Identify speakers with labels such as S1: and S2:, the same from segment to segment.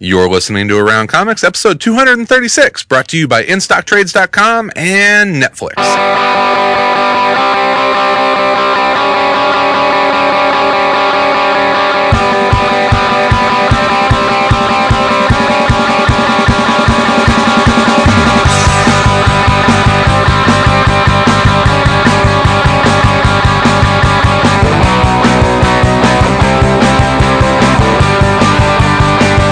S1: You're listening to Around Comics, episode 236, brought to you by InStockTrades.com and Netflix.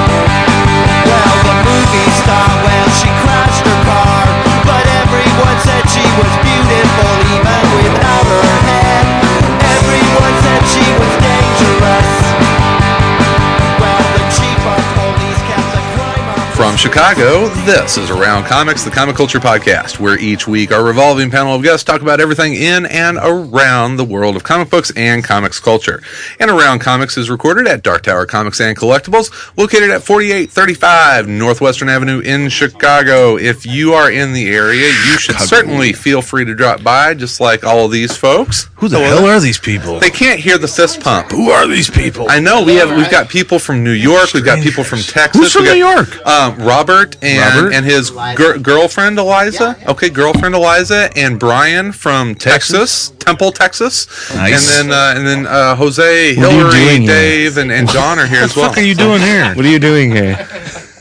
S2: Well, the movie star, well, she crashed her car. But everyone said she was beautiful, even without her head. Everyone said she was dangerous. Well, the chief of police kept the crime on.
S1: From Chicago, this is Around Comics, the comic culture podcast, where each week our revolving panel of guests talk about everything in and around the world of comic books and comics culture. And Around Comics is recorded at Dark Tower Comics and Collectibles, located at 4835 Northwestern Avenue in Chicago. If you are in the area, you should certainly feel free to drop by, just like all of these folks.
S3: Who the hell are these people?
S1: They can't hear the fist pump.
S3: Who are these people?
S1: I know we have we've got people from New York, we've got people from Texas.
S3: Who's from
S1: we got-
S3: New York?
S1: Um, Robert and
S3: Robert?
S1: and his gir- girlfriend Eliza. Okay, girlfriend Eliza and Brian from Texas, Temple, Texas.
S3: Nice.
S1: And then uh, and then uh, Jose,
S4: What are you doing
S1: Hillary,
S4: here?
S1: Dave, and, and John are here as well.
S3: What the fuck are you doing here?
S4: What are you doing here?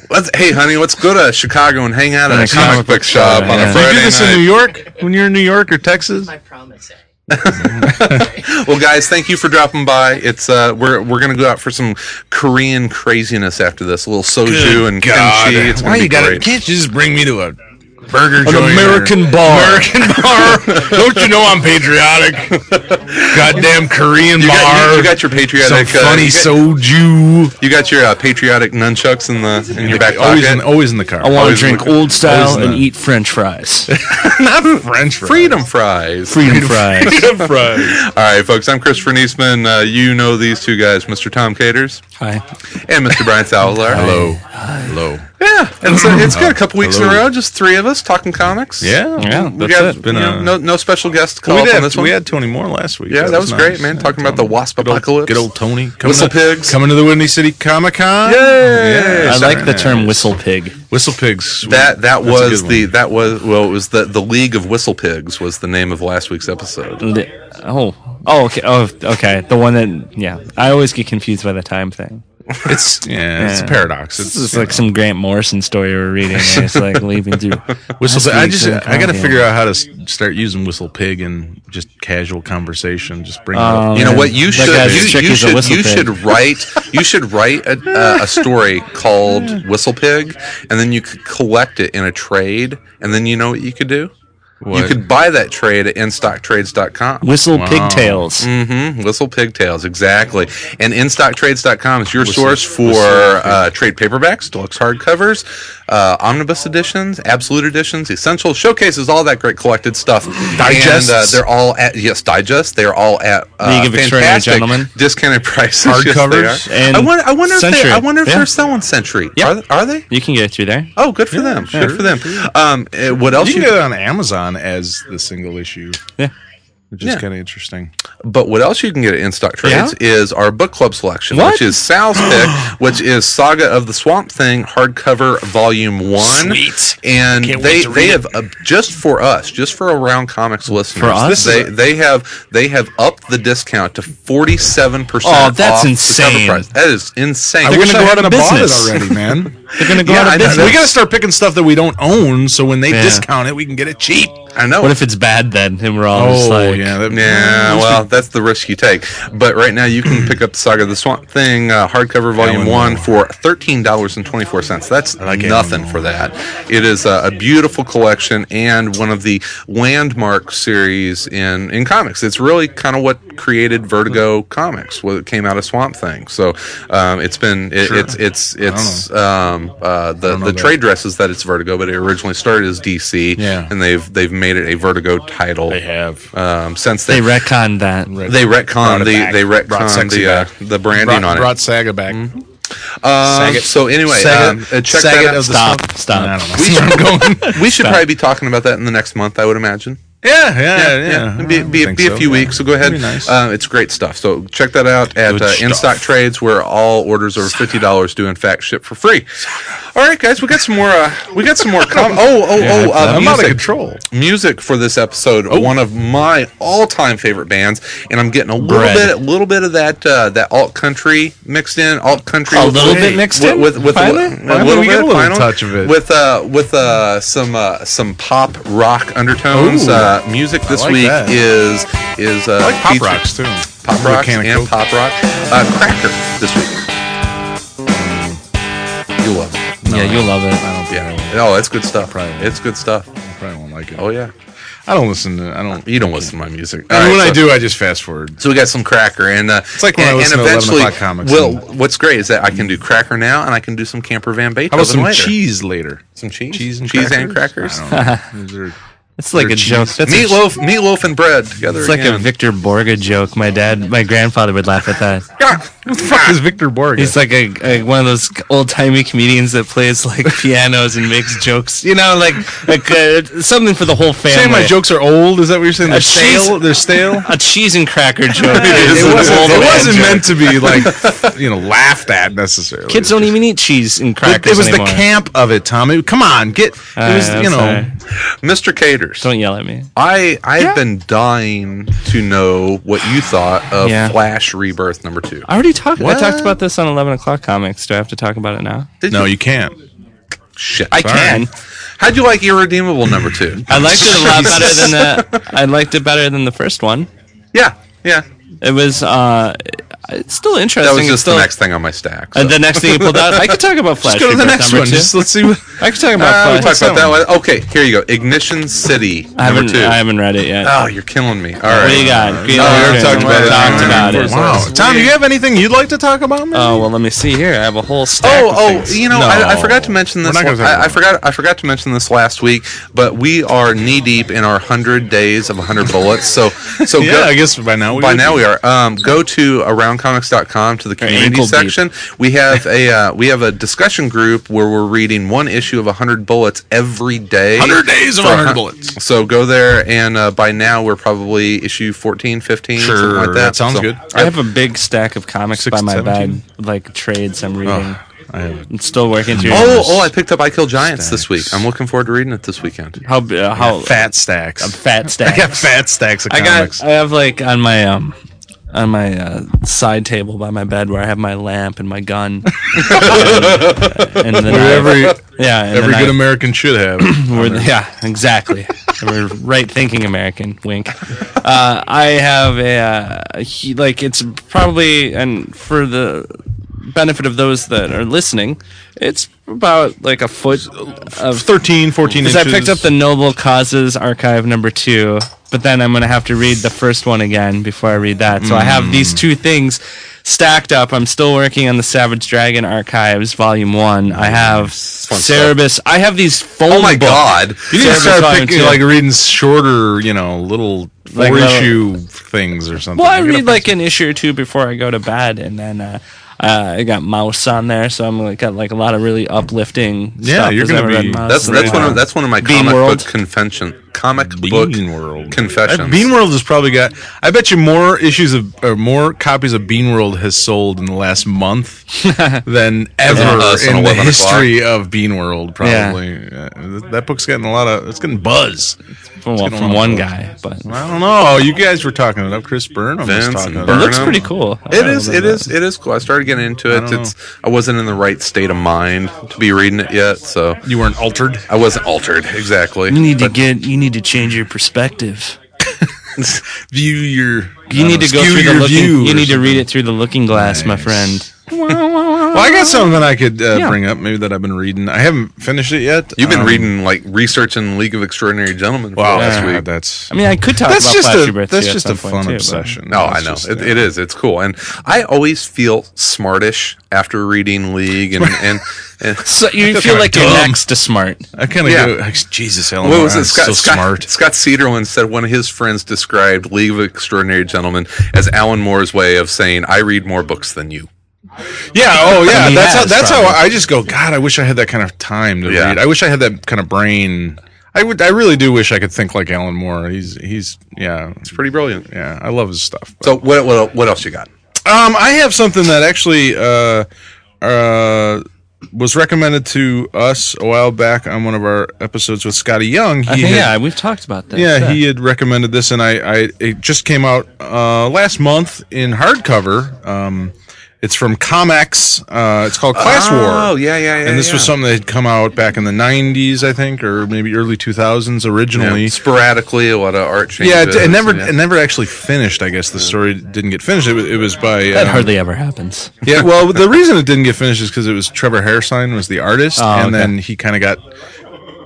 S1: Let's, hey, honey, let's go to Chicago and hang out at
S4: In
S1: a comic book shop on a
S4: yeah.
S3: They
S1: Friday
S3: do this
S1: night.
S3: in New York when you're in New York or Texas.
S5: I promise it.
S1: Well, guys, thank you for dropping by. It's uh, we're we're gonna go out for some Korean craziness after this. A little soju and kimchi. It's gonna
S3: Why
S1: be
S3: you gotta?
S1: great.
S3: Can't you just bring me to a burger
S4: An
S3: joint? or-
S4: American bar.
S3: American bar. Don't you know I'm patriotic? Goddamn Korean
S1: You got,
S3: bar.
S1: you, you got your
S3: some
S1: patriotic. uh,
S3: funny
S1: you, got,
S3: soju.
S1: you got your uh, patriotic nunchucks in the in your back pocket.
S3: Always in, always in the car.
S4: I want to
S1: Always
S4: drink
S1: looking-
S4: old style
S3: always
S4: and
S3: not.
S4: eat French fries.
S3: not French fries.
S1: Freedom fries.
S4: Freedom fries.
S3: Freedom fries.
S1: All right, folks. I'm Christopher Niesman. Uh, you know these two guys, Mr. Tom Caters
S4: Hi.
S1: and Mr. Brian Fowler.
S3: Hello. Hello.
S1: Yeah, and so it's got a couple weeks in a
S3: Hello.
S1: row, just three of us talking comics.
S3: Yeah.
S4: Yeah,
S1: we got
S3: That's it.
S1: you know,
S3: uh,
S1: no no special guest call
S3: We
S1: up
S3: did.
S1: on this
S3: have-
S1: one.
S3: We had Tony Moore last week.
S1: Yeah, that was great,
S3: nice.
S1: man.
S3: Yeah,
S1: Talking about the wasp
S3: good old-
S1: apocalypse.
S3: Good old Tony. Coming
S1: Whistle
S3: to-
S1: pigs.
S3: coming to the Windy City Comic Con.
S1: Yay!
S4: I
S3: Saturday
S4: like the
S3: night.
S4: term whistle pig.
S3: Whistle pigs.
S1: That that
S3: That's a
S1: was
S3: good
S1: the
S3: one.
S1: that was well it was the the League of Whistle Pigs was the name of last week's episode.
S4: The- Oh. Oh, okay. Oh, okay. The one that, yeah. I always get confused by the time thing.
S3: It's yeah, It's a
S4: Yeah.
S3: paradox. It's,
S4: This is
S3: you
S4: like
S3: know,
S4: some Grant Morrison story we're reading. And it's like leaving through.
S3: whistle.
S4: last
S3: Pig. I
S4: week's
S3: just
S4: in
S3: I got to
S4: Comic-Con.
S3: figure out how to s- start using whistle pig in just casual conversation. Just bring. it
S4: Oh,
S3: up.
S1: You know
S4: man.
S1: what? You
S4: That
S1: should
S4: guy's
S1: you,
S4: as tricky
S1: you
S4: as a
S1: should
S4: whistle
S1: you
S4: pig.
S1: should write you should write a, uh, a story called Whistle Pig, and then you could collect it in a trade, and then you know what you could do? You
S3: What?
S1: could buy that trade at instocktrades.com.
S4: Whistle
S3: Wow.
S4: pigtails.
S1: Mm-hmm. Whistle Pigtails, exactly. And InStockTrades.com is your source for
S3: Whistle Pig.
S1: uh, trade paperbacks, deluxe hardcovers, uh, omnibus editions, absolute editions, essential showcases, all that great collected stuff.
S3: Digests.
S1: And, uh, they're all at yes, digests. They're all at uh,
S4: League of Extraordinary
S1: fantastic
S4: Gentlemen.
S1: discounted prices.
S3: Hardcovers
S1: yes, they are.
S4: and
S1: I wonder, I wonder if they,
S4: Century.
S1: I wonder if
S4: Yeah.
S1: they're selling Century.
S4: Yeah.
S1: Are, are they?
S4: You can get it through there.
S1: Oh, good for them. Good
S3: sure,
S1: for them. Um, uh, what else?
S3: You
S1: You
S3: can get it on Amazon as the single issue.
S4: Yeah.
S3: Which is
S1: Yeah.
S3: kind of interesting.
S1: But what else you can get at In Stock Trades is our book club selection,
S4: What?
S1: which is Sal's pick, which is Saga of the Swamp Thing hardcover volume one.
S3: Sweet.
S1: And
S3: Can't wait
S1: they
S3: to read
S1: they
S3: it.
S1: have uh, just for us, just for around comics listeners,
S4: For us?
S1: they they have they have upped the discount to forty seven percent.
S4: Oh, that's insane.
S1: That is insane.
S4: They're wish gonna I go out of
S3: hadn't bought it
S4: business.
S3: already, man.
S4: They're going to go
S1: Yeah,
S4: out
S1: I
S4: of
S1: know.
S4: business.
S3: we got to start picking stuff that we don't own, so when they
S4: Yeah.
S3: discount it, we can get it cheap.
S1: I know.
S4: What if it's bad then? And we're all just like,
S3: that,
S1: Yeah, well, that's the risk you take. But right now, you can pick up the Saga of the Swamp Thing uh, hardcover volume
S3: Alan
S1: one
S3: Moore.
S1: for thirteen dollars and twenty four cents. That's
S3: like Alan
S1: nothing
S3: Moore.
S1: for that. It is uh, a beautiful collection and one of the landmark series in in comics. It's really kind of what created Vertigo comics. What came out of Swamp Thing. So um, it's been it,
S3: Sure.
S1: it's it's it's um, uh, the
S3: don't know
S1: the
S3: that.
S1: trade dresses that it's Vertigo, but it originally started as DC.
S3: Yeah.
S1: and they've they've made it a Vertigo title.
S3: they have.
S1: Um, since
S4: they
S1: then
S4: retconned that.
S1: they retcon
S3: it
S1: the
S3: back.
S1: they
S3: Brought
S1: retcon
S3: sexy
S1: the uh,
S3: back.
S1: the branding
S3: brought,
S1: on
S3: brought Saga back.
S4: Hmm?
S1: it. Um,
S3: Saget.
S1: so anyway,
S3: Saga-
S1: um, uh, check
S3: Saga
S1: that out.
S3: of the
S4: Stop.
S3: Swamp-
S4: Stop.
S3: I don't know. See where I'm going.
S1: we should probably be talking about that in the next month, I would imagine.
S3: Yeah, yeah, yeah.
S1: Be, be, be a few weeks, so go ahead.
S3: That'd be nice.
S1: Uh, it's great stuff. So check that out at
S3: Good
S1: uh, In Stock
S3: stuff.
S1: Trades, where all orders over fifty dollars do in fact ship for free. All right, guys, we got some more. Uh, we got some more. Com- oh, oh, oh! Uh,
S3: I'm out of
S1: music.
S3: control.
S1: Music for this episode,
S3: Oh.
S1: one of my all-time favorite bands, and I'm getting a little
S5: Bread.
S1: bit, a little bit of that uh, that alt country mixed in, alt country,
S5: A
S1: with-
S5: little bit mixed in?
S1: with with, with a,
S5: Finally?
S1: li-
S3: Finally,
S1: a little
S3: we
S1: bit,
S3: get a little
S1: final,
S3: touch of it.
S1: with uh, with uh, some uh, some pop rock undertones.
S3: Ooh.
S1: Uh, music this
S3: like
S1: week
S3: that.
S1: is is uh,
S3: I like pop
S1: featured-
S3: rocks too.
S1: pop rocks
S3: Volcanic
S1: and
S3: Coke.
S1: pop rock. Uh, Cracker this week. Mm. You love it,
S5: yeah, you'll love it.
S1: yeah. Oh, it's good stuff.
S3: Probably.
S1: It's good stuff.
S3: I probably won't like it.
S1: Oh yeah.
S3: I don't listen to. I don't.
S1: You don't listen to my music.
S3: I mean,
S1: All right,
S3: when I
S1: so-
S3: do, I just fast forward.
S1: So we got some cracker, and uh,
S3: It's like when I
S1: and,
S3: listen
S1: and
S3: to 11
S1: eventually,
S3: o'clock comics
S1: Well, what's great is that I can do cracker now, and I can do some camper van Beethoven
S3: How about some
S1: later.
S3: cheese later?
S1: some cheese,
S3: Cheese and
S1: cheese and
S3: crackers?
S1: crackers,
S3: I don't know. These are-
S5: It's like
S3: Their
S5: a joke.
S3: cheese.
S5: That's a-
S1: meatloaf, meatloaf and bread together.
S5: It's like a
S1: again.
S5: Victor Borga joke. My dad, my grandfather would laugh at that.
S3: What the fuck is Victor Borga?
S5: He's like a, a one of those old timey comedians that plays like pianos and makes jokes. You know, like like uh, something for the whole family.
S3: saying my jokes are old. Is that what you're saying? They're
S5: A cheese-
S3: stale. They're stale.
S5: A cheese and cracker joke.
S1: is.
S5: It's
S3: It
S5: an
S3: wasn't,
S5: old
S3: it
S5: man
S3: wasn't
S5: joke.
S3: meant to be like you know laughed at necessarily.
S5: Kids don't even eat cheese
S3: It,
S5: and crackers
S3: it was
S5: anymore.
S3: the camp of it, Tom. It- come on, get.
S5: All
S3: it was
S5: right, I'm
S3: you know.
S5: sorry.
S1: Mr. Caters.
S5: Don't yell at me.
S1: I I've been dying to know what you thought of
S5: Yeah.
S1: Flash Rebirth number two.
S5: I already talked.
S3: What?
S5: I talked about this on eleven o'clock comics. Do I have to talk about it now?
S1: Did
S3: No, you can't.
S1: shit.
S5: I
S1: Sorry.
S5: can.
S1: How'd you like Irredeemable number two?
S5: I liked it a lot better than the. I liked it better than the first one.
S1: yeah, yeah.
S5: It was. uh It's still interesting.
S1: That was
S5: It's
S1: just
S5: still-
S1: the next thing on my stack. so.
S5: And the next thing you pulled out, I could talk about Flash.
S3: Let's go to the next
S5: Rebirth number
S3: one.
S5: two.
S3: Just let's see. What,
S5: I could talk about
S1: Uh, we
S5: Flash.
S1: talked about that one. Okay, here you go. Ignition City
S5: I
S1: number
S5: haven't,
S1: two.
S5: I haven't read it yet.
S1: Oh, you're killing me. All right.
S5: what do you got? Green
S1: No, we already
S5: Lantern.
S1: talked about it.
S5: Talked
S1: Iron
S5: about
S1: Man
S5: it.
S1: Force.
S3: wow, Tom, do you have anything you'd like to talk about? Maybe?
S5: Oh well, let me see here. I have a whole stack.
S1: Oh,
S5: of
S1: oh,
S5: things.
S1: you know, I, I forgot to mention
S3: We're
S1: this.
S3: not gonna
S1: la-
S3: talk
S1: I, I
S3: about
S1: forgot. I forgot to mention this last week. But we are knee deep in our hundred days of hundred bullets. So, so
S3: yeah,
S1: go,
S3: I guess Oh, by now. We
S1: by
S3: would
S1: now we
S3: be.
S1: are. Um, go to aroundcomics.com to the community
S5: ankle deep.
S1: section. We have a uh, we have a discussion group where we're reading one issue of hundred bullets every day.
S3: 100 days of
S1: For a
S3: 100
S1: hun-
S3: bullets.
S1: So go there, and uh, by now we're probably issue 14, 15, something like
S3: Sure,
S1: that.
S3: that sounds
S1: So-
S3: good.
S5: I have a big stack of comics
S3: Six
S5: by my
S3: to
S5: bed, like trades I'm reading.
S3: I have
S5: I'm still working through.
S1: Oh,
S5: those.
S1: oh! I picked up I Kill Giants this
S3: Stacks.
S1: week. I'm looking forward to reading it this weekend.
S5: how uh, how
S3: fat stacks.
S5: fat stack.
S3: I got fat stacks of
S5: I
S3: comics.
S5: got. I have like on my um. On my uh, side table by my bed, where I have my lamp and my gun, and, and then
S3: Where
S5: I-
S3: every
S5: yeah, and
S3: every
S5: then
S3: good
S5: I-
S3: American should have.
S5: We're the- yeah, exactly. We're right thinking American. Wink. Uh, I have a uh, a hu- like it's probably and for the benefit of those that are listening, it's about like a foot of
S3: 13, 14
S5: because
S3: inches.
S5: I picked up the Noble Causes Archive number two, but then I'm gonna have to read the first one again before I read that. So I
S1: Mm.
S5: have these two things stacked up. I'm still working on the Savage Dragon Archives Volume One. I have
S1: fun stuff.
S5: Cerberus. I have these fold
S1: Oh my
S5: books.
S1: god!
S3: You need to
S5: Sarah
S3: start
S5: Bassano,
S3: picking,
S5: too.
S3: like reading shorter, you know, little four
S5: Like little-
S3: issue things or something.
S5: Well, I
S3: You gotta
S5: read
S3: find
S5: like an issue or two before I go to bed, and then uh, uh, I got Mouse on there, so I'm like got like a lot of really uplifting.
S3: Yeah,
S5: stuff
S3: you're
S5: 'cause
S3: gonna
S5: I read
S3: be-
S5: Mouse
S1: That's
S5: and
S1: that's
S5: I-
S1: one of that's one of my
S5: Bean
S1: comic
S5: World.
S1: book confession comic
S3: some
S1: book
S3: Bean World
S1: confessions.
S3: Uh, Bean World has probably got. I bet you more issues of or more copies of Bean World has sold in the last month than ever
S1: us on
S3: in
S1: 11
S3: the
S1: o'clock.
S3: history of Bean World. Probably Uh, th- that book's getting a lot of. It's getting buzz.
S5: well,
S3: gonna
S5: from
S3: be-
S5: one guy, but it
S3: I don't know. Oh, You guys were talking it up. Chris Burnham was
S1: Vince
S3: talking
S1: and
S3: it
S1: Burnham.
S3: up.
S5: looks pretty cool. I
S1: It
S5: don't
S1: is.
S5: know
S1: It
S5: about
S1: is. It is cool. I started getting into
S3: don't
S1: it.
S3: know.
S1: It's. I wasn't in the right state of mind to be reading it yet, so
S3: You weren't altered.
S1: I wasn't altered exactly.
S5: You need to get. You need to change your perspective.
S3: View your. I
S5: You
S3: don't
S5: need
S3: know,
S5: to go
S3: skew
S5: through the
S3: your view
S5: looking.
S3: or
S5: You need to
S3: something.
S5: read it through the looking glass, my
S3: Nice.
S5: friend.
S3: Well, I got something I could uh,
S5: Yeah.
S3: bring up. Maybe that I've been reading. I haven't finished it yet.
S1: You've been
S3: Um,
S1: reading like researching League of Extraordinary Gentlemen for
S3: Wow,
S1: last
S3: yeah,
S1: week.
S3: That's
S5: I mean, I could talk
S3: that's
S5: about
S3: just
S5: Flash
S3: a
S5: Rebirth
S3: that's
S5: too at
S3: just a
S5: some point,
S3: fun
S5: too, but-
S3: obsession.
S1: No, Oh, I
S3: That's
S1: know
S3: just-
S1: it, it is. It's cool, and I always feel smartish after reading League, and and, and
S5: So
S3: feel
S5: you feel
S3: kinda
S5: like you're
S3: dumb.
S5: next to smart.
S3: I kind of
S1: Yeah.
S3: go, like, Jesus, Eleanor,
S1: what was
S3: I'm
S1: it? Scott,
S3: Oh, so
S1: Scott,
S3: smart.
S1: Scott Cederlund said one of his friends described League of Extraordinary Gentlemen as Alan Moore's way of saying, "I read more books than you."
S3: Yeah, oh yeah,
S5: He
S3: that's how
S5: has,
S3: that's how
S5: probably.
S3: I just go. God, I wish I had that kind of time to
S1: Yeah.
S3: read. I wish I had that kind of brain. I would. I really do wish I could think like Alan Moore. He's he's yeah
S1: Pretty brilliant.
S3: yeah. I love his stuff.
S1: So what what what else you got?
S3: Um, I have something that actually uh, uh, was recommended to us a while back on one of our episodes with Scotty Young. He
S4: I think,
S3: had-
S4: yeah, we've talked about this.
S3: yeah, he had recommended this, and I, I it just came out uh, last month in hardcover. Um, it's from Comex. Uh, it's called Class
S1: oh,
S3: War.
S1: yeah, yeah, yeah.
S3: and this was
S1: yeah.
S3: something that had come out back in the '90s, I think, or maybe early 2000s originally.
S1: Yeah, sporadically a lot of art changes.
S3: Yeah, it, it never
S1: and, yeah.
S3: it never actually finished. I guess the story didn't get finished. It was, it was by
S4: that
S3: um,
S4: hardly ever happens.
S3: yeah. Well, the reason it didn't get finished is because it was Trevor Hairsine was the artist,
S4: Oh,
S3: and
S4: okay.
S3: then he kind of got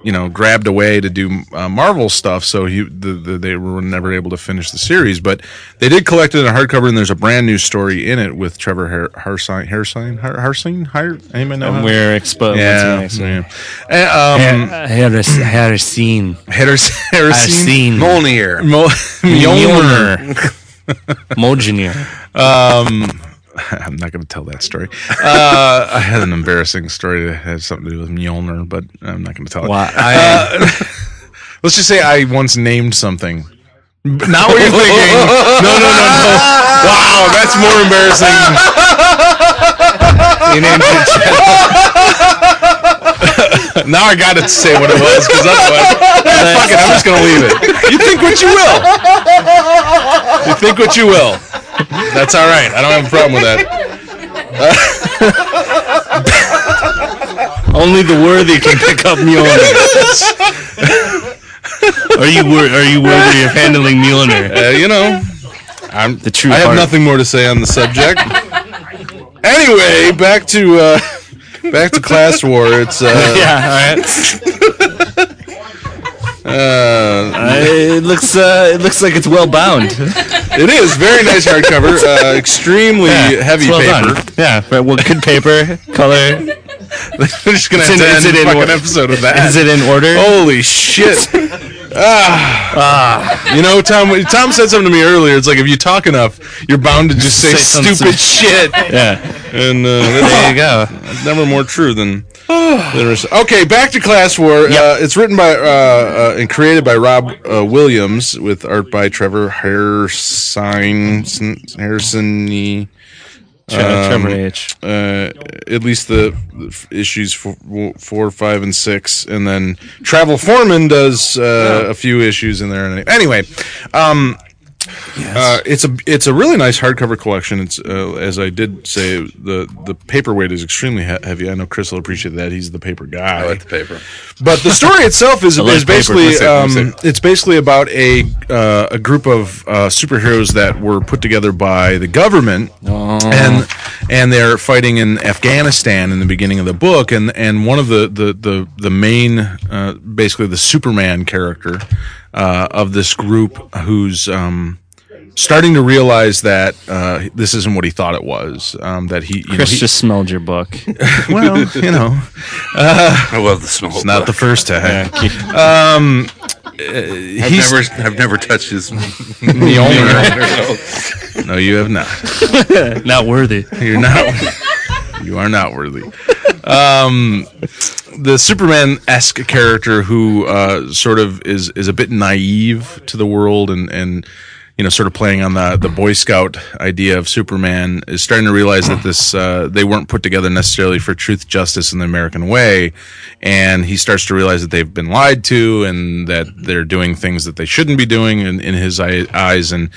S3: you know grabbed away to do uh, Marvel stuff. So he the, the, they were never able to finish the series, but they did collect it in a hardcover, and there's a brand new story in it with Trevor Har- Hairsine Hairsine Har- Hairsine Har- anyone know?
S4: And
S3: how-
S4: we're exposed.
S3: Yeah, yeah. Uh, um,
S4: Harris, Harrison.
S3: Hairs- Hairsine
S4: Harrison.
S1: Mjolnir.
S3: Mo- Mjolnir.
S4: Mogineer.
S3: I'm not going to tell that story. Uh, I had an embarrassing story that has something to do with Mjolnir, but I'm not going to tell it. Uh,
S4: Why? I,
S3: Let's just say I once named something. Not what you're thinking. No, no, no, no. Wow, that's more embarrassing.
S4: you named it
S3: Now I got to say what it was because otherwise, fuck it, I'm just going to leave it. You think what you will. You think what you will. That's all right. I don't have a problem with that.
S4: only the worthy can pick up Mjolnir. are you wor- are you worthy of handling Mjolnir?
S3: Uh, you know, I'm
S4: The true
S3: I have
S4: heart.
S3: nothing more to say on the subject. anyway, back to uh, back to class war. It's uh,
S4: Yeah, all right.
S3: uh,
S4: I- it looks uh, it looks like it's well bound.
S3: it is very nice hardcover, uh, extremely heavy
S4: it's well
S3: paper.
S4: done. Yeah, but well, good paper, color.
S3: We're just gonna
S4: It's in-
S3: have to
S4: it's
S3: end
S4: in
S3: the fucking
S4: what-
S3: episode of that.
S4: Is it in order?
S3: Holy shit! ah,
S4: Ah.
S3: you know, Tom. Tom said something to me earlier. It's like if you talk enough, you're bound to just say,
S4: Say some-
S3: stupid shit.
S4: Yeah.
S3: And uh, there you go. Never more true than. than res- okay, back to Class War. Uh, it's written by uh, uh, and created by Rob uh, Williams with art by Trevor Harrison. Harrison. Um,
S4: Trevor H.
S3: Uh, at least the, the f- issues four, four, five, and six, and then Travel Foreman does uh, a few issues in there. Anyway, um, uh, it's a it's a really nice hardcover collection. It's uh, as I did say, the the paperweight is extremely he- heavy. I know Chris will appreciate that. He's the paper guy.
S1: I like the paper.
S3: But the story itself is,
S4: like
S3: is
S4: paper.
S3: basically
S1: Let's see, let's
S3: um, it's basically about a uh, a group of uh, superheroes that were put together by the government and and they're fighting in Afghanistan in the beginning of the book and and one of the the the, the main uh, basically the Superman character uh, of this group who's um, starting to realize that uh, this isn't what he thought it was um, that he, you know,
S4: Chris
S3: he
S4: just smelled your book.
S3: well you know
S1: I love the smell.
S3: it's not the first time.
S1: I've
S3: he's-
S1: never I've never touched his.
S3: The only
S1: I
S3: No, you have not.
S4: Not worthy.
S3: You're not. you are not worthy. Um, the Superman esque character who uh, sort of is is a bit naive to the world and and you know sort of playing on the the Boy Scout idea of Superman is starting to realize that this uh, they weren't put together necessarily for truth, justice, and the American way, and he starts to realize that they've been lied to and that they're doing things that they shouldn't be doing in, in his eye, eyes and.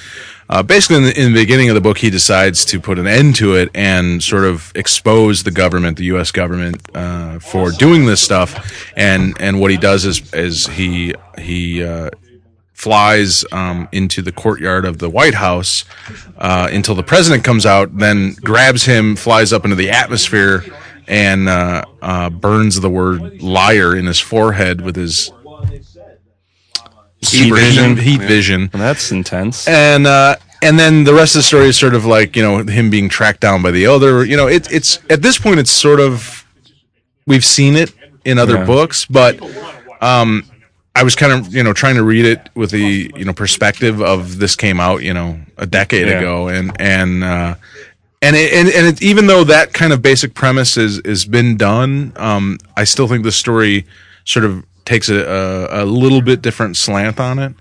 S3: Uh, basically, in the, in the beginning of the book, he decides to put an end to it and sort of expose the government, the U.S. government, uh, for doing this stuff. And and what he does is is he he uh, flies um, into the courtyard of the White House uh, until the president comes out, then grabs him, flies up into the atmosphere, and uh, uh, burns the word liar in his forehead with his
S4: Heat vision.
S3: Heat vision.
S4: That's intense.
S3: and uh, and then the rest of the story is sort of like you know him being tracked down by the other. You know, it, it's at this point it's sort of we've seen it in other
S4: Yeah.
S3: books, but um, I was kind of you know trying to read it with the you know perspective of this came out you know a decade
S4: Yeah.
S3: ago, and and. Uh, and it, and and it, even though that kind of basic premise is is been done, um, I still think the story sort of takes a, a, a little bit different slant on it.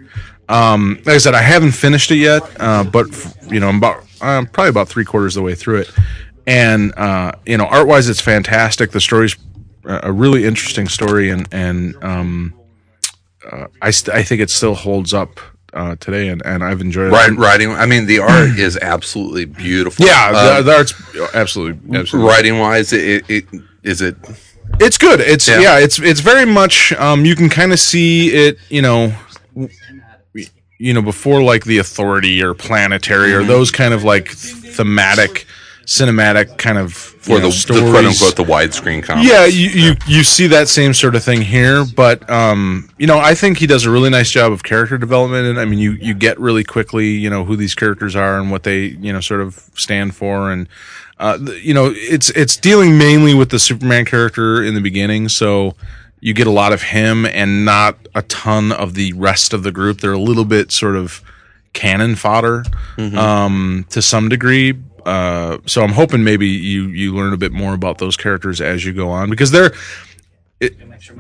S3: Um, like I said, I haven't finished it yet, uh, but f- you know, I'm about I'm probably about three quarters of the way through it, and uh, you know, art wise, it's fantastic. The story's a a really interesting story, and and um, uh, I st- I think it still holds up uh, today, and, and I've enjoyed it.
S1: Right, writing. I mean, the art is absolutely beautiful.
S3: Yeah,
S1: Uh,
S3: the, the art's absolutely, absolutely
S1: writing wise, it, it is it.
S3: It's good. It's
S1: Yeah.
S3: yeah. it's it's very much. Um, you can kind of see it. You know, w- you know before like the authority or planetary
S1: Mm-hmm.
S3: or those kind of like thematic, cinematic kind of
S1: Or the, the quote unquote the widescreen comic.
S3: yeah, you, you you see that same sort of thing here, but um, you know, I think he does a really nice job of character development, and I mean, you you get really quickly, you know, who these characters are and what they you know sort of stand for, and uh, th- you know, it's it's dealing mainly with the Superman character in the beginning, so you get a lot of him and not a ton of the rest of the group. They're a little bit sort of cannon fodder um, to some degree. Uh, so I'm hoping maybe you you learn a bit more about those characters as you go on because they're it,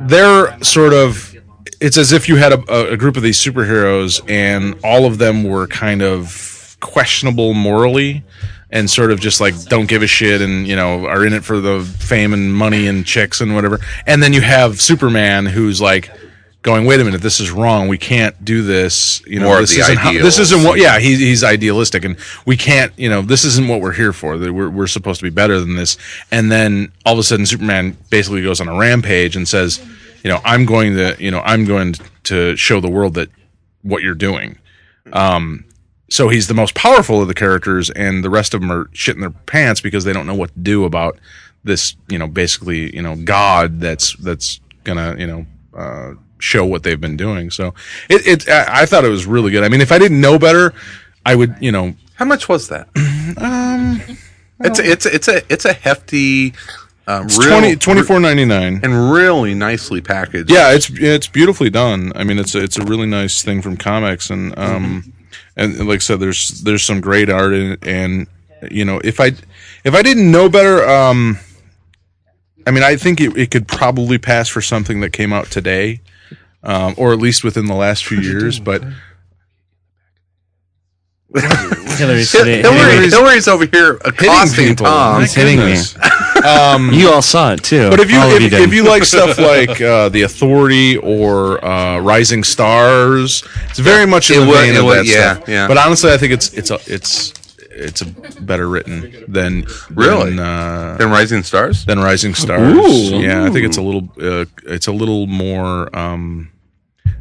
S3: they're sort of it's as if you had a, a group of these superheroes and all of them were kind of questionable morally and sort of just like don't give a shit and you know are in it for the fame and money and chicks and whatever and then you have superman who's like going wait a minute this is wrong we can't do this you know
S1: More of
S3: this
S1: the
S3: isn't how,
S1: ideals.
S3: this isn't what yeah he, he's idealistic and we can't you know this isn't what we're here for that we're, we're supposed to be better than this and then all of a sudden superman basically goes on a rampage and says you know i'm going to you know i'm going to show the world that what you're doing so he's the most powerful of the characters, and the rest of them are shitting their pants because they don't know what to do about this, you know, basically, you know, God that's that's gonna, you know, uh, show what they've been doing. So it, it, I I thought it was really good. I mean, if I didn't know better, I would, you know,
S1: How much was that? Um, it's a, it's a, it's a it's a hefty, um, real-
S3: twenty twenty four ninety nine.
S1: and really nicely packaged.
S3: Yeah, it's it's beautifully done. I mean, it's a, it's a really nice thing from comics, and um, and like I said, there's there's some great art in it, and you know, if I if I didn't know better, um, I mean, I think it, it could probably pass for something that came out today, um, or at least within the last few years. But
S4: Hillary's
S1: Hil-
S4: hitting-
S1: Hillary,
S3: Hillary's-
S1: Hillary's over here accosting Tom.
S4: He's hitting me.
S3: Goodness. Um,
S4: you all saw it too.
S3: But if you
S4: All of
S3: if,
S4: did.
S3: if you like stuff like uh, the Authority or uh, Rising Stars, it's very much in
S1: It
S3: the
S1: wa-
S3: vein
S1: it
S3: of
S1: wa-
S3: that
S1: yeah,
S3: stuff.
S1: yeah.
S3: But honestly, I think it's it's a, it's it's a better written than
S1: Really?
S3: than, uh,
S1: Then Rising Stars.
S3: than Rising Stars.
S4: Ooh.
S3: Yeah, I think it's a little uh, it's a little more um,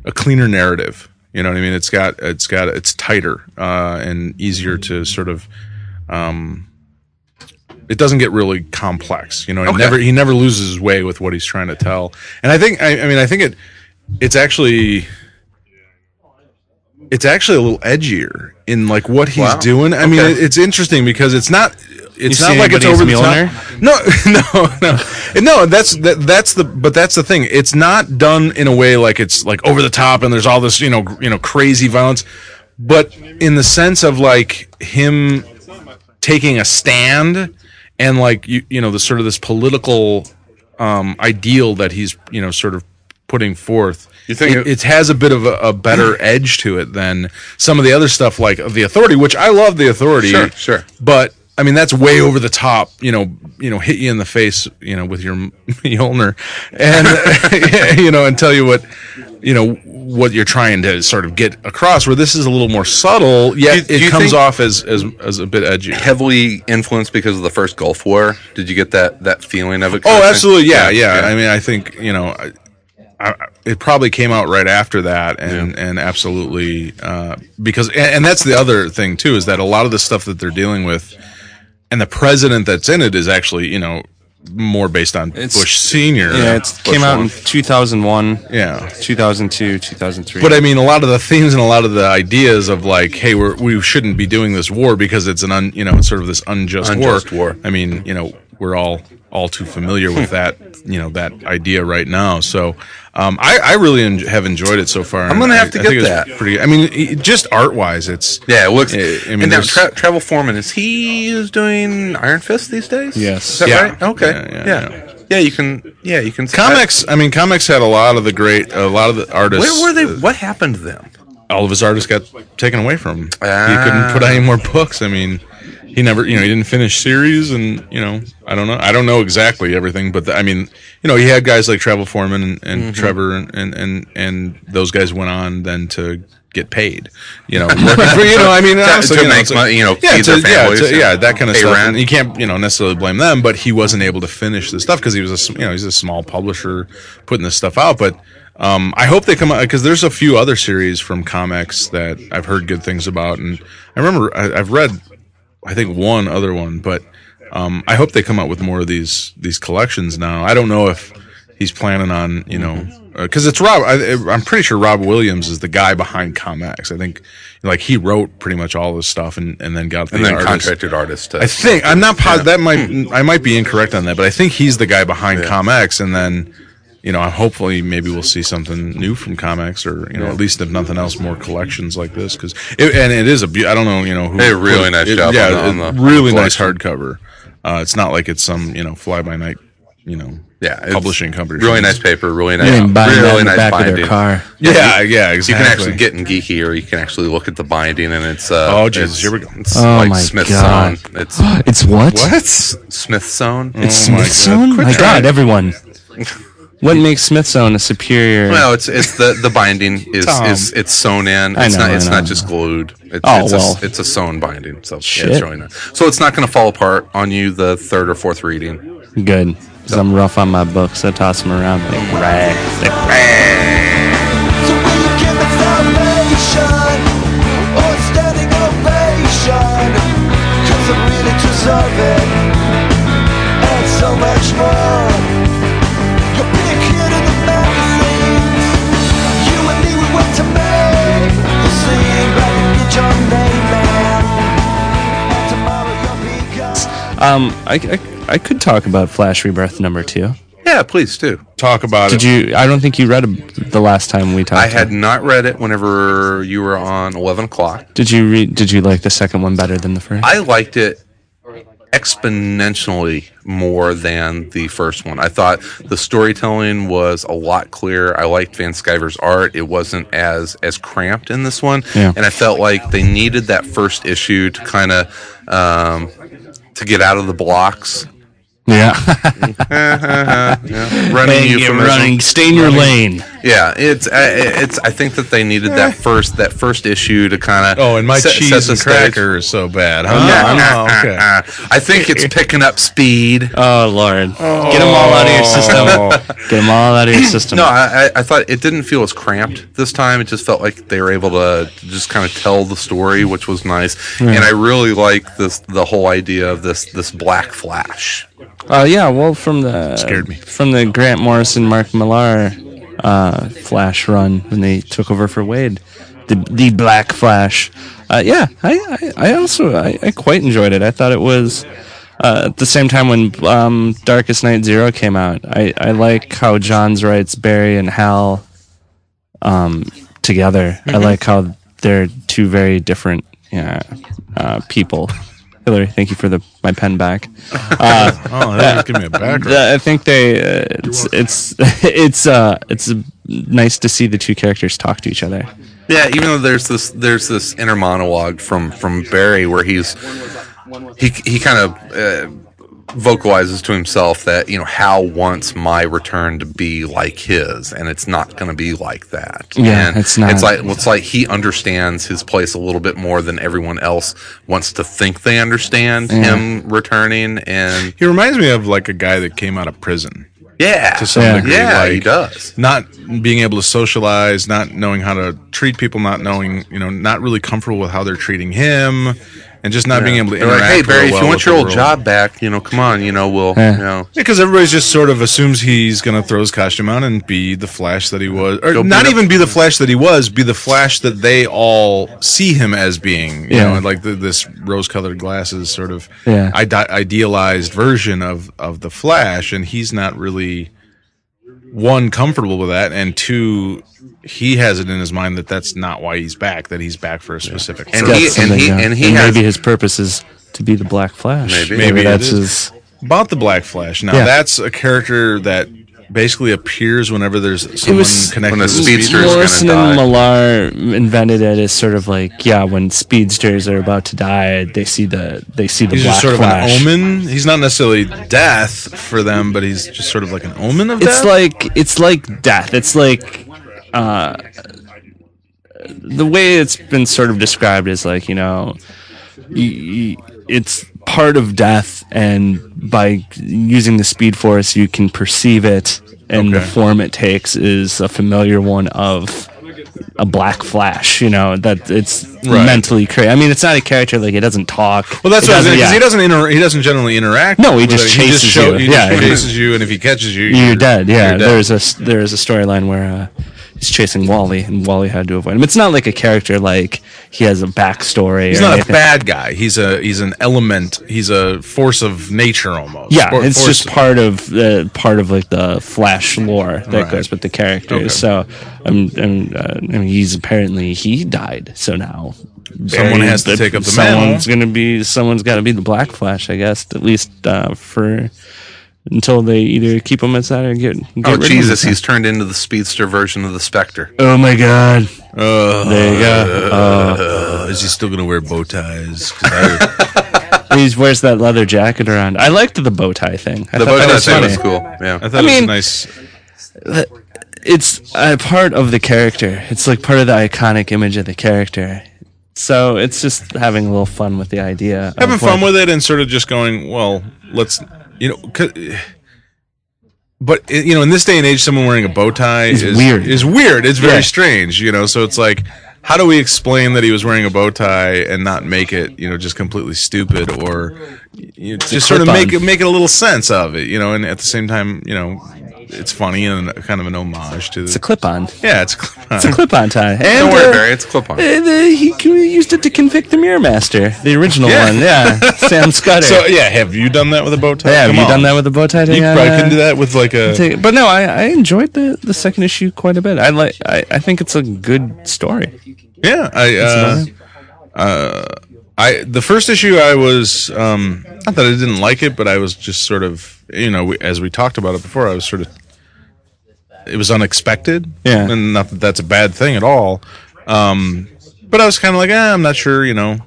S3: a cleaner narrative. You know what I mean? It's got it's got it's tighter uh, and easier to sort of. Um, it doesn't get really complex, you know. He
S1: Okay.
S3: never he never loses his way with what he's trying to tell, and I think I, I mean I think it it's actually it's actually a little edgier in like what he's
S1: Wow.
S3: doing. I mean,
S1: Okay.
S3: it, it's interesting because it's not it's
S4: You
S3: not
S4: see
S3: like it's
S4: anybody as
S3: over the
S4: Mjolnir?
S3: top. No, no, no, no. That's that, that's the but that's the thing. It's not done in a way like it's like over the top and there's all this you know gr- you know crazy violence, but in the sense of like him taking a stand and like you you know the sort of this political um ideal that he's you know sort of putting forth
S1: You think
S3: it,
S1: it-
S3: it has a bit of a, a better edge to it than some of the other stuff like the authority which i love the authority
S1: Sure, sure.
S3: but i mean that's way over the top you know you know hit you in the face you know with your M- Mjolnir and you know and tell you what you know what you're trying to sort of get across where this is a little more subtle yet
S1: Do- do you
S3: it comes
S1: think-
S3: off as, as as a bit edgy
S1: Heavily influenced because of the first Gulf War. Did you get that that feeling of it?
S3: Oh, absolutely. Yeah, yeah. I mean, I think you know, I, I, it probably came out right after that, and and absolutely uh, because and, and that's the other thing too is that a lot of the stuff that they're dealing with, and the president that's in it is actually you know more based on
S4: It's-
S3: Bush Senior.
S4: yeah, it
S3: Bush
S4: came out
S3: one.
S4: in 2001,
S3: yeah.
S4: 2002, 2003.
S3: But I mean, a lot of the themes and a lot of the ideas of like, hey, we're, we shouldn't be doing this war because it's an un, you know, it's sort of this unjust,
S1: Unjust
S3: war.
S1: war.
S3: I mean, you know, we're all all too familiar with that, you know, that idea right now. So, um, I, I really en- have enjoyed it so far. I'm
S1: gonna have to get that.
S3: Pretty. I mean, i- just art wise, it's
S1: Yeah, it looks.
S3: I- I mean,
S1: and now
S3: there's-
S1: tra- Travel Foreman is he is doing Iron Fist these days?
S4: Yes.
S1: Is that
S3: Yeah.
S1: right? Okay. Yeah.
S3: Yeah, yeah, yeah.
S1: Yeah, you can. Yeah, you can.
S3: Comics, I mean, comics had a lot of the great, a lot of the artists.
S1: where were they? What happened to them?
S3: all of his artists got taken away from him.
S1: Ah.
S3: He couldn't put out any more books. I mean, he never, you know, he didn't finish series, and you know, I don't know, I don't know exactly everything, but the, I mean, you know, he had guys like Travel Foreman and, and
S1: Mm-hmm.
S3: Trevor, and, and and and those guys went on then to get paid. You know, working for- you know, I mean, honestly,
S1: to
S3: you know,
S1: make
S3: it's like-
S1: money, you know,
S3: yeah,
S1: feed their
S3: to, yeah,
S1: families
S3: to-
S1: and
S3: yeah, that kind of
S1: pay
S3: stuff.
S1: rent.
S3: And you can't, you know, necessarily blame them, but he wasn't able to finish the stuff because he was a, s- you know, he's a small publisher putting this stuff out. But um, I hope they come out because there's a few other series from comics that I've heard good things about, and I remember I, I've read, I think one other one, but um, I hope they come out with more of these these collections now. I don't know if he's planning on, you know. Because it's Rob, I, I'm pretty sure Rob Williams is the guy behind comics. I think, like, he wrote pretty much all this stuff, and, and then got the
S1: And then
S3: artist-
S1: contracted artists. To,
S3: I think I'm not positive. That
S1: Hmm.
S3: might I might be incorrect on that, but I think he's the guy behind Comex, and then you know, hopefully, maybe we'll see something new from Comex, or you know, at least if nothing else, more collections like this. Because and it is a beau- I don't know, you know, who,
S1: They did a really
S3: who-
S1: nice
S3: it-
S1: job
S3: Yeah,
S1: on the- on
S3: it-
S1: the
S3: really nice hardcover. Uh, it's not like it's some you know fly by night, you know,
S1: yeah, it's
S3: publishing company.
S1: Really nice paper. Really nice.
S6: You can buy that
S1: Really
S6: in the
S1: nice
S6: back
S1: binding.
S6: of their car.
S3: Yeah, yeah,
S1: You
S3: exactly.
S1: can actually get in geeky, or you can actually look at the binding, and it's uh,
S3: Oh, Jesus,
S1: it's-
S3: here we go.
S1: It's
S6: Oh,
S1: like
S6: my
S1: Smith's
S6: God.
S1: own. It's
S6: It's what?
S1: it's Smith's own.
S6: It's
S3: Oh my God.
S6: Smithsonian?
S3: Quit
S6: My
S3: trying.
S6: God, everyone.
S5: What makes Smithsonian a superior?
S1: Well, it's it's the the binding is,
S5: Tom.
S1: is it's sewn in.
S6: I
S1: It's
S6: know,
S1: not
S6: I
S1: it's
S6: know, I
S1: not
S6: know.
S1: just glued. It's,
S6: Oh,
S1: it's
S6: well.
S1: a, it's a sewn binding. So yeah, it's
S6: Shit.
S1: really nice. So it's not going to fall apart on you the third or fourth reading.
S6: Good.
S5: Because I'm rough on my books. I toss them around like rags. Like
S2: So will you give it salvation or a standing ovation? Cause I really deserve it and so much more. You'll be cute in the magazines. You and me, we went to Maine. You'll see back and get your name, man. And tomorrow you'll be gone.
S5: Um, I, I, I could talk about Flash Rebirth number two.
S1: Yeah, please do.
S3: talk about
S5: Did
S3: it.
S5: you? I don't think you read a, the last time we talked.
S1: I had not read it whenever you were on eleven o'clock.
S5: Did you read? Did you like the second one better than the first?
S1: I liked it exponentially more than the first one. I thought the storytelling was a lot clearer. I liked Van Skyver's art. It wasn't as as cramped in this one,
S5: Yeah.
S1: and I felt like they needed that first issue to kind of um, to get out of the blocks.
S5: yeah.
S1: Running euphemism.
S6: Stay in your lane.
S1: Yeah, it's I- it's. I think that they needed that first that first issue to kind of
S3: Oh, and my cheese and cracker is so bad. Huh? Oh, okay.
S1: I think it's picking up speed.
S5: Oh Lord, Get 'em get them all out of your system. get them all out of your system.
S1: Oh. No, I, I- I thought it didn't feel as cramped this time. It just felt like they were able to just kind of tell the story, which was nice. And I really like this the whole idea of this this Black Flash.
S5: Uh, yeah, well, from the
S3: Scared me.
S5: from the Grant Morrison, Mark Millar, uh, Flash run when they took over for Wade, the the Black Flash. Uh, yeah, I, I, I also I, I quite enjoyed it. I thought it was uh, at the same time when um, Darkest Night Zero came out. I I like how Johns writes Barry and Hal, um, together. I
S3: Mm-hmm.
S5: like how they're two very different yeah uh, people. Hillary, thank you for the my pen back. Uh,
S3: Oh, that just give me a background.
S5: Yeah, I think they. Uh, it's it's it's uh it's nice to see the two characters talk to each other.
S1: Yeah, even though there's this there's this inner monologue from from Barry where he's he he kind of uh, vocalizes to himself that you know Hal wants my return to be like his, and it's not going to be like that.
S5: Yeah,
S1: and
S5: it's not.
S1: It's like it's like he understands his place a little bit more than everyone else wants to think they understand him returning, and
S3: He reminds me of like a guy that came out of prison.
S1: yeah,
S3: To some
S5: Yeah.
S3: degree,
S1: yeah,
S3: like,
S1: he does.
S3: Not being able to socialize, not knowing how to treat people, not knowing, you know, not really comfortable with how they're treating him, and just not being able to
S1: They're
S3: interact.
S1: like, hey Barry,
S3: real
S1: if
S3: well
S1: you want
S3: with
S1: your
S3: the
S1: old
S3: world."
S1: job back, you know, come on, you know, we'll,
S5: Yeah.
S1: you know.
S3: because everybody just sort of assumes he's going to throw his costume out and be the Flash that he was, or
S1: Go
S3: not
S1: beat up-
S3: even be the Flash that he was, be the Flash that they all see him as being. You
S5: Yeah.
S3: know, and like the, this rose-colored glasses sort of
S5: Yeah.
S3: ide- idealized version of of the Flash, and he's not really one comfortable with that, and two. He has it in his mind that that's not why he's back. That he's back for a specific.
S1: And
S3: purpose.
S1: he-
S5: That's something, uh,
S1: he-
S5: yeah.
S1: and he has-
S5: maybe his purpose is to be the Black Flash.
S1: Maybe.
S5: maybe
S3: Maybe
S5: that's
S3: it
S5: his.
S3: About the Black Flash. Now
S7: Yeah.
S3: that's a character that basically appears whenever there's someone
S5: was-
S3: connected
S1: When a
S3: to the
S1: speedster-
S3: speedster.
S1: gonna
S5: Morrison
S1: die.
S5: and Millar invented it as sort of like yeah, when speedsters are about to die, they see the they see the
S3: He's
S5: black
S3: just sort
S5: flash.
S3: of an omen. He's not necessarily death for them, but he's just sort of like an omen of
S5: It's
S3: death.
S5: like it's like death. It's like uh, the way it's been sort of described is like you know, y y it's part of death, and by using the speed force, you can perceive it, and the
S3: Okay.
S5: form it takes is a familiar one of a black flash. You know that it's
S3: Right.
S5: mentally crazy. I mean, it's not a character like it doesn't talk.
S3: Well, that's
S5: It
S3: what I was saying.
S5: doesn't-
S3: 'cause
S5: yeah.
S3: He doesn't inter- he doesn't generally interact.
S5: No, he
S3: with
S5: just
S3: it.
S5: chases you.
S3: He
S5: Yeah,
S3: just
S5: he-
S3: chases you, and if he catches you,
S5: you're dead. Yeah,
S3: you're
S5: there's a there's a storyline where uh, he's chasing Wally, and Wally had to avoid him. It's not like a character like he has a backstory.
S3: He's
S5: or
S3: not a
S5: anything.
S3: bad guy. He's a he's an element. He's a force of nature almost.
S5: Yeah,
S3: Or-
S5: it's
S3: force-
S5: just part of the part of like the Flash lore that
S3: Right.
S5: goes with the characters.
S3: Okay.
S5: So, um, um, uh, I mean, he's apparently he died. So now
S3: Someone has to take up the mantle.
S5: Someone's gonna be someone's got to be the Black Flash, I guess. At least uh, for until they either keep him as that or get. get
S1: Oh
S5: rid of him.
S1: Jesus, he's turned into the speedster version of the Spectre.
S5: Oh my God!
S3: Uh,
S5: There you go.
S3: uh, is he still gonna wear bow ties? 'Cause I-
S5: He wears that leather jacket around. I liked the bow tie thing. I
S1: The
S5: thought
S1: bow
S5: that
S1: tie
S5: was
S1: thing
S5: funny.
S1: was cool. Yeah.
S3: I thought
S5: I
S3: it was
S5: mean-
S3: nice.
S5: It's a part of the character. It's like part of the iconic image of the character. So it's just having a little fun with the idea.
S3: having fun with it and sort of just going, well, let's, you know, 'cause- but i- you know, in this day and age, someone wearing a bow tie is,
S5: weird.
S3: Is weird. It's very
S5: Yeah.
S3: strange, you know. So it's like, how do we explain that he was wearing a bow tie and not make it, you know, just completely stupid or you know, just sort of
S5: clip-on.
S3: make it make it a little sense of it, you know? And at the same time, you know, it's funny and kind of an homage to
S5: It's a
S3: the.
S5: clip on.
S3: Yeah, it's a clip-on.
S5: It's a clip on tie. And,
S1: Don't
S5: uh,
S1: worry, Barry. It's a clip on.
S5: uh, the- he c- used it to convict the Mirror Master, the original
S3: Yeah.
S5: one. Yeah, Sam Scudder.
S3: So yeah, have you done that with a bow tie?
S5: yeah, have
S3: Come
S5: you
S3: on.
S5: done that with the bow tie?
S3: You probably couldn't do that with like a.
S5: Take, but no, I, I enjoyed the, the second issue quite a bit. I like I, I think it's a good story.
S3: Yeah, I uh, uh, I the first issue I was um, not that I didn't like it, but I was just sort of you know we, as we talked about it before, I was sort of it was unexpected.
S5: Yeah.
S3: and not that that's a bad thing at all. Um, but I was kind of like, eh, I'm not sure, you know.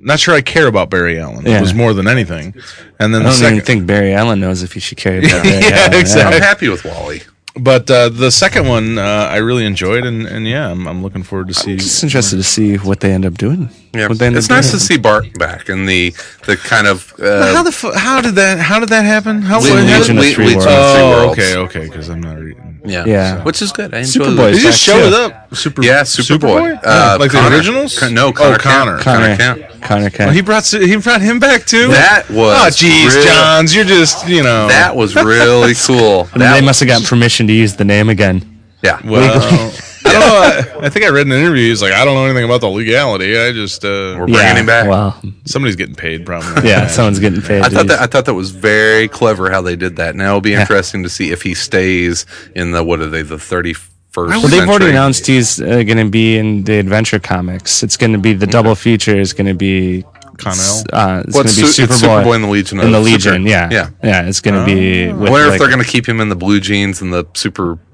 S3: Not sure I care about Barry Allen. It
S5: Yeah.
S3: was more than anything, and then
S5: I
S3: the
S5: don't
S3: second,
S5: even think Barry Allen knows if he should care about Barry
S3: Yeah,
S5: Allen.
S3: exactly.
S1: I'm happy with Wally.
S3: but uh, the second one uh, I really enjoyed, and, and yeah, I'm, I'm looking forward to see.
S5: just interested to see what they end up doing.
S1: Yeah.
S5: What they end
S1: It's
S5: up
S1: nice to
S5: doing.
S1: see Bart back and the the kind of
S3: how
S1: uh,
S3: the f- how did that how did that happen? How
S1: Le-
S5: Legion
S3: how
S1: Le-
S3: did-
S5: of
S1: Le-
S5: Three
S1: Legion of
S5: Worlds.
S1: Three
S3: Oh,
S1: Worlds.
S3: okay, okay, because I'm not reading.
S1: Yeah.
S5: Yeah.
S1: Which is good. I enjoy
S5: Superboy.
S1: those.
S5: Is back too.
S3: up. Super,
S1: Yeah, Superboy. Uh,
S3: like
S1: Connor.
S3: the originals?
S1: Con- no, Connor
S3: Oh, Connor.
S1: Kent.
S5: Connor,
S1: Connor
S5: Connor, Connor
S3: Oh, he brought he brought him back too.
S1: That was
S3: oh, jeez,
S1: real-
S3: Johns, you're just you know
S1: That was really cool.
S5: And then
S1: That
S5: they must have gotten permission to use the name again.
S1: Yeah.
S3: Well, I don't know. I, I think I read in an interview. He's like, I don't know anything about the legality. I just uh,
S1: We're bringing
S5: yeah,
S1: him back.
S5: Well,
S3: somebody's getting paid probably.
S5: yeah, someone's getting paid.
S1: I
S5: to
S1: thought
S5: use-
S1: that I thought that was very clever how they did that. Now it'll be interesting to see if he stays in the what are they the thirty first.
S5: well, they've already announced he's uh, going to be in the Adventure Comics. It's going to be the double feature is going to be
S3: Connell.
S5: uh, it's
S1: Well,
S5: going
S1: it's
S5: to be
S1: Su- it's
S5: Superboy,
S1: Superboy and the Legion
S5: in the
S1: of
S5: Legion.
S1: Super-
S5: Yeah,
S1: yeah.
S5: yeah. It's going to be.
S1: I
S5: With,
S1: wonder
S5: like,
S1: if they're going to keep him in the blue jeans and the Superman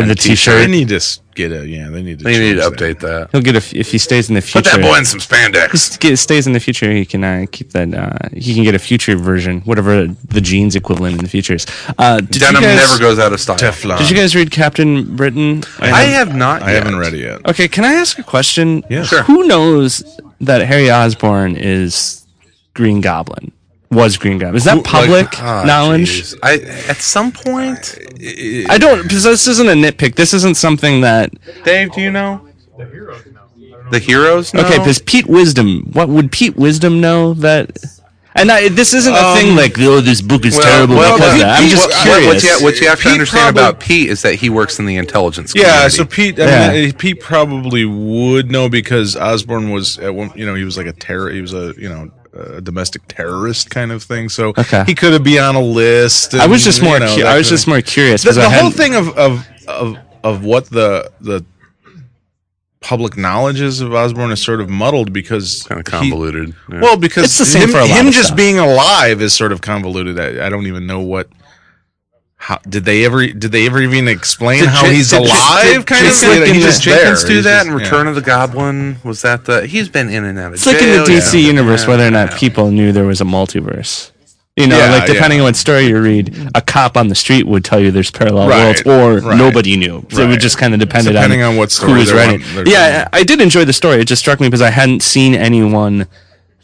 S5: And the
S3: They
S5: t-shirt.
S1: t-shirt.
S3: need to s- get a yeah. They need to.
S1: They need to update
S3: change that.
S1: that.
S5: He'll get a f- if he stays in the future.
S1: Put that boy in some spandex.
S5: st- stays in the future, he can uh, keep that. Uh, he can get a future version, whatever the genes equivalent in the future is. Uh, did
S1: Denim
S5: you guys,
S1: never goes out of style.
S3: Teflon.
S5: Did you guys read Captain Britain?
S1: I have not.
S3: I haven't read it yet.
S5: Okay, can I ask a question?
S3: Yeah.
S1: Sure.
S5: Who knows that Harry Osborn is Green Goblin? Was Green Goblin? Is that public knowledge?
S1: ah, I at some point.
S5: I don't. Because this isn't a nitpick. This isn't something that.
S1: Dave, do you know? The heroes. know?
S5: Okay, because Pete Wisdom. What would Pete Wisdom know that? And I, this isn't a thing like oh this book is terrible because of
S1: Pete-
S5: that. I'm just
S1: what- what-
S5: curious.
S1: What you, have- what you have to
S3: Pete
S1: understand
S3: probably-
S1: about Pete is that he works in the intelligence.
S3: Yeah,
S1: community.
S3: so Pete, I
S5: Yeah.
S3: mean, uh, Pete probably would know because Osborne was at one, you know, he was like a terror, he was a, you know, a domestic terrorist kind of thing. So
S5: Okay.
S3: he could have been on a list.
S5: I was
S3: and,
S5: just
S3: you
S5: more.
S3: know,
S5: cu-
S3: that
S5: I was
S3: kinda-
S5: just more curious.
S3: The,
S5: 'cause I
S3: the whole
S5: hadn't-
S3: thing of of of of what the the public knowledge is of Osborne is sort of muddled because
S1: Kind of
S3: he-
S1: convoluted. Yeah.
S3: well, because
S5: It's the same
S3: him,
S5: for a lot
S3: him
S5: of
S3: just
S5: stuff.
S3: being alive is sort of convoluted. I, I don't even know what. How did they ever? Did they ever even explain
S1: Did
S3: how
S1: Ja-
S3: he's
S1: did Ja-
S3: alive?
S1: did-
S3: kind
S1: did
S3: of.
S1: Jenkins-
S3: He's
S1: did
S3: just
S1: Jenkins
S3: there.
S1: do
S3: He's
S1: that
S3: just-
S1: in
S3: yeah.
S1: Return of the Goblin? Was that the? He's been in and out of
S5: It's like in the DC
S1: yeah.
S5: universe,
S1: Yeah.
S5: whether or not people knew there was a multiverse. You know,
S3: Yeah,
S5: like depending
S3: yeah.
S5: on what story you read, a cop on the street would tell you there's parallel
S3: Right,
S5: worlds, or
S3: right.
S5: nobody knew. So It
S3: Right.
S5: would just kind of depend
S3: Depending on what story
S5: who was
S3: they're
S5: writing.
S3: on- they're
S5: yeah, I I did enjoy the story. It just struck me because I hadn't seen anyone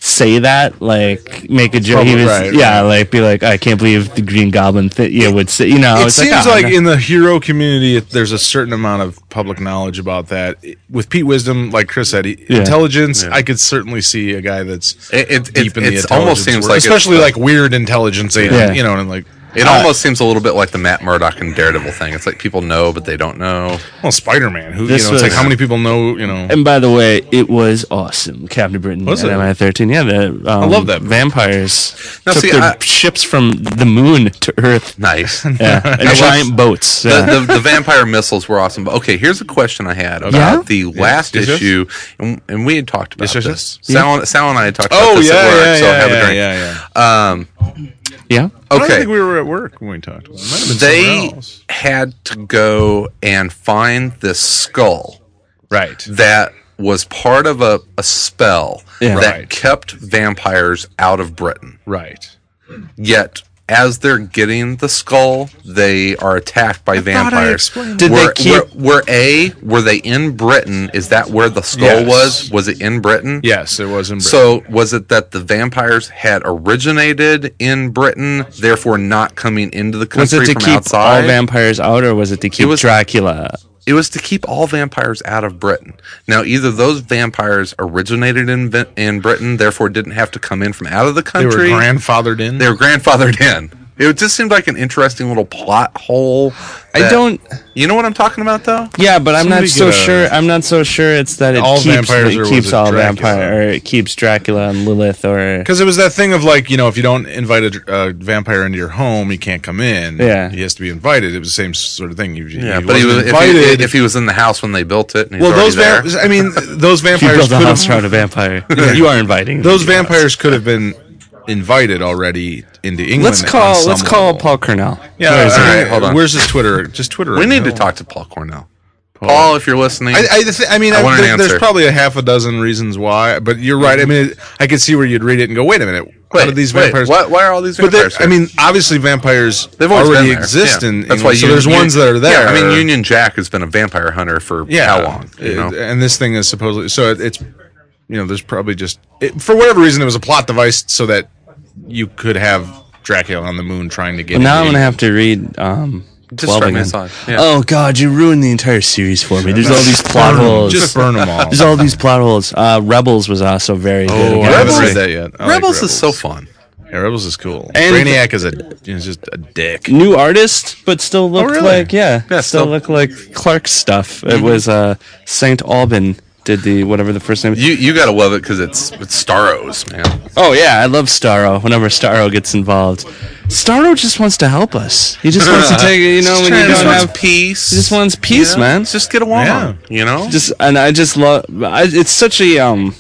S5: say that, like make a joke. He was,
S3: Right,
S5: yeah, like be like, I can't believe the Green Goblin. Th- yeah, would say, you know,
S3: It
S5: it's
S3: seems
S5: oh,
S3: like,
S5: no.
S3: in the hero community, it- there's a certain amount of public knowledge about that. It- With Pete Wisdom, like Chris said, he,
S5: Yeah.
S3: intelligence, I could certainly see a guy that's
S1: It- it- it-
S3: deep in the
S1: it's
S3: intelligence.
S1: almost seems
S3: world,
S1: like it's
S3: especially
S1: the-
S3: like weird intelligence, and,
S5: Yeah.
S3: you know, and like
S1: It almost seems a little bit like the Matt Murdock and Daredevil thing. It's like people know, but they don't know.
S3: well, Spider Man. Who you
S5: This
S3: know, it's like
S5: was-
S3: how many people know? You know,
S5: And by the way, it was awesome. Captain Britain
S3: Was
S5: and
S3: it?
S5: MI13. Yeah, the um, I
S3: love that movie.
S5: vampires
S1: Now,
S5: took
S1: see,
S5: their
S1: I-
S5: ships from the moon to Earth.
S1: Nice.
S5: Yeah, and giant boats. Yeah.
S1: the, the, the vampire missiles were awesome. But okay, here's a question I had about
S5: Yeah?
S1: the last
S3: Yes, yes.
S1: issue, and, and we had talked about
S3: Yes, yes,
S1: this. Sal, Sal and I had talked about
S3: oh
S1: this
S3: yeah,
S1: at work.
S3: yeah,
S1: so
S3: yeah,
S1: have
S3: yeah,
S1: a drink.
S3: yeah, yeah.
S1: Um,
S5: yeah.
S3: I don't
S1: okay,
S3: think we were at work when we talked. About it. It might have been
S1: they
S3: somewhere else.
S1: had to go and find this skull
S3: right.
S1: that was part of a, a spell
S5: Yeah.
S1: that
S3: Right.
S1: kept vampires out of Britain.
S3: Right.
S1: Yet, as they're getting the skull, they are attacked by vampires.
S3: explained
S5: Did
S1: were,
S5: they keep-
S1: were, were a were they in Britain? Is that where the skull
S3: Yes.
S1: was? Was it in Britain?
S3: Yes, it was in. Britain.
S1: So was it that the vampires had originated in Britain, therefore not coming into the
S5: Was
S1: country
S5: it to
S1: from
S5: keep
S1: outside?
S5: all vampires out, or was it to keep
S1: was-
S5: Dracula?
S1: It was to keep all vampires out of Britain. Now, either those vampires originated in Vin- in Britain, therefore didn't have to come in from out of the
S3: they were
S1: country.
S3: grandfathered in.
S1: they were grandfathered in. It just seemed like an interesting little plot hole.
S5: I
S1: that-
S5: don't.
S1: You know what I'm talking about, though.
S5: Yeah, but I'm
S3: Somebody
S5: not so
S3: get a-
S5: sure. I'm not so sure it's that it
S3: All
S5: keeps
S3: vampires, or
S5: it
S3: was
S5: keeps
S3: it
S5: all
S3: Dracula?
S5: vampire, or it keeps Dracula and Lilith, or
S3: Because it was that thing of like, you know, if you don't invite a dr- uh, vampire into your home, he can't come in.
S5: Yeah.
S3: He has to be invited. It was the same sort of thing. You,
S1: Yeah,
S3: he
S1: but he was,
S3: wasn't
S1: if, he,
S3: invited.
S1: if he was in the house when they built it, and he
S3: well, those
S1: was already
S3: vampires, I mean, those
S5: if you
S3: vampires
S5: build a
S3: could
S5: house
S3: have,
S5: around a vampire, you are inviting. uh,
S3: those vampires could have been invited already into England.
S5: Let's
S3: on
S5: call.
S3: some
S5: Let's call
S3: level.
S5: Paul Cornell.
S3: Yeah,
S5: Where is
S3: all
S5: he?
S3: right,
S1: Alright, hold on.
S3: Where's his Twitter? Just Twitter.
S1: We need to talk to Paul Cornell. Paul, if you're listening,
S3: I, I, th- I mean,
S1: I
S3: I
S1: want an
S3: there- there's
S1: answer.
S3: probably a half a dozen reasons why, but you're right. I mean, it, I could see where you'd read it and go, "Wait a minute, how did these
S1: wait,
S3: vampires?
S1: why, why are all these
S3: But they,
S1: vampires?
S3: I
S1: here?
S3: mean, obviously, vampires
S1: They've always
S3: already
S1: been there.
S3: exist,
S1: Yeah.
S3: and
S1: that's why
S3: so there's
S1: Union-
S3: ones that are there.
S1: Yeah, I mean, Union Jack has been a vampire hunter for
S3: Yeah.
S1: how long? You know,
S3: It- and this thing is supposedly so it, it's you know there's probably just it, for whatever reason it was a plot device so that you could have Dracula on the moon trying to get.
S5: But now I'm
S3: into
S5: gonna have to read. Um,
S1: Just
S5: 12
S1: start me
S5: again.
S1: aside. Yeah.
S5: Oh God, you ruined the entire series for me. There's all these plot
S3: Burn 'em.
S5: holes.
S3: Just burn them all.
S5: There's all these plot holes. Uh, Rebels was also very good.
S3: oh, I
S5: again.
S3: haven't
S1: Rebels-
S3: read that yet. I like
S1: Rebels is so fun.
S3: Yeah, Rebels is cool.
S5: And-
S3: Brainiac is a is just a dick.
S5: New artist, but still looked
S3: really?
S5: like
S1: Oh,
S5: yeah,
S1: Yeah, Mm-hmm.
S5: still,
S1: still-
S5: looked like Clark's stuff. It was uh, Saint Alban did the whatever the first name.
S1: You you gotta love it because it's it's Staros, man.
S5: oh yeah, I love Starro. Whenever Starro gets involved, Starro just wants to help us. He just wants to take you know when you
S1: Just
S5: don't
S1: wants
S5: have
S1: peace.
S5: just wants peace,
S1: Yeah,
S5: man.
S1: Just get along.
S3: Yeah.
S1: You know.
S5: just and I just love. I, it's such a um.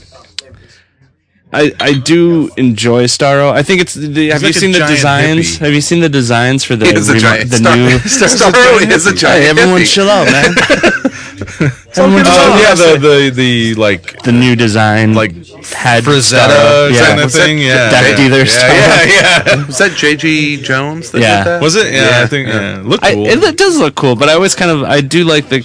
S5: I I do enjoy Starro. I think it's the. Have
S3: like
S5: you
S3: a
S5: seen the
S3: giant
S5: designs?
S3: hippie.
S5: Have you seen the designs for the
S1: He is a
S5: remo-
S1: giant.
S5: the
S1: Star-
S5: new?
S1: Starro is a giant.
S5: Hey, everyone,
S1: hippie.
S5: chill out, man. everyone, chill
S3: Oh
S5: out.
S3: yeah, the the the like
S5: the new design,
S3: like
S5: head
S3: Frazetta
S5: Starro. yeah.
S3: kind of
S1: What's that?
S3: thing. Yeah,
S5: Death
S3: yeah.
S5: dealer
S3: Yeah, yeah, yeah.
S1: Was that J.G. Jones? That
S5: Yeah.
S1: Did that?
S3: Was it? Yeah, I think yeah. Look
S5: I,
S3: cool.
S5: it, it does look cool, but I always kind of I do like the.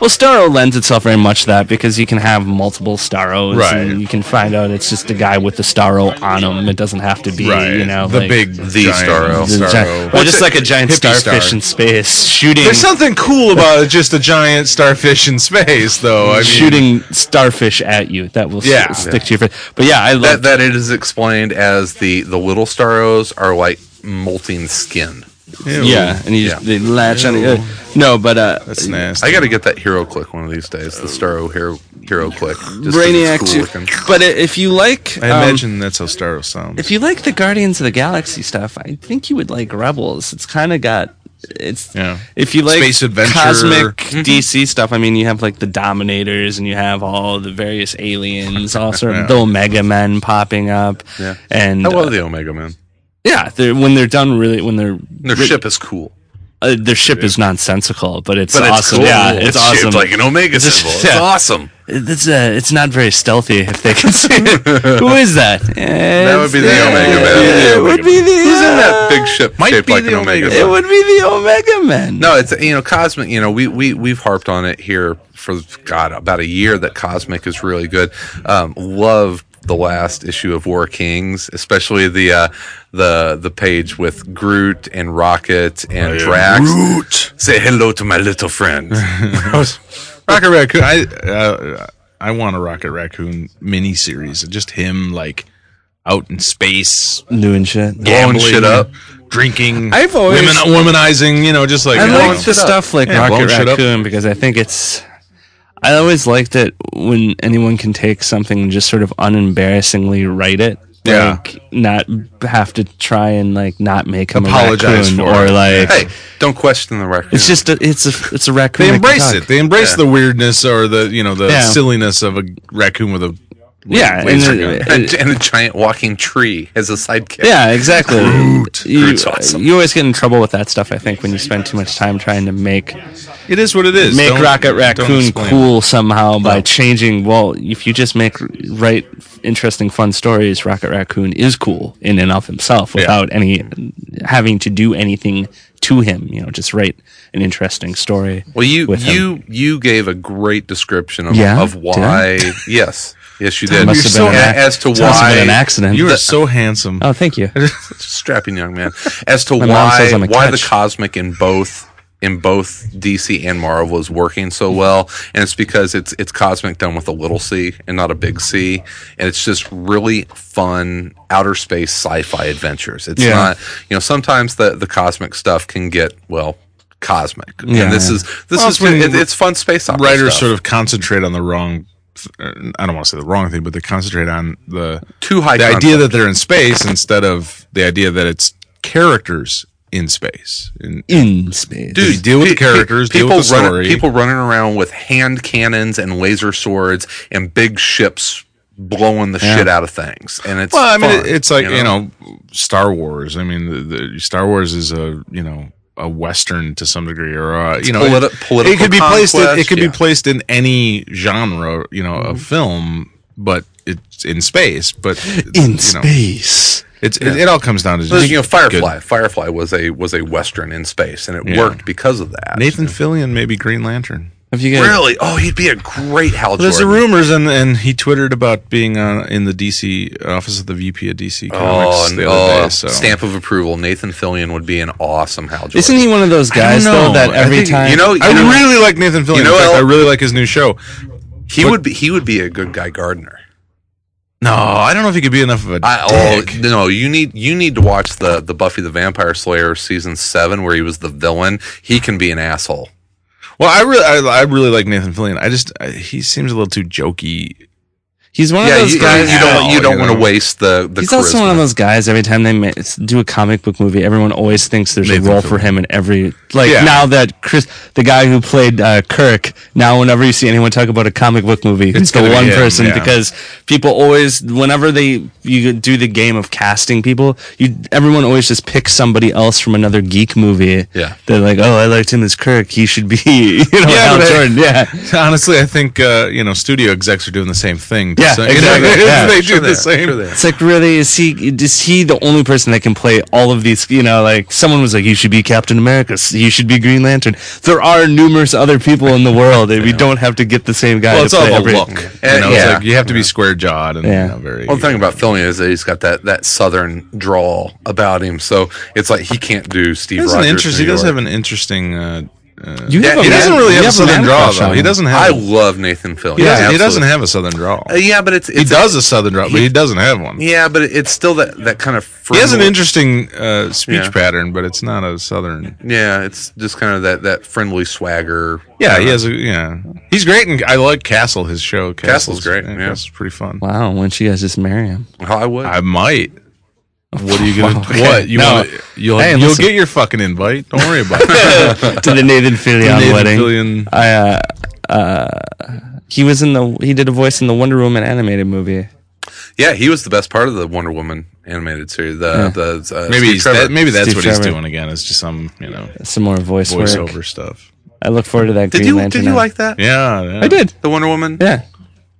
S5: Well, Starro lends itself very much to that because you can have multiple Starros,
S3: Right.
S5: and you can find out it's just the guy with the Starro on him. It doesn't have to be,
S3: right.
S5: you know,
S3: the
S5: like-
S3: big
S1: the
S3: giant
S1: Starro.
S5: Just a giant-
S3: Starro.
S5: Well, just
S3: What's
S5: like a giant
S3: hippie
S5: starfish
S3: star.
S5: in space shooting,
S3: There's something cool about just a giant starfish in space, though. I mean,
S5: shooting starfish at you that will s-
S3: Yeah.
S5: stick to your face. But yeah, I
S1: that
S5: love
S1: that it is explained as the the little Staros are like molting skin.
S3: Ew.
S5: Yeah, and you just they latch on. Uh, no, but uh,
S3: that's nasty.
S1: I got to get that hero click one of these days. The Starro hero hero click. Just 'cause
S5: Brainiac
S1: it's
S5: too.
S1: looking.
S5: But i- if you like,
S3: I
S5: um,
S3: imagine that's how Starro sounds.
S5: if you like the Guardians of the Galaxy stuff, I think you would like Rebels. It's kind of got it's
S3: Yeah.
S5: if you like
S3: Space adventure.
S5: cosmic
S1: Mm-hmm.
S5: DC stuff. I mean, you have like the Dominators, and you have all the various aliens, all sort of the Omega Men popping up.
S1: Yeah. Oh,
S5: and
S1: I
S5: uh,
S1: love the Omega Man.
S5: yeah, they're, when they're done, really, when they're
S1: Their ship is cool,
S5: uh, their ship is nonsensical, but it's
S1: but it's
S5: awesome.
S1: cool.
S5: Yeah, it's,
S1: shaped
S5: awesome.
S1: like an Omega symbol. It's
S5: Yeah.
S1: awesome.
S5: it's uh, it's not very stealthy if they can see it. Who is that?
S1: That would be the Omega Man.
S5: It would be the.
S1: Who's in that big ship
S3: Might
S1: shaped
S3: be
S1: like an
S3: the Omega
S1: Omega
S3: Man.
S1: Man?
S5: It would be the Omega Men.
S1: No, it's you know cosmic. You know we we we've harped on it here for God about a year that cosmic is really good. Um, love the last issue of War Kings, especially the uh, the the page with Groot and Rocket and Drax.
S3: Groot.
S1: Say hello to my little friend.
S3: Rocket Raccoon. I uh, I want a Rocket Raccoon miniseries. Just him like out in space,
S5: doing shit.
S1: Blowing
S3: gambling,
S1: shit up.
S3: drinking.
S5: I've always-
S3: women, womanizing. You know, just like
S5: I
S3: you know,
S5: like the
S1: shit up.
S5: stuff like
S3: Yeah, blow
S5: Rocket
S3: shit up.
S5: Raccoon because I think it's. I always liked it when anyone can take something and just sort of unembarrassingly write it.
S3: Yeah.
S5: Like, not have to try and like not make him
S3: Apologize
S5: a raccoon
S3: for
S5: or
S3: it.
S5: like
S1: Hey, don't question the record.
S5: it's just a, it's a it's a raccoon.
S3: they
S5: that can
S3: embrace
S5: talk.
S3: it. They embrace
S1: Yeah.
S3: the weirdness or the you know the
S5: Yeah.
S3: silliness of a raccoon with a
S5: Yeah, and
S3: laser
S5: it-
S3: gun.
S5: it-
S1: and, and a giant walking tree as a sidekick.
S5: Yeah, exactly. You,
S1: Groot's awesome.
S5: you always get in trouble with that stuff, I think, when you spend too much time trying to make
S3: It is what it is.
S5: make
S3: Don't-
S5: Rocket
S3: don't
S5: Raccoon
S3: explain it.
S5: cool somehow by changing. Well, if you just make right interesting, fun stories, Rocket Raccoon is cool in and of himself without any having to do anything to him. You know, just write an interesting story.
S1: Well, you
S5: with him.
S1: you you gave a great description of,
S5: Yeah?
S1: of
S5: Did
S1: why. Yes, yes, you did.
S5: must have been
S1: so-
S5: an ac-
S1: as to
S5: it must have
S1: why
S5: been an accident.
S3: You are so handsome.
S5: oh, thank you.
S1: strapping young man as to
S5: mom
S1: why
S5: says I'm a
S1: why the
S5: catch.
S1: cosmic in both in both DC and Marvel is working so well, and it's because it's it's cosmic done with a little c and not a big C, and it's just really fun outer space sci-fi adventures. It's
S5: Yeah.
S1: not you know sometimes the the cosmic stuff can get well cosmic,
S5: Yeah,
S1: and this
S5: yeah.
S1: is this
S3: Well,
S1: is
S3: it's when
S1: it, it's fun space opera
S3: Writers
S1: stuff.
S3: sort of concentrate on the wrong. th- er, I don't want to say the wrong thing, but they concentrate on the
S1: Too high
S3: The
S1: concept.
S3: idea that they're in space instead of the idea that it's characters in space. And
S5: In space,
S3: Dude, deal with the
S1: pe- pe-
S3: characters, deal with the
S1: running-
S3: story.
S1: people running around with hand cannons and laser swords and big ships blowing the shit out of things, and it's
S3: well, I mean,
S1: fun,
S3: it- it's like you know? Star Wars. I mean, the, the Star Wars is a you know a western to some degree, or a, you know,
S1: politi-
S3: it-
S1: political
S3: it could be placed. In,
S1: conquest,
S3: it could
S1: yeah.
S3: be placed in any genre, you know, of film, but it's in space. But
S8: In
S3: you know,
S8: space.
S3: it's it, it all comes down to
S1: But,
S3: just
S1: you know,
S3: good-
S1: Firefly. Firefly was a was a western in space, and it
S3: Yeah.
S1: worked because of that.
S3: Nathan Fillion, maybe Green Lantern.
S5: have you guys?
S1: Really? Oh, he'd be a great Hal Jordan.
S3: There's the rumors, and, and he tweeted about being uh, in the DC office of the VP of DC
S1: Oh,
S3: Comics
S1: and,
S3: the
S1: oh,
S3: other day. So.
S1: stamp of approval. Nathan Fillion would be an awesome Hal Jordan.
S5: Isn't he one of those guys though that every time
S1: you know-
S3: I really like Nathan Fillion.
S1: You know,
S3: In fact,
S1: Al-
S3: I really like his new show.
S1: he would be he would be a good guy gardener.
S3: No, I don't know if he could be enough of a
S1: I,
S3: dick.
S1: oh no! You need you need to watch the the Buffy the Vampire Slayer season seven where he was the villain. He can be an asshole.
S3: Well, I really, I, I really like Nathan Fillion. I just I, he seems a little too jokey.
S5: he's one of
S1: yeah,
S5: those
S1: you,
S5: guys?
S1: you don't you
S3: you
S1: don't want to
S3: know.
S1: waste the the.
S5: He's also one of those guys. Every time they ma- s- do a comic book movie, everyone always thinks there's
S3: Nathan
S5: a role
S3: Fillion.
S5: for him in every. Like
S3: Yeah.
S5: now that Chris, the guy who played uh, Kirk, now whenever you see anyone talk about a comic book movie, it's, the
S3: gonna be
S5: one
S3: him,
S5: person
S3: yeah.
S5: because people always, whenever they you do the game of casting people, you everyone always just picks somebody else from another geek movie.
S1: Yeah.
S5: they're like, oh, I liked him as Kirk. He should be, you know,
S3: Yeah,
S5: Hal
S3: but I-
S5: Jordan. Yeah,
S3: Honestly, I think uh, you know studio execs are doing the same thing.
S5: Yeah,
S3: So-
S5: exactly.
S3: they,
S5: Yeah.
S3: do
S1: Sure they
S3: the
S1: are,
S3: same.
S1: sure they are.
S5: It's like really is he is he the only person that can play all of these? You know, like someone was like, you should be Captain America, s- you should be Green Lantern. There are numerous other people in the world, and we don't have to get the same guy.
S3: Well,
S5: to
S3: it's all
S5: play
S3: about
S5: every-
S3: look.
S1: Eh,
S3: you know, it's
S1: yeah.
S3: like you have to be square jawed and
S5: Yeah.
S3: you know, very.
S1: Well, the thing about Fillion is that he's got that that southern drawl about him, so it's like he can't do Steve
S3: He has an
S1: Rogers.
S3: interest-
S1: New
S3: he does
S1: York.
S3: have an interesting. Uh, uh,
S5: You
S1: Yeah,
S5: have a
S3: he
S1: man-
S3: doesn't really have
S5: you
S3: a
S5: a man
S3: southern draw
S5: crush on
S3: though. He
S5: him.
S3: doesn't
S1: I
S3: have.
S1: love Nathan Fillion.
S3: he, doesn't, he doesn't
S1: absolutely.
S3: have a southern draw.
S1: Uh, yeah, but it's,
S3: he
S1: it's
S3: does a southern draw, but he doesn't have one. He
S1: Yeah, but it's still that that kind of.
S3: has an
S1: friendly-
S3: interesting uh, speech
S1: Yeah.
S3: pattern, but it's not a southern.
S1: Yeah, it's just kind of that that friendly swagger.
S3: Yeah,
S1: Uh,
S3: he has a yeah. He's great, and I like Castle. His show,
S1: Castle's great, yeah.
S3: Castle's pretty fun.
S5: Wow, why don't you guys just marry him?
S1: How I would.
S3: I might. What are you gonna?
S5: Okay.
S3: What you
S5: No.
S3: want? You'll
S5: Hey,
S3: you'll
S5: listen.
S3: get your fucking invite. Don't worry about it.
S5: to the Nathan Fillion
S3: Nathan
S5: wedding.
S3: Fillion-
S5: I uh, uh, he was in the he did a voice in the Wonder Woman animated movie.
S1: Yeah, he was the best part of the Wonder Woman animated series. The the uh,
S3: maybe
S1: Steve
S3: he's
S1: Trevor.
S3: that, maybe that's
S5: Steve
S3: what he's
S5: Trevor.
S3: doing again. It's just some you know
S5: Some more voice
S3: voiceover
S5: work.
S3: stuff.
S5: I look forward to that.
S1: did
S5: Green
S1: you
S5: Lantern
S1: did you
S5: ad.
S1: like that?
S3: Yeah, yeah.
S5: I did.
S1: The Wonder Woman.
S5: Yeah.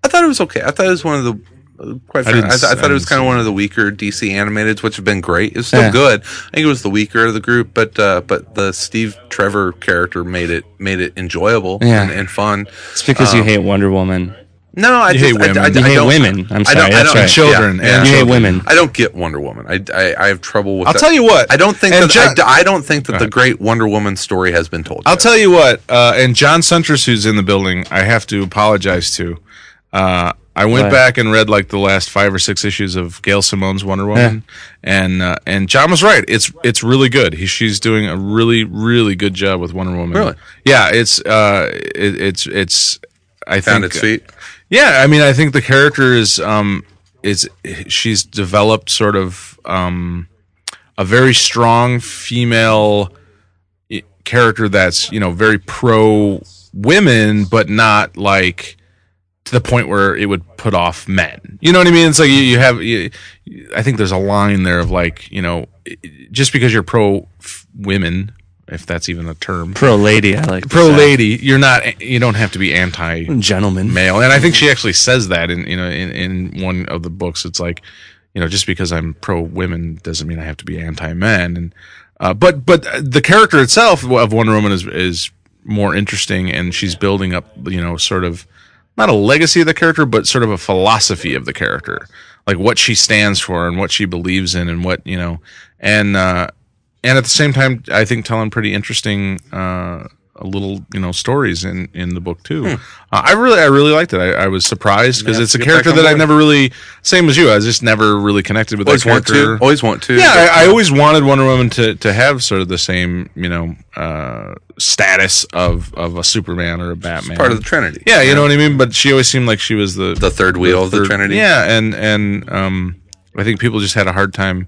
S1: I thought it was okay. I thought it was one of the uh, quite. frankly,
S3: I
S1: I,
S3: didn't
S1: th- I
S3: s-
S1: thought
S3: I
S1: it was
S3: didn't
S1: kind of
S3: see
S1: one of the weaker DC animateds, which have been great. It's still
S5: Yeah.
S1: good. I think it was the weaker of the group, but uh, but the Steve Trevor character made it made it enjoyable
S5: Yeah.
S1: and, and fun.
S5: It's because you hate Wonder Woman.
S1: No, I
S3: You
S1: just, I-
S3: hate
S1: I-
S3: women.
S1: I,
S3: You
S1: I
S5: hate
S1: don't-
S5: women. I'm
S1: I
S5: sorry,
S1: don't, I
S5: that's
S1: don't,
S5: right.
S3: Children,
S1: Yeah,
S3: and
S1: yeah.
S5: You hate women.
S1: I don't get Wonder Woman. I, I, I have trouble with.
S3: I'll
S1: that.
S3: tell you what.
S1: I don't think
S3: And
S1: that I
S3: John-
S1: d- I, don't think that the great Wonder Woman story has been told.
S3: I'll
S1: yet.
S3: tell you what. Uh, and John Suntress, who's in the building, I have to apologize to. Uh, I went
S5: Why?
S3: back and read like the last five or six issues of Gail Simone's Wonder Woman, and uh, and John was right. It's it's really good. He, she's doing a really really good job with Wonder Woman.
S1: Really?
S3: Yeah. It's uh, it, it's it's. I
S1: found
S3: think,
S1: its feet.
S3: Yeah, I mean, I think the character is um is she's developed sort of um a very strong female i- character that's you know very pro women, but not like to the point where it would put off men. You know what I mean? It's like you, you have. You, I think there's a line there of like you know i- i- just because you're pro f- women, if that's even a term,
S5: Pro lady. I like to
S3: pro
S5: say.
S3: lady, you're not. You don't have to be anti
S5: gentleman.
S3: male and i think she actually says that in you know in, in one of the books it's like you know just because i'm pro women doesn't mean i have to be anti men and uh, but but the character itself of wonder woman is is more interesting and she's building up you know sort of not a legacy of the character but sort of a philosophy of the character like what she stands for and what she believes in and what you know and uh and at the same time, I think telling pretty interesting uh, little you know stories in in the book too.
S1: Hmm.
S3: Uh, I really I really liked it. I, I was surprised because it's a
S1: get back
S3: character
S1: on
S3: that I
S1: board. Oh,
S3: never really same as you. I was just never really connected with that
S1: Always want
S3: character.
S1: to. Always want to.
S3: Yeah, I, I always wanted Wonder Woman to, to have sort of the same you know uh, status of of a Superman or a Batman.
S1: part of the Trinity.
S3: yeah, you know what I mean. But she always seemed like she was the
S1: the third wheel of the
S3: third-
S1: Trinity.
S3: Yeah, and and um, I think people just had a hard time,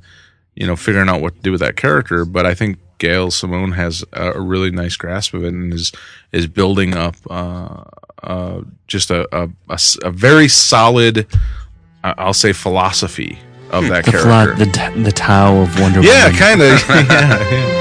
S3: you know, figuring out what to do with that character. But I think Gail Simone has a, a really nice grasp of it and is is building up uh, uh, just a, a- a s- a very solid, I- I'll say, philosophy of that
S9: The
S3: character.
S9: flood, the, t- the Tao of Wonder
S3: yeah,
S9: Woman.
S3: kind of. yeah, yeah.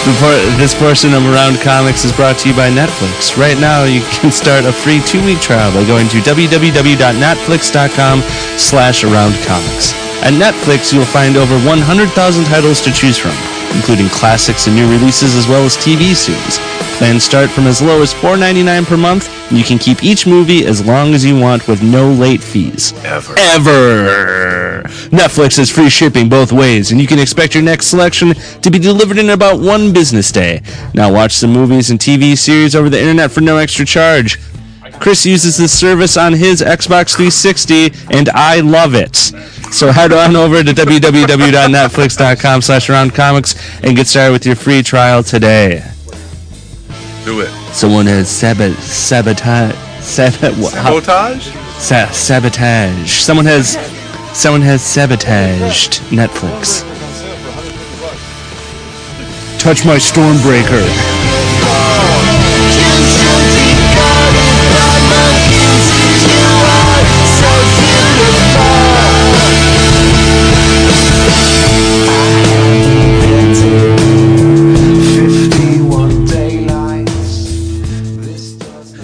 S5: Before, this portion of Around Comics is brought to you by Netflix. Right now, you can start a free two-week trial by going to www.netflix.com slash Around Comics. At Netflix, you'll find over 100,000 titles to choose from, including classics and new releases as well as TV series. Plans start from as low as $4.99 per month, and you can keep each movie as long as you want with no late fees. Ever. Ever. Netflix has free shipping both ways, and you can expect your next selection to be delivered in about one business day. Now watch some movies and TV series over the internet for no extra charge. Chris uses this service on his Xbox 360, and I love it. So head on over to www.netflix.com slash roundcomics and get started with your free trial today.
S1: Do it.
S5: Someone has sabot- sabotage... Sabot- what- how-
S1: Sabotage.
S5: Sa- sabotage. Someone has, someone has sabotaged Netflix. Touch my Stormbreaker.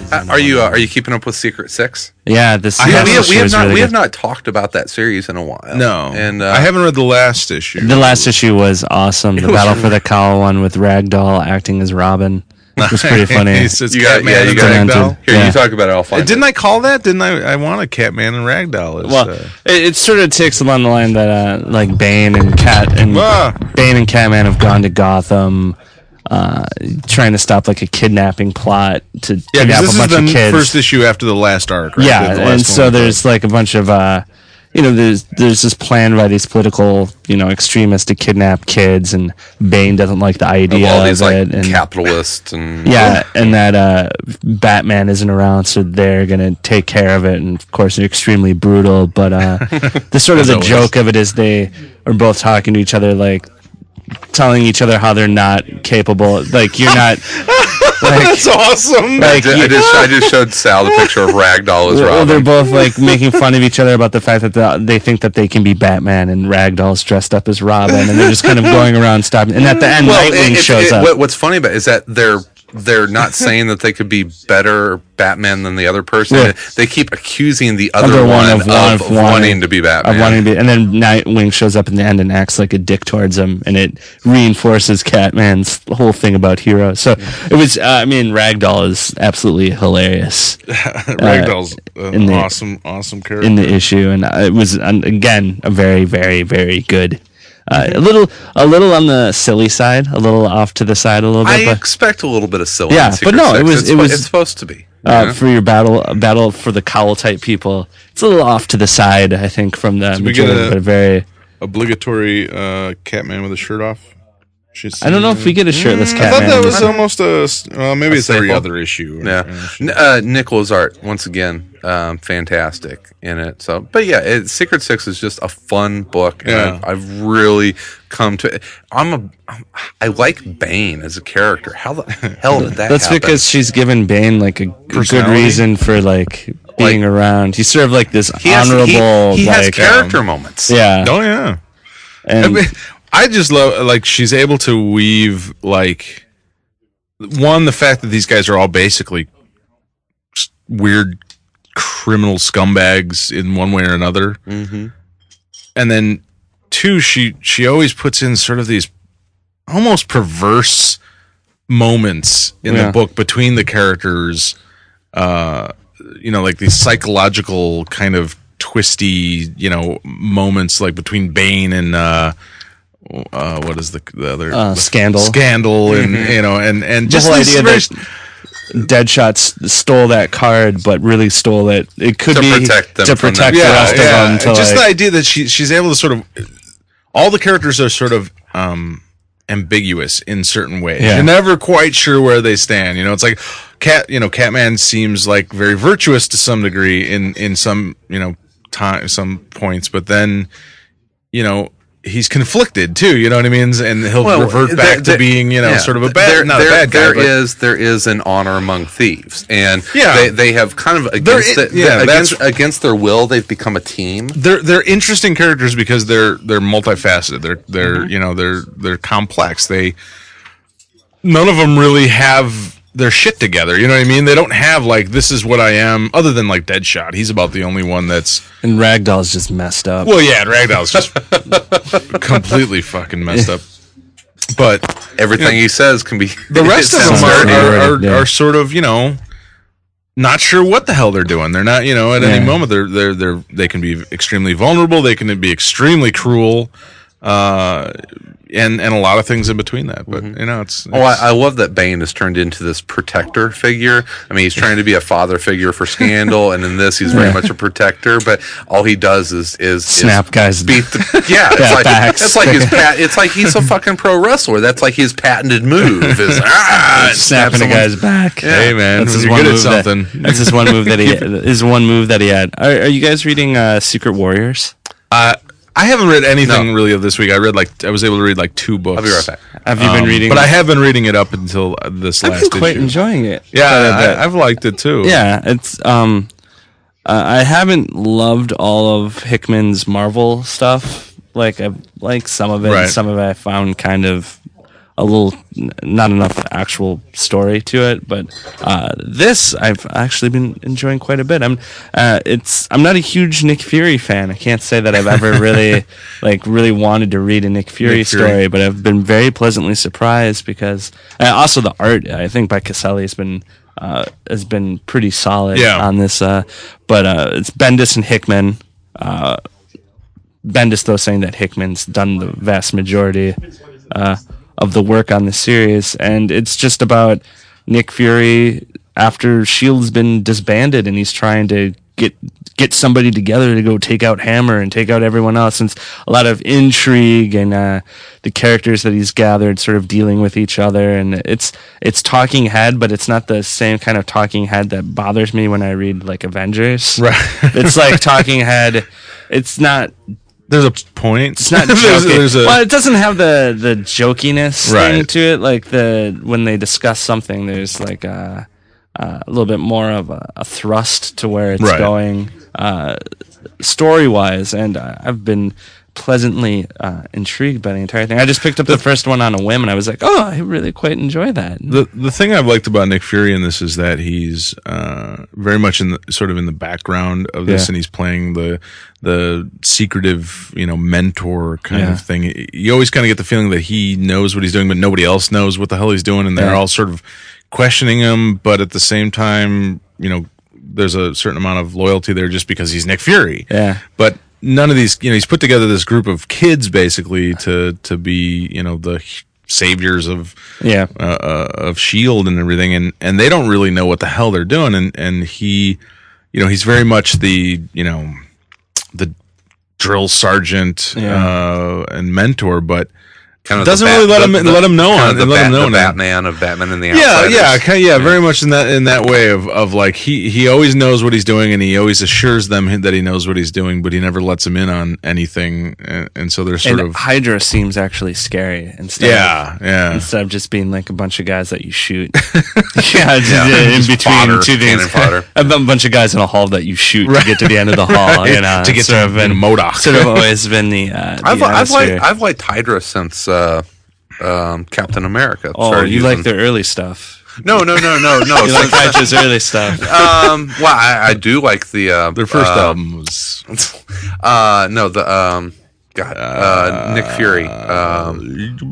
S1: Uh, Are you uh, are you keeping up with Secret Six?
S5: Yeah, this.
S3: I
S1: Yeah,
S3: have-
S1: we, have, we have
S5: show's
S1: not
S5: really
S1: we have
S5: good.
S1: not talked about that series in a while.
S3: No,
S1: and uh,
S3: I haven't read the last issue.
S5: The last issue was awesome. The
S1: was
S5: battle for
S1: really-
S5: the cow one with Ragdoll acting as Robin which was pretty funny.
S3: It's- it's
S1: You got-
S3: Catman
S1: yeah, you
S3: and
S1: got
S5: it.
S3: Ragdoll.
S1: here
S5: yeah.
S1: you talk about it. I'll find.
S3: Didn't I call that? Didn't I? I want a Catman and Ragdoll. It's,
S5: Well,
S3: uh,
S5: it, it sort of takes along the line that uh, like Bane and Cat and
S3: Ah.
S5: Bane and Catman have gone to Gotham, uh, trying to stop like a kidnapping plot to
S3: Yeah,
S5: kidnap
S3: because
S5: a
S3: this
S5: bunch
S3: is
S5: of
S3: the
S5: kids.
S3: first issue after the last arc. Right?
S5: yeah,
S3: The last
S5: and
S3: one.
S5: so there's like a bunch of uh, you know, there's there's this plan by these political, you know, extremists to kidnap kids, and Bane doesn't like the
S1: Of
S5: idea
S1: all
S5: of,
S1: these like
S5: it, and
S1: capitalists and
S5: yeah, and that uh, Batman isn't around, so they're gonna take care of it, and of course they're extremely brutal. But uh, the sort of the
S3: always.
S5: joke of it is they are both talking to each other, like telling each other how they're not capable, like you're not. Like,
S3: It's awesome.
S1: I,
S5: like
S1: did, I
S5: you-
S1: just I just showed Sal the picture of Ragdoll as
S5: well, they're
S1: Robin.
S5: both like making fun of each other about the fact that the, they think that they can be Batman and Ragdoll's dressed up as Robin, and they're just kind of going around stopping. And at the end, Nightwing
S1: it- it-
S5: shows
S1: it-
S5: up.
S1: what- what's funny about it is that they're they're not saying that they could be better Batman than the other person.
S5: Yeah.
S1: They keep accusing the other,
S5: Other
S1: one,
S5: one of
S1: of,
S5: one- of
S1: wanting,
S5: wanting-
S1: to be Batman.
S5: of wanting to be, and then Nightwing shows up in the end and acts like a dick towards him, and it reinforces Catman's whole thing about heroes. So it was, uh, I mean, Ragdoll is absolutely hilarious
S3: uh, Ragdoll's
S5: uh, in
S3: an
S5: the-
S3: awesome, awesome character.
S5: in the issue, and uh, it was um, again a very, very, very good. Uh, a little, a little on the silly side, a little off to the side, a little bit.
S1: I
S5: but-
S1: expect a little bit of silly.
S5: Yeah,
S1: in Secret
S5: but no, it
S1: Six.
S5: was-
S1: It's
S5: it
S1: spo-
S5: was-
S1: it's supposed to be.
S5: uh,
S1: you know?
S5: for your battle battle for the cowl type people. It's a little off to the side, I think, from the
S3: we get
S5: majority,
S3: a-
S5: but very.
S3: Obligatory uh, Catman with a shirt off. She's,
S5: I don't know if we get a shirtless
S3: Mm-hmm. I
S5: cat.
S3: thought that was almost a. s- Well, maybe it's every
S1: staple.
S3: other issue.
S1: Yeah, N- uh, Nichols art once again, um, fantastic in it. So, but yeah, it, Secret Six is just a fun book, and
S3: Yeah.
S1: I've, I've really come to. I'm a, I'm, I like Bane as a character. How the hell did that?
S5: That's
S1: happen?
S5: because she's given Bane like a g- good
S1: Personality?
S5: reason for like being
S1: Like-
S5: around. He's sort of like this
S1: he has,
S5: honorable,
S1: He, he
S5: like
S1: has character moments.
S5: yeah,
S3: Oh yeah.
S5: and
S3: I, mean, I just love like she's able to weave like one the fact that these guys are all basically s- weird criminal scumbags in one way or another, mm-hmm. and then two she she always puts in sort of these almost perverse moments in
S5: Yeah.
S3: the book between the characters uh, you know, like these psychological kind of twisty, you know, moments like between Bane and uh, uh what is the the other
S5: Uh,
S3: the
S5: Scandal. Mm-hmm.
S3: scandal, and you know, and and just
S5: whole
S3: this
S5: idea
S3: very-
S5: that- Deadshot s- stole that card, but really stole it. It could
S1: To
S5: be
S1: protect them
S5: to
S1: from
S5: protect
S1: that.
S5: the
S1: Yeah,
S5: rest of them. To
S3: just
S5: like,
S3: the idea that she she's able to sort of all the characters are sort of um ambiguous in certain ways.
S5: Yeah.
S3: You're never quite sure where they stand. You know, it's like cat you know, Catman seems like very virtuous to some degree in in some, you know, time some points, but then you know He's conflicted too, you know what I mean, and he'll revert
S1: there-
S3: back
S1: there-
S3: to being, you know,
S1: yeah.
S3: sort of a bad,
S1: There,
S3: not
S1: there,
S3: a bad guy.
S1: there
S3: but-
S1: is- there is an honor among thieves, and
S3: Yeah.
S1: they, they have kind of
S3: There
S1: against,
S3: i-
S1: the-
S3: yeah,
S1: against
S3: that's-
S1: against their will, they've become a team.
S3: they're they're interesting characters because they're they're multifaceted. They're they're you know they're they're complex. They none of them really have their shit together. You know what I mean? They don't have like this is what I am. Other than like Deadshot, he's about the only one that's
S5: and Ragdoll's just messed up.
S3: well, yeah. Ragdoll's just completely fucking messed up. But
S1: Everything he says can be
S3: the rest of
S1: it
S3: them
S1: sounds
S3: are
S1: dirty.
S3: are, are,
S5: Yeah.
S3: are sort of you know not sure what the hell they're doing. They're not you know at any
S5: Yeah.
S3: moment they're they're they're they can be extremely vulnerable. They can be extremely cruel, uh, and and a lot of things in between that. But you know it's,
S1: Oh, I, I love that Bane has turned into this protector figure. I mean, he's trying to be a father figure for Scandal, and in this, he's very much a protector. But all he does is is is
S5: Snap guys.
S1: beat the yeah. It's
S5: Yeah,
S1: like
S5: facts.
S1: it's like his pat. It's like he's a fucking pro wrestler. That's like his patented move is ah, and snap
S5: snapping a
S1: someone-
S5: guy's back.
S3: hey man,
S5: That's his
S3: you're
S5: one
S3: good at
S5: move that-
S3: something.
S5: that's his one move that he is one move that he had. Are, are you guys reading uh, Secret Warriors?
S3: I haven't read anything
S1: No.
S3: really of this week. I read like I was able to read like two books. Um,
S1: I'll be right back.
S5: Have you been reading?
S3: But I have been reading it up until uh, this
S5: I've been
S3: last
S5: quite
S3: issue.
S5: enjoying it.
S3: yeah,
S5: quite a bit.
S3: I, I've liked it too.
S5: yeah. It's um, uh, I haven't loved all of Hickman's Marvel stuff. Like I like some of it.
S3: Right.
S5: and Some of it I found kind of a little n- not enough actual story to it but uh, this i've actually been enjoying quite a bit i'm uh, it's i'm not a huge nick fury fan i can't say that i've ever really like really wanted to read a nick fury,
S3: Nick Fury.
S5: story but i've been very pleasantly surprised because and also the art i think by caselli has been uh, has been pretty solid
S3: Yeah.
S5: on this uh, but uh, it's bendis and hickman uh, Bendis though saying that Hickman's done the vast majority uh, of the work on the series, and it's just E about Nick Fury after Shield's been disbanded and he's trying to get get somebody together to go take out Hammer and take out everyone else. And it's a lot of intrigue and uh, the characters that he's gathered sort of dealing with each other. And it's it's talking head, but it's not the same kind of talking head that bothers me when I read like Avengers.
S3: Right.
S5: It's like talking head. It's not
S3: There's a point.
S5: it's not
S3: there's,
S5: joking.
S3: there's a
S5: well, it doesn't have the the jokiness thing
S3: Right.
S5: to it. Like the when they discuss something, there's like a, a little bit more of a, a thrust to where it's
S3: Right.
S5: going uh, story wise. And I, I've been pleasantly uh, intrigued by the entire thing. I just picked up the first one on a whim, and I was like, oh, I really quite enjoy that.
S3: the the thing I've liked about Nick Fury in this is that he's uh, very much in the, sort of in the background of this,
S5: Yeah.
S3: and he's playing the the secretive, you know, mentor kind
S5: Yeah.
S3: of thing. You always kind of get the feeling that he knows what he's doing, but nobody else knows what the hell he's doing, and they're
S5: Yeah.
S3: all sort of questioning him. But at the same time, you know, there's a certain amount of loyalty there just because he's Nick Fury.
S5: Yeah.
S3: But none of these, you know, he's put together this group of kids basically
S5: Uh.
S3: to to be, you know, the saviors of
S5: Yeah.
S3: uh, uh, of Shield and everything, and and they don't really know what the hell they're doing, and and he, you know, he's very much the you know, the drill sergeant uh, and mentor, but
S1: Kind
S3: Doesn't really let him- let him know
S1: kind
S3: on-
S1: of the
S3: let him know
S1: the
S3: now.
S1: Batman of Batman and the
S3: yeah,
S1: Outsiders.
S3: yeah, kind yeah, very much in that in that way of of like he he always knows what he's doing, and he always assures them that he knows what he's doing, but he never lets them in on anything, and, and so they're sort
S5: and
S3: of
S5: Hydra seems actually scary instead. Of,
S3: yeah, yeah.
S5: Instead of just being like a bunch of guys that you shoot, yeah, just, uh, in
S1: Just
S5: between
S1: fodder,
S5: two things,
S1: cannon fodder.
S5: a bu- bunch of guys in a hall that you shoot to get to the end of the hall. You know,
S3: to get
S5: sort
S3: to
S5: of been
S3: Modoc.
S5: sort of always been the. Uh, the
S1: I've, I've liked
S5: atmosphere.
S1: I've liked Hydra since uh, um, Captain America.
S5: oh,
S1: started
S5: you like
S1: using- Oh,
S5: their early stuff.
S1: No, no, no, no, no.
S5: You like Hydra's early stuff.
S1: um, well, I, I do like the uh,
S3: Their first
S1: uh,
S3: album was
S1: Uh, no, the um, God, uh, Nick Fury, um,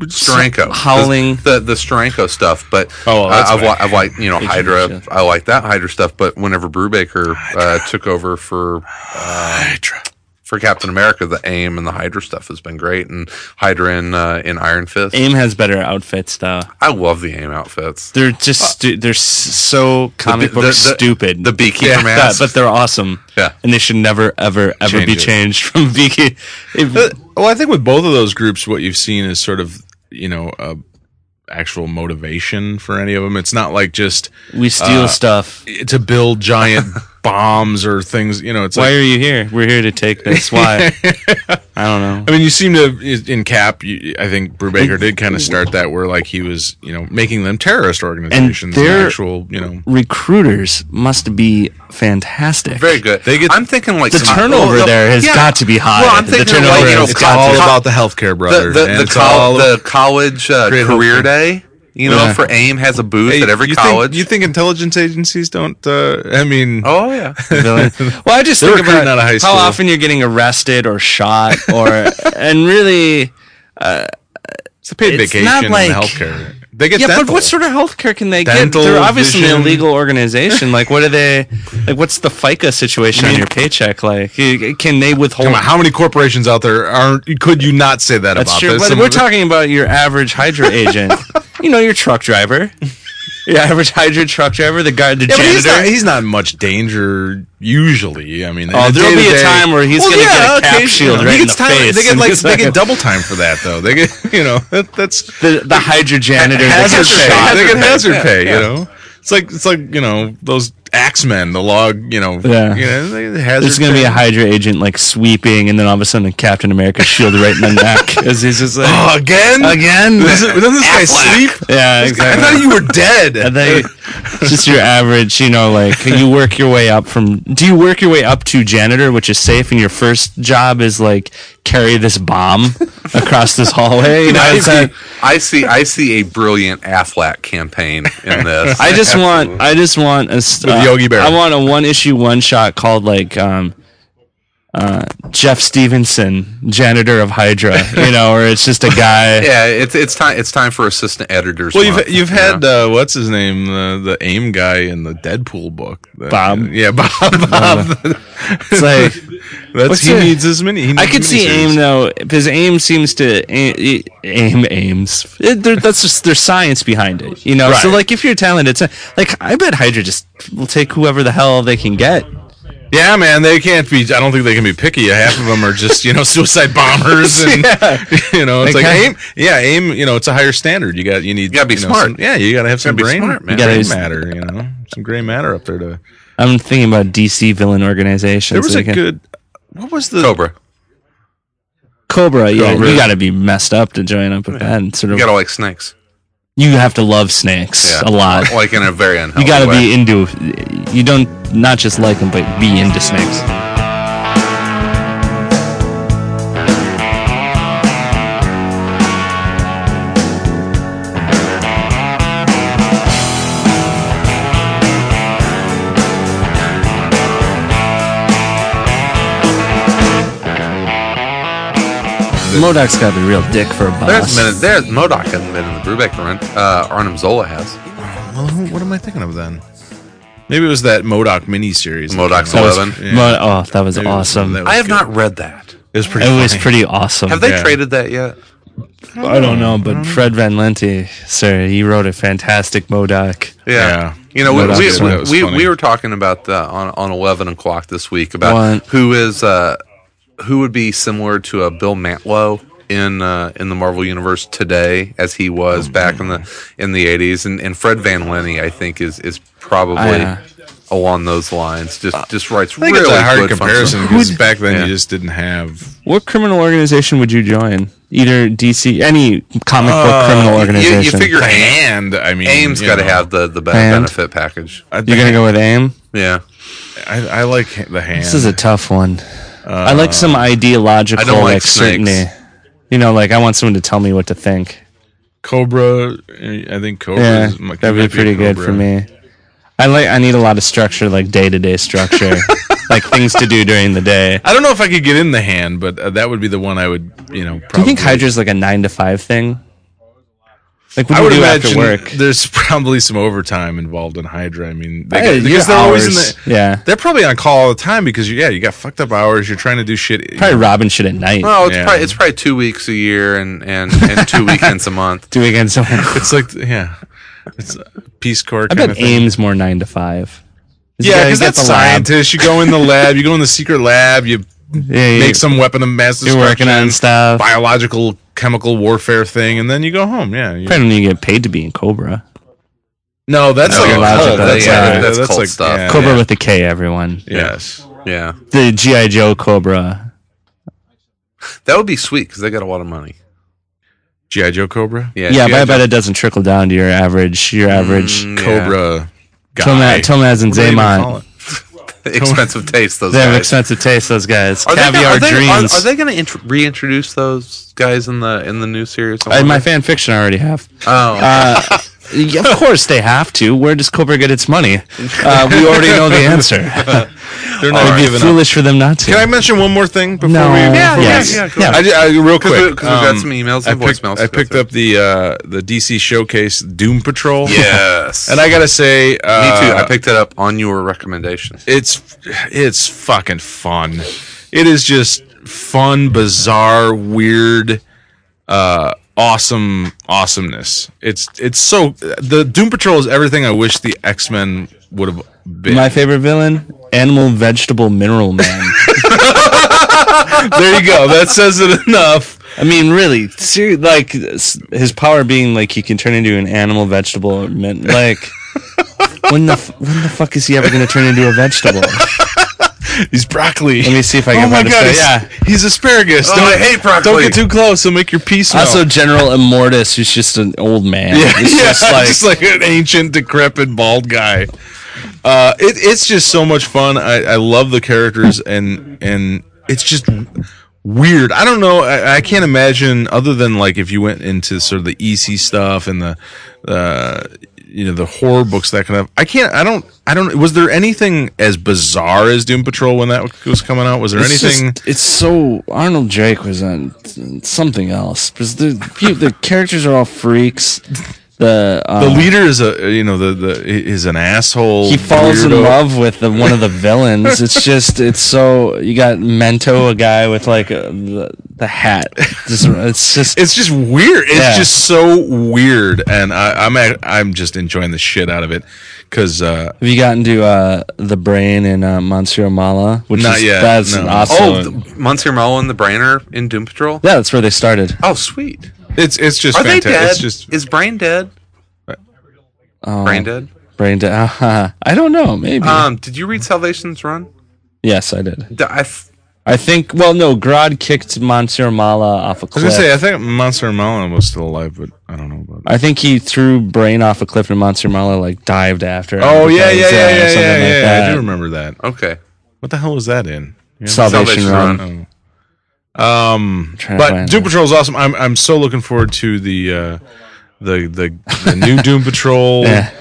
S1: Stranko,
S5: Howling.
S1: the the, the Stranko stuff. But
S3: Oh, well, that's
S1: uh, I've,
S3: right.
S1: li- I've like you know Hydra.
S5: Gotcha.
S1: I like that Hydra stuff. But whenever Brubaker uh, took over for
S3: Hydra.
S1: for Captain America, the AIM and the Hydra stuff has been great. And Hydra in uh, in Iron Fist,
S5: Aim has better outfits though.
S1: I love the AIM outfits.
S5: They're just stu- they're s- so comic
S1: uh, the-
S5: book
S1: the-
S5: stupid.
S1: the beekeeper
S5: yeah,
S1: mask.
S5: but they're awesome.
S1: Yeah.
S5: and they should never ever ever
S3: Change
S5: be
S3: it.
S5: changed from beekeeper.
S3: Uh, well, I think with both of those groups, what you've seen is sort of you know uh, actual motivation for any of them. It's not like just
S5: We steal
S1: uh,
S5: stuff.
S3: to build giant bombs or things. You know, it's
S5: Why
S3: like
S5: are you here? We're here to take this. Why? I don't know.
S3: I mean, you seem to in Cap. You, I think Brubaker did kind of start that where like he was you know making them terrorist organizations, and
S5: they're-
S3: actual you know.
S5: Recruiters must be fantastic.
S1: Very good.
S3: They get-
S1: I'm thinking like
S5: The turnover there has got to be high.
S1: Well, I'm
S5: The
S1: thinking
S5: turnover
S1: like, you know,
S5: is
S3: it's
S1: co-
S3: all
S1: co-
S3: about the healthcare brother.
S1: the,
S3: and
S1: the, the,
S3: it's
S1: col-
S3: all-
S1: the college uh,
S3: Great
S1: career
S3: hope.
S1: day, you know,
S5: Yeah.
S1: for AIM has a booth
S3: Hey,
S1: at every
S3: you think-
S1: college.
S3: you think intelligence agencies don't? Uh, I mean,
S1: oh yeah,
S5: villain. Well, I just think
S3: recruiting
S5: about
S3: out of high school.
S5: how often you're getting arrested or shot, or and really, uh,
S3: it's a paid
S5: it's
S3: vacation
S5: not like-
S3: and healthcare. They get
S5: yeah. But
S3: dental.
S5: what sort of healthcare can they
S3: Dental,
S5: get? They're obviously
S3: vision.
S5: an illegal organization. Like, what are they? Like, what's the FICA situation on your paycheck? Like, you- can they withhold?
S3: Come on, how many corporations out there aren't? Could you not say that
S5: That's
S3: about
S5: true.
S3: this?
S5: But
S3: Some
S5: we're
S3: of-
S5: talking about your average Hydra agent. you know, your truck driver. Your average Hydra truck driver, the guy, the
S3: Yeah, but
S5: janitor.
S3: he's not, he's not in much danger usually. I mean,
S5: Oh,
S3: in the
S5: there'll be a
S3: day-to-day-
S5: time where he's gonna get a cap
S3: occasionally.
S5: shield
S3: He
S5: right in
S3: gets
S5: the
S3: time,
S5: face
S3: They get
S5: and
S3: like
S5: he's
S3: they
S5: like-
S3: get double time for that though. They get you know that, that's
S5: the, the Hydra janitor. that
S3: hazard
S5: gets
S3: pay.
S5: shot.
S3: They get hazard pay. You know, it's like it's like you know those axemen, the log. You know,
S5: Yeah.
S3: You know, they- hazard.
S5: There's gonna be
S3: pay.
S5: a Hydra agent like sweeping, and then all of a sudden, Captain America's shield right in the neck as he's just like
S3: Oh, again.
S5: again.
S3: Doesn't, doesn't this guy sleep?
S5: yeah,
S3: I
S5: exactly.
S3: thought you were dead.
S5: And then just your average, you know, like you work your way up from. Do you work your way up to janitor, which is safe, and your first job is like carry this bomb across this hallway? You know, it's like-
S1: I see. I see a brilliant Aflac campaign in this.
S5: I just want I just want a s- uh,
S3: Yogi Berra.
S5: I want a one issue one shot called like um uh Jeff Stevenson, janitor of Hydra, you know, or it's just a guy
S1: yeah, it's it's time. It's time for assistant editors.
S3: Well,
S1: month,
S3: you've you've
S1: you
S3: had
S1: know?
S3: uh, what's his name, the the aim guy in the Deadpool book, The-
S5: Bob.
S3: Yeah, Bob. Bob.
S5: It's like
S3: That's
S5: What's
S3: he
S5: it?
S3: needs as many. he
S5: I
S3: needs
S5: could see
S3: miniseries.
S5: aim though because aim seems to aim, aim aims. It, there- that's just there's science behind it, you know. So
S3: Right.
S5: like if you're talented, it's a- like I bet Hydra just will take whoever the hell they can get.
S3: Yeah, man, they can't be. I don't think they can be picky. Half of them are just you know suicide bombers, and you know it's
S5: They
S3: like
S5: kinda-
S3: aim. Yeah, aim. You know, it's a higher standard. You got you need. You
S1: gotta be
S3: know,
S1: smart.
S3: some- yeah, you gotta have some
S1: be
S3: brain,
S1: smart, man.
S3: man.
S5: You gotta
S3: brain
S5: be-
S3: matter. You know, some gray matter up there. To
S5: I'm thinking about DC villain organizations.
S3: there was
S5: They
S3: a
S5: can-
S3: good. What was the?
S1: Cobra.
S5: Cobra. Yeah,
S3: Cobra.
S5: you got to be messed up to join up with that. And sort
S1: You
S5: of,
S1: gotta like snakes.
S5: you have to love snakes
S1: Yeah.
S5: a lot.
S1: Like in a very unhealthy
S5: You got to
S1: way.
S5: be into. You don't not just like them, but be into snakes. Modoc's got to be a real dick for a
S1: There's
S5: boss.
S1: been there's Modoc hasn't been in the Brubeck run. Uh, Arnim Zola has.
S3: Well, who- what am I thinking of then? Maybe it was that Modoc miniseries. that
S1: Modoc's
S3: came out.
S1: Eleven.
S3: Yeah.
S5: Mo- oh, that was
S3: Maybe it was
S5: awesome.
S3: something that
S1: I have
S3: good.
S1: not read that.
S3: It was pretty.
S5: it was
S3: funny.
S5: pretty awesome.
S1: Have they Mm-hmm.
S3: Yeah.
S1: traded that yet?
S5: I don't know, but Fred Van Lente, sir, he wrote a fantastic Modoc.
S1: Yeah.
S3: Yeah.
S1: You know,
S3: Modoc's
S1: we,
S3: good. That was
S1: we, we,
S3: funny.
S1: we were talking about uh, on on eleven o'clock this week about
S5: What?
S1: who is uh, who would be similar to a Bill Mantlo in uh, in the Marvel universe today as he
S3: Oh,
S1: was back in the in the eighties, and, and Fred Van Lenny I think is is probably
S5: I-
S1: along those lines. Just just writes
S3: uh, I think
S1: really
S3: it's a hard
S1: good fun
S3: comparison
S1: stuff.
S3: because back then
S1: Yeah.
S3: you just didn't have.
S5: What criminal organization would you join? Either DC, any comic book criminal
S1: Uh, You,
S5: organization.
S1: you figure AIM,
S3: And I mean,
S1: AIM's
S3: you
S1: got to
S3: know,
S1: have the the be-
S5: And?
S1: benefit package.
S3: I think
S5: You're gonna go with AIM.
S1: Yeah,
S3: I, I like ha- the hand.
S5: This is a tough one. I like some
S1: Uh,
S5: ideological,
S1: I don't like
S5: like, certainty.
S1: snakes.
S5: You know, like I want someone to tell me what to think.
S3: Cobra. uh, I think Cobra.
S5: Yeah,
S3: is, might-
S5: that'd
S3: might
S5: be pretty
S3: a
S5: good
S3: Cobra.
S5: for me. I like. I need a lot of structure, like day to day structure, like things to do during the day.
S3: I don't know if I could get in the hand, but uh, that would be the one I would, you know. Probably.
S5: Do you think Hydra's like a nine to five thing? Like what
S3: I
S5: do
S3: would
S5: you do
S3: imagine
S5: after work?
S3: there's probably some overtime involved in Hydra. I mean, they
S5: Yeah,
S3: get-
S5: you
S3: because
S5: get
S3: they're always in
S5: hours.
S3: the,
S5: Yeah.
S3: They're probably on call all the time because you, yeah, you got fucked up hours. You're trying to do shit.
S5: Probably robbing shit at night.
S1: well, it's
S3: Yeah.
S1: probably it's probably two weeks a year and and, and two weekends a month.
S5: Do it again someone.
S3: It's like yeah, it's a Peace Corps.
S5: I
S3: kind
S5: bet
S3: of thing.
S5: Ames more nine to five.
S3: Yeah,
S5: gotta
S3: because
S5: get
S3: that's
S5: the lab.
S3: scientist. You go in the lab. You go in the secret lab. You
S5: Yeah, you,
S3: make some weapon of mass
S5: you're
S3: destruction.
S5: working on stuff.
S3: biological chemical warfare thing, and then you go home. Yeah. you-
S5: Probably don't even get paid to be in Cobra.
S3: no, that's
S1: No,
S3: like a
S5: biological,
S3: cult.
S5: that's
S3: yeah,
S5: right.
S1: That's cult stuff.
S3: yeah,
S5: Cobra
S3: yeah.
S5: with a K, everyone.
S3: Yes.
S1: Yeah,
S5: The GI Joe Cobra.
S1: that would be sweet because they got a lot of money.
S3: GI Joe Cobra.
S1: Yeah, G.I.
S5: Yeah, but I bet
S1: Joe.
S5: it doesn't trickle down to your average. Your average.
S1: Mm, yeah.
S3: Cobra. Guy.
S5: Tomaz, Tomaz and
S3: What do they even call
S5: Zaymont.
S3: it?
S1: expensive taste. Those
S5: They have
S1: guys.
S5: expensive taste. Those guys.
S1: Are they gonna-
S5: Caviar
S1: are they, are-
S5: dreams.
S1: Are, they going to int- reintroduce those guys in the in the new series? I
S5: Uh, my
S1: wonder.
S5: fan fiction I already have.
S1: oh,
S5: Yeah, of course they have to. Where does Cobra get its money? Uh, we already know the answer.
S3: They're not
S5: It'd be
S3: giving up.
S5: foolish for them not to.
S3: Can I mention one more thing before
S5: No.
S3: we?
S5: Yeah,
S3: before we-
S5: yes, yeah, go
S3: I, ju- I- real quick
S1: we- 'cause we've got some emails and
S3: um, I picked,
S1: voicemails to
S3: I
S1: go
S3: picked
S1: through.
S3: up the uh, the DC showcase Doom Patrol.
S1: yes.
S3: and I gotta say, uh,
S1: me too. I picked it up on your recommendation.
S3: it's it's fucking fun. It is just fun, bizarre, weird, uh, awesome awesomeness. It's it's so the Doom Patrol is everything I wish the X Men would have been.
S5: My favorite villain? Animal, vegetable, mineral man.
S3: there you go. That says it enough.
S5: I mean, really, ser- like s- his power being like he can turn into an animal, vegetable, or min- like when the f- when the fuck is he ever going to turn into a vegetable? Let
S3: He's broccoli.
S5: me see if I
S3: oh
S5: can.
S3: my
S5: find a
S3: god!
S5: story.
S3: He's,
S5: yeah.
S3: he's asparagus.
S1: Oh,
S3: don't,
S1: I hate broccoli.
S3: Don't get too close. He'll make your piece. smell.
S5: Also, General Immortus, who's just an old man.
S3: Yeah,
S5: He's
S3: yeah,
S5: just like,
S3: an ancient, decrepit, bald guy. Uh, it, it's just so much fun. I, I love the characters, and and it's just weird. I don't know. I, I can't imagine other than like if you went into sort of the EC stuff and the uh, you know the horror books that kind of. I can't. I don't. I don't. Was there anything as bizarre as Doom Patrol when that was coming out? Was there
S5: It's
S3: anything?
S5: just- it's so Arnold Drake was on something else because the peo- the characters are all freaks. The uh,
S3: the leader is a you know the the is an asshole.
S5: he falls in
S3: weirdo.
S5: love with the, one of the villains. It's just it's so you got Mento, a guy with like a, the, the hat. Just, it's just
S3: it's just weird. It's
S5: Yeah.
S3: just so weird, and I, I'm i I'm just enjoying the shit out of it because uh,
S5: Have you gotten to uh, the brain in uh, Monsieur Mala? Which
S3: Not
S5: is,
S3: yet,
S5: That's
S3: no.
S5: awesome.
S1: Oh, the, Monsieur Mullen and the Brainer in Doom Patrol.
S5: yeah, that's where they started.
S1: Oh, sweet.
S3: it's it's just
S1: Are they
S3: fantastic.
S1: dead?
S3: It's just
S1: Is Brain dead?
S5: Oh,
S1: Brain dead.
S5: Brain dead. I don't know. Maybe.
S3: Uh,
S1: Um, did you read Salvation's Run?
S5: yes, I did.
S1: D- I f-
S5: I think. Well, no. Grodd kicked Monsieur Mala off a
S3: I was
S5: cliff.
S3: gonna say I think Monster Melon was still alive, but I don't know about. It.
S5: I think he threw Brain off a cliff and Monsieur Mala like dived after. him
S3: Oh yeah,
S5: because,
S3: yeah, yeah,
S5: uh,
S3: yeah,
S5: something
S3: yeah,
S5: like
S3: yeah. I
S5: that.
S3: do remember that.
S1: okay.
S3: What the hell was that in? Yeah.
S5: Salvation,
S1: Salvation
S5: Run.
S1: Run.
S3: Oh. Um,
S5: trying to
S3: but
S5: find
S3: Doom
S5: that.
S3: Patrol is awesome. I'm I'm so looking forward to the uh, the the the new Doom Patrol
S5: Yeah.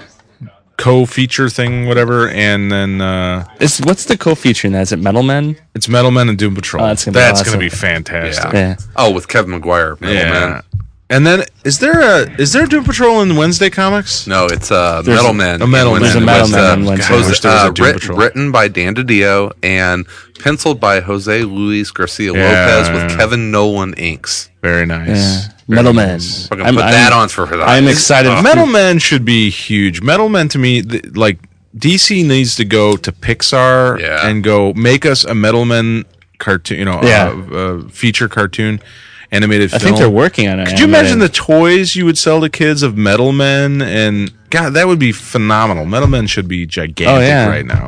S3: co-feature thing, whatever, and then uh,
S5: It's, what's the co-feature in that? Is it Metal Men?
S3: it's Metal Men and Doom Patrol.
S5: Oh,
S3: that's
S5: that's
S3: gonna
S5: gonna
S3: be,
S5: be awesome.
S3: fantastic.
S1: Yeah.
S5: Yeah.
S1: Oh, with Kevin McGuire.
S3: Yeah.
S1: Metal Man.
S3: And then is there a is there a Doom Patrol in Wednesday comics?
S1: No, it's uh,
S5: There's
S1: Metal
S5: a-
S1: Man.
S3: a Metal
S1: It
S3: Man.
S1: was,
S3: There's a Metal
S1: uh,
S3: Man
S5: in Wednesday.
S1: was,
S3: I wish there was a
S1: uh,
S3: Doom
S1: writ-
S3: Patrol.
S1: written by Dan DiDio and penciled by Jose Luis Garcia Lopez
S3: yeah.
S1: with Kevin Nolan inks.
S3: Very nice.
S5: Yeah. Metal Men.
S1: Fucking put that on for her.
S5: I'm excited.
S3: Uh,
S5: for-
S3: Metal Man should be huge. Metal Man to me, th- like DC needs to go to Pixar
S1: Yeah.
S3: and go make us a Metal Man cartoon, you know,
S5: Yeah.
S3: uh, uh, feature cartoon, animated
S5: I
S3: film.
S5: think they're working on it.
S3: Could you imagine the toys you would sell to kids of Metal Men? And God, that would be phenomenal. Metal Men should be gigantic
S5: Oh, yeah.
S3: right now.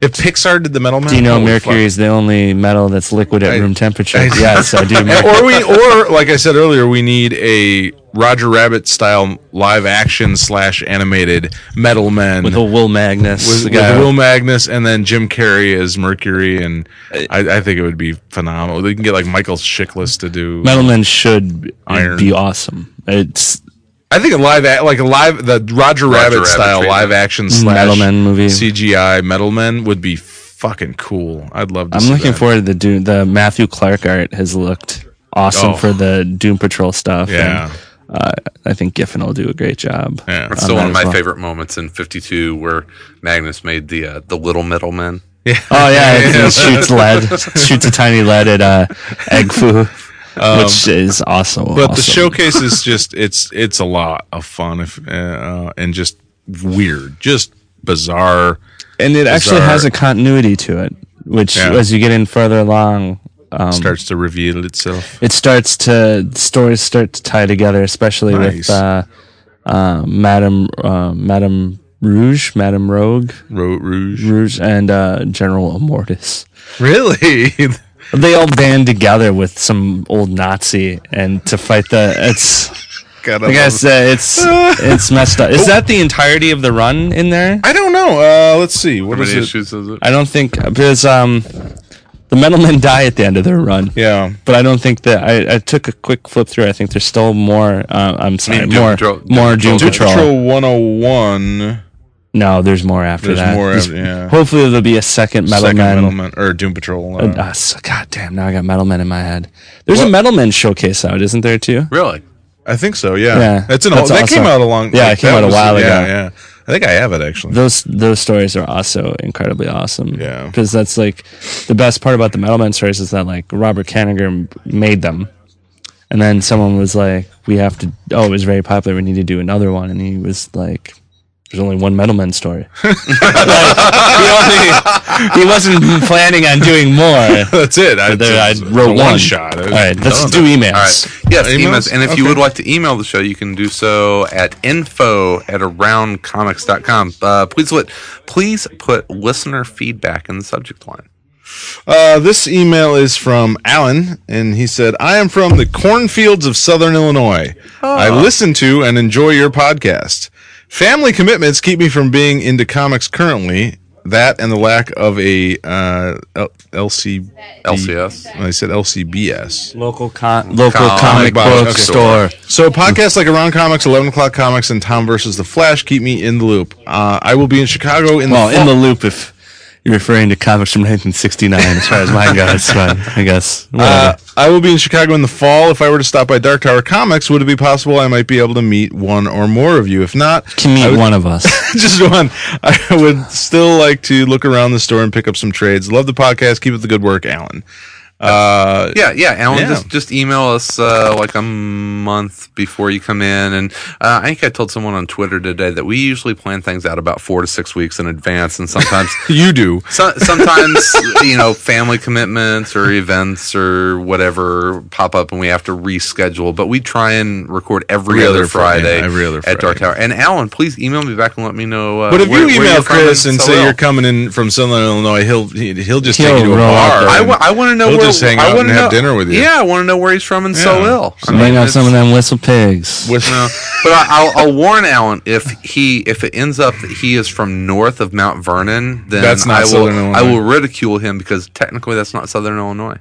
S3: If Pixar did the Metal Man,
S5: Do you know
S3: holy
S5: mercury
S3: fuck.
S5: is the only metal that's liquid at
S3: I-
S5: room temperature?
S3: I-
S5: yes, I do.
S3: Yeah, or we, or like I said earlier, we need a Roger Rabbit style live action slash animated Metal Man
S5: with a Will Magnus.
S3: with,
S5: the
S3: with
S5: guy-
S3: Will Magnus and then Jim Carrey as Mercury, and
S5: Uh,
S3: I, I think it would be phenomenal. They can get like Michael Shiklis to do.
S5: Metal Men should be-
S3: Iron.
S5: be awesome. It's
S3: I think a live, a- like a live, the Roger, Rabbit,
S1: Rabbit
S3: style
S1: treatment.
S3: live action slash
S5: Mm, Metal Man movie.
S3: CGI Metal Men would be fucking cool. I'd love. to
S5: I'm
S3: see
S5: looking
S3: that.
S5: forward to the Doom, the Matthew Clark art has looked awesome
S3: Oh.
S5: for the Doom Patrol stuff.
S3: Yeah.
S5: and, uh, I think Giffen will do a great job.
S3: Yeah.
S1: That's still one
S5: that
S1: of my
S5: as well.
S1: favorite moments in '52, where Magnus made the uh, the Little Metal Men.
S5: Oh yeah, he shoots lead, shoots a tiny lead at uh, Egg Foo, which is awesome.
S3: But the showcase is just it's it's a lot of fun if uh, uh, and just weird, just bizarre.
S5: and it actually
S3: bizarre.
S5: has a continuity to it, which
S3: Yeah.
S5: as you get in further along, um,
S3: starts to reveal itself.
S5: it starts to stories start to tie together, especially
S3: Nice.
S5: with uh, uh, Madame uh, Madame Rouge, Madame Rogue,
S3: Road Rouge.
S5: Rouge, and uh, General Mortis.
S3: Really?
S5: They all band together with some old Nazi and to fight the. It's
S3: God,
S5: I guess uh, it's it's messed up. Is that the entirety of the run in there?
S3: I don't know. Uh, let's see. What
S1: How
S3: is
S1: many
S3: it?
S1: issues is it?
S5: I don't think because um, the metal men die at the end of their run.
S3: Yeah.
S5: But I don't think that I, I took a quick flip through. I think there's still more. Uh, I'm sorry,
S1: mean Doom
S5: more
S1: Patrol-
S5: more
S1: Doom
S5: Doom,
S3: Doom
S5: Patrol.
S3: Patrol. 101.
S5: No, there's more after
S3: There's
S5: that.
S3: more.
S5: There's-
S3: After, yeah.
S5: Hopefully there'll be a second metal
S3: Second
S5: man.
S3: Metal Man or Doom Patrol. uh,
S5: Uh, so, God damn! Now I got metal men in my head. There's a metal men showcase out, isn't there too?
S1: Really?
S3: I think so. Yeah.
S5: yeah,
S3: That's an
S5: that's
S3: old, that came
S5: awesome.
S3: out a long.
S5: Yeah, it came
S3: that
S5: out a
S3: was-
S5: while
S3: yeah,
S5: ago.
S3: Yeah. I think I have it actually.
S5: those those stories are also incredibly awesome.
S3: Yeah.
S5: because that's like the best part about the Metal Men stories is that like Robert Kanigher m- made them, and then someone was like, "We have to." Oh, it was very popular. We need to do another one, and he was like. There's only one Metal Men story. Like, he, only- he wasn't planning on doing more.
S3: That's it. I,
S5: There, I
S3: it's a
S5: wrote one.
S3: shot.
S5: All right, let's do emails.
S1: All right. Yes,
S3: Emails?
S1: emails. And if you
S3: Okay.
S1: would like to email the show, you can do so at info at aroundcomics.com. Uh, please, let, please put listener feedback in the subject line.
S3: Uh, this email is from Alan, and he said, I am from the cornfields of Southern Illinois.
S5: Ah.
S3: I listen to and enjoy your podcast. Family commitments keep me from being into comics currently. That and the lack of a uh, L- LC-
S1: LCS.
S3: I said LCBS.
S5: Local con- local
S1: Comic
S5: comic
S3: book
S5: book
S1: store.
S5: store.
S3: So podcasts like Around Comics, Eleven O'clock Comics, and Tom versus the Flash keep me in the loop. Uh, I will be in Chicago in
S5: Well,
S3: the fall.
S5: in the loop, if you're referring to comics from 1969, as far as mine goes, but I guess.
S3: Uh,
S5: whatever.
S3: I will be in Chicago in the fall. If I were to stop by Dark Tower Comics, would it be possible I might be able to meet one or more of you? If not,
S5: Can meet
S3: I would-
S5: one of us.
S3: just one. I would still like to look around the store and pick up some trades. Love the podcast. Keep up the good work, Alan. Uh,
S1: Yeah, yeah, Alan,
S3: Yeah.
S1: just just email us uh, like a month before you come in, and uh, I think I told someone on Twitter today that we usually plan things out about four to six weeks in advance, and sometimes
S3: you do.
S5: Uh,
S1: so, sometimes you know family commitments or events or whatever pop up, and we have to reschedule. But we try and record every,
S3: Every
S1: other,
S3: other Fri-
S1: Friday,
S3: yeah, every other
S1: at Dark
S3: Friday.
S1: Tower. And Alan, please email me back and let me know. Uh,
S3: But if
S1: where-
S3: you
S1: where
S3: email
S1: you're from
S3: Chris and
S1: so
S3: say
S1: well.
S3: you're coming in from Southern Illinois, he'll he- he'll just take you to a
S5: roll out
S3: bar.
S5: there.
S1: I want to know
S3: He'll
S1: where
S3: just hang
S1: I
S3: out
S1: wanna
S3: and have
S1: know-
S3: dinner with you.
S1: Yeah, I want to know where he's from and so
S3: Yeah.
S1: ill. I
S5: Bring out
S1: it's-
S5: some of them whistle pigs.
S3: with
S1: No, but I, I'll, I'll warn Alan if he if it ends up that he is from north of Mount Vernon, then
S3: That's not
S1: I will
S3: Southern Illinois.
S1: I will ridicule him because technically that's not Southern Illinois.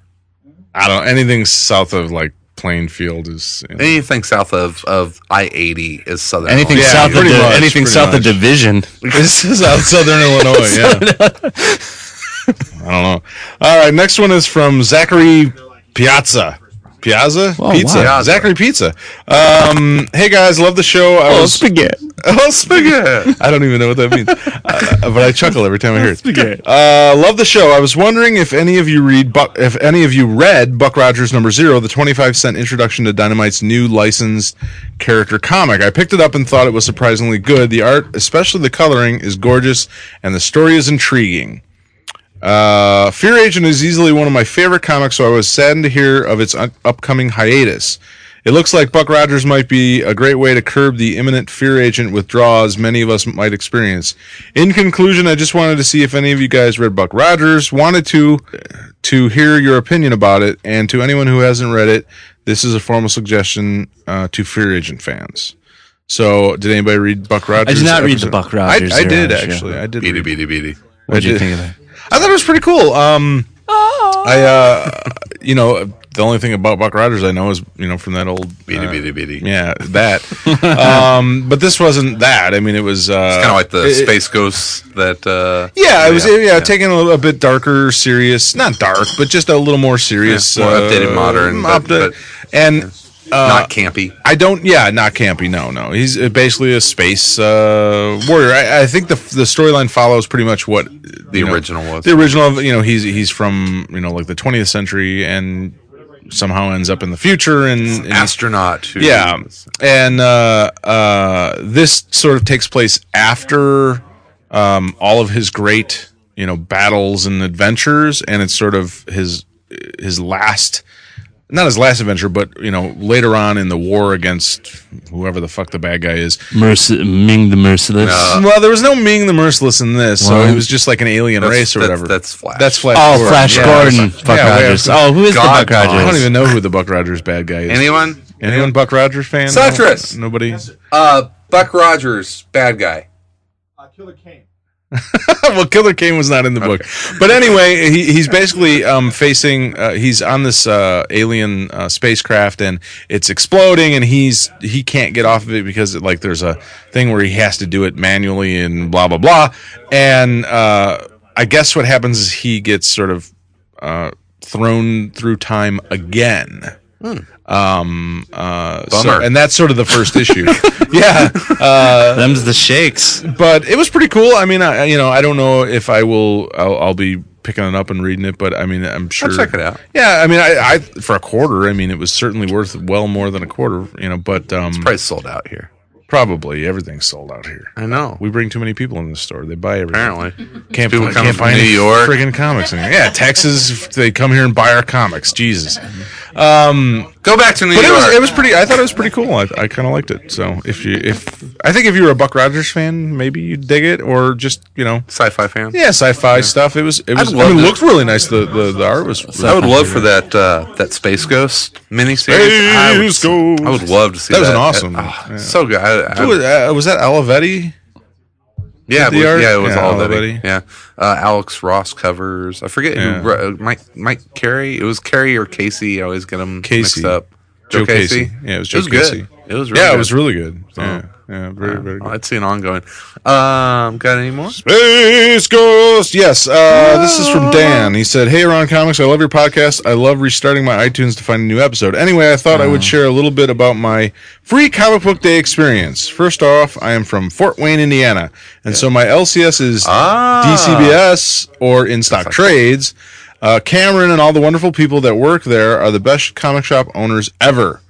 S3: I don't anything south of like Plainfield is. you know.
S1: Anything south of of I eighty is Southern.
S5: Anything
S1: Illinois.
S3: Yeah,
S5: south of
S3: pretty
S5: the,
S3: much,
S5: anything
S3: pretty
S5: south
S3: much.
S5: of division.
S3: This is out Southern Illinois. Yeah. I don't know. All right. Next one is from Zachary Piazza. Piazza?
S5: Oh,
S3: pizza.
S1: wow.
S3: Zachary Pizza. Um, hey guys, love the show. I was
S5: spaghetti.
S3: Oh, spaghetti. I don't even know what that means, uh, but I chuckle every time I hear it.
S5: Spaghetti.
S3: Uh, love the show. I was wondering if any of you read, Buck, if any of you read Buck Rogers number zero, the twenty-five cent introduction to Dynamite's new licensed character comic. I picked it up and thought it was surprisingly good. The art, especially the coloring, is gorgeous, and the story is intriguing. Uh, Fear Agent is easily one of my favorite comics, so I was saddened to hear of its un- upcoming hiatus. It looks like Buck Rogers might be a great way to curb the imminent Fear Agent withdrawals many of us might experience. In conclusion, I just wanted to see if any of you guys read Buck Rogers, wanted to to hear your opinion about it, and to anyone who hasn't read it, this is a formal suggestion uh, to Fear Agent fans. So, did anybody read Buck Rogers?
S5: did not read the
S3: episode?
S5: Buck
S3: I-
S5: Rogers
S3: I, did
S5: zero issue.
S3: actually. I did.
S1: Beady
S3: read-
S1: beady beady.
S5: What do
S3: did.
S5: you think of that?
S3: I thought it was pretty cool. Um, I, uh, you know, the only thing about Buck Rogers I know is, you know, from that old
S1: Beady
S3: uh,
S1: beady beady.
S3: yeah, that. um, but this wasn't that. I mean, it was uh,
S1: Kind of like the
S3: it- it-
S1: space ghosts that. Uh,
S3: Yeah, it was. Yeah, taking a, little, a bit darker, serious. Not dark, but just a little more serious,
S1: Yeah, more updated, modern, but-
S3: upda-
S1: but-
S3: and
S1: not campy.
S3: I don't. Yeah, not campy. No, no. He's uh, basically a space uh, warrior. I, I think the the storyline follows pretty much what the
S1: original was.
S3: The original, you know, he's he's from you know like the 20th century and somehow ends up in the future and, and he's-
S1: Astronaut. Who
S3: yeah, and uh, uh, this sort of takes place after um, all of his great, you know, battles and adventures, and it's sort of his his last, not his last adventure, but you know, later on in the war against whoever the fuck the bad guy is.
S5: Merc- Ming the Merciless.
S3: well, there was no Ming the Merciless in this, so
S5: Uh, Well,
S3: it was just like an alien
S1: That's,
S3: race or
S1: that's-
S3: whatever.
S1: That's Flash.
S3: That's Flash.
S5: Oh,
S3: Gordon.
S5: Flash
S3: Yeah,
S5: Gordon.
S3: that's-
S5: Buck
S3: yeah, we
S5: Rogers.
S3: have-
S5: Oh, who is
S1: God,
S5: the Buck Rogers?
S3: I don't even know who the Buck Rogers bad guy is.
S1: Anyone?
S3: Anyone Buck Rogers fan?
S1: Sartre's.
S3: Nobody.
S1: Uh, Buck Rogers, bad guy.
S3: well, Killer Kane was not in the book, but anyway, he, he's basically um, facing. Uh, he's on this uh, alien uh, spacecraft, and it's exploding, and he's he can't get off of it because like there's a thing where he has to do it manually, and blah blah blah. And uh, I guess what happens is he gets sort of uh, thrown through time again. Um, uh, so-
S1: Bummer.
S3: and that's sort of the first issue. yeah. uh,
S5: Them's the shakes.
S3: but it was pretty cool. I mean, I, you know, I don't know if I will. I'll, I'll be picking it up and reading it, but I mean, I'm sure.
S1: check it out.
S3: Yeah, I mean, I, I for a quarter. I mean, it was certainly worth well more than a quarter. You know, but um,
S1: Price sold out here.
S3: probably everything's sold out here.
S1: I know.
S3: We bring too many people in the store. They buy everything.
S1: Apparently.
S3: Can't,
S1: People
S3: find-
S1: come
S3: can't
S1: from
S3: find
S1: New
S3: any
S1: York.
S3: friggin' comics. anymore. Yeah, Texas. They come here and buy our comics. Jesus. Um,
S1: Go back to New
S3: But it
S1: York.
S3: was it was pretty. I thought it was pretty cool. I, I kind of liked it. So if you if I think if you were a Buck Rogers fan, maybe you'd dig it, or just you know
S1: sci-fi fan.
S3: Yeah, sci-fi stuff. It was. It was. I,
S1: love
S3: mean,
S1: to-
S3: it looked really nice. The the, the art was.
S1: I would love for that uh, that Space Ghost miniseries. I would,
S3: Space Ghost.
S1: I would love to see that.
S3: That was an awesome-
S1: Ah,
S3: yeah.
S1: So good. I, I,
S3: Who was, uh, was that Olivetti?
S1: yeah, it
S3: the
S1: was,
S3: art?
S1: yeah, it was
S3: Yeah, oh,
S1: all
S3: all
S1: that.
S3: that
S1: he- Yeah, uh, Alex Ross covers. I forget
S3: Yeah.
S1: who. wrote- Mike Mike Carey. It was Carey or Casey. I always get them
S3: Casey.
S1: mixed up.
S3: Joe Casey. Yeah, it was Joe Casey.
S1: good. It was really
S3: Yeah, it
S1: good. Oh.
S3: was really good. Yeah, yeah, very very good.
S1: I'd see an ongoing. Um, got any more?
S3: Space Ghost. Yes, uh, this is from Dan. He said, "Hey, Ron Comics, I love your podcast. I love restarting my iTunes to find a new episode. Anyway, I thought I would share a little bit about my free comic book day experience. First off, I am from Fort Wayne, Indiana, and so my LCS is
S1: Ah.
S3: DCBS or in stock trades. Uh, Cameron and all the wonderful people that work there are the best comic shop owners ever.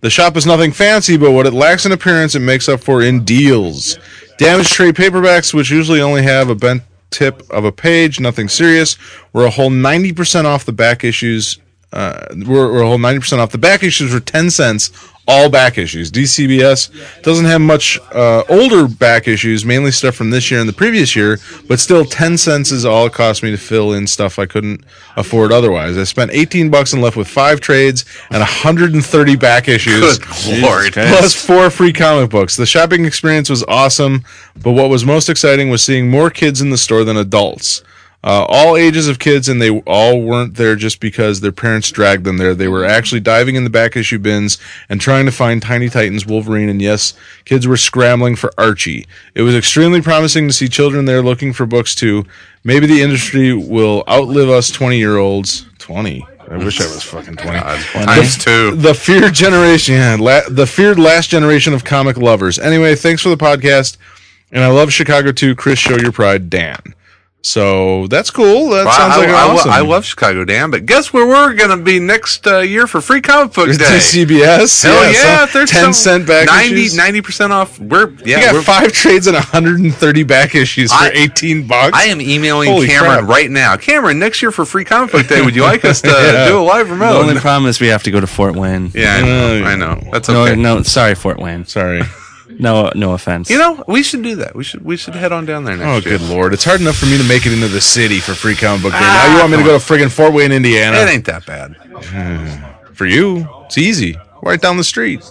S3: The shop is nothing fancy, but what it lacks in appearance, it makes up for in deals. Damaged trade paperbacks, which usually only have a bent tip of a page, nothing serious, were a whole 90% off the back issues. Uh, were, were a whole 90% off. The back issues were 10 cents, all back issues. DCBS doesn't have much uh, older back issues, mainly stuff from this year and the previous year, but still 10 cents is all it cost me to fill in stuff I couldn't afford otherwise. I spent 18 bucks and left with five trades and 130 back issues.
S1: Good lord.
S3: Plus four free comic books. The shopping experience was awesome, but what was most exciting was seeing more kids in the store than adults. Uh, all ages of kids, and they all weren't there just because their parents dragged them there. They were actually diving in the back issue bins and trying to find Tiny Titans, Wolverine, and yes, kids were scrambling for Archie. It was extremely promising to see children there looking for books too. Maybe the industry will outlive us 20 year olds. 20. I wish I was fucking 20.
S1: Times two.
S3: The feared generation, yeah, la- the feared last generation of comic lovers. Anyway, thanks for the podcast, and I love Chicago too. Chris, show your pride, Dan. So that's cool. That
S1: Wow,
S3: sounds
S1: I,
S3: like
S1: I- I-
S3: awesome.
S1: I love Chicago, damn. But guess where we're going to be next uh, year for Free Comic Book Day?
S3: CBS.
S1: Hell yeah! if
S3: so
S1: there's
S3: ten
S1: some
S3: cent back
S1: 90,
S3: issues.
S1: 90% off. We're
S3: You
S1: yeah.
S3: got
S1: We're,
S3: five trades and 130 back issues for
S1: I-
S3: 18 bucks.
S1: I am emailing
S3: Holy
S1: Cameron
S3: crap.
S1: right now. Cameron, next year for Free Comic Book Day, would you like us to
S3: Yeah.
S1: do a live
S5: The
S3: Oh,
S1: remote?
S5: only problem is we have to go to Fort Wayne.
S1: yeah, I know.
S3: No,
S1: I know. That's
S5: No,
S1: okay.
S5: no, sorry, Fort Wayne.
S3: Sorry.
S5: No, no offense.
S1: You know, we should do that. We should we should head on down there next
S3: Oh,
S1: year.
S3: good lord! It's hard enough for me to make it into the city for free comic book day. now you want me to go to friggin' Fort Wayne, Indiana?
S1: Ah, It ain't that bad.
S3: for you. It's easy. Right down the street.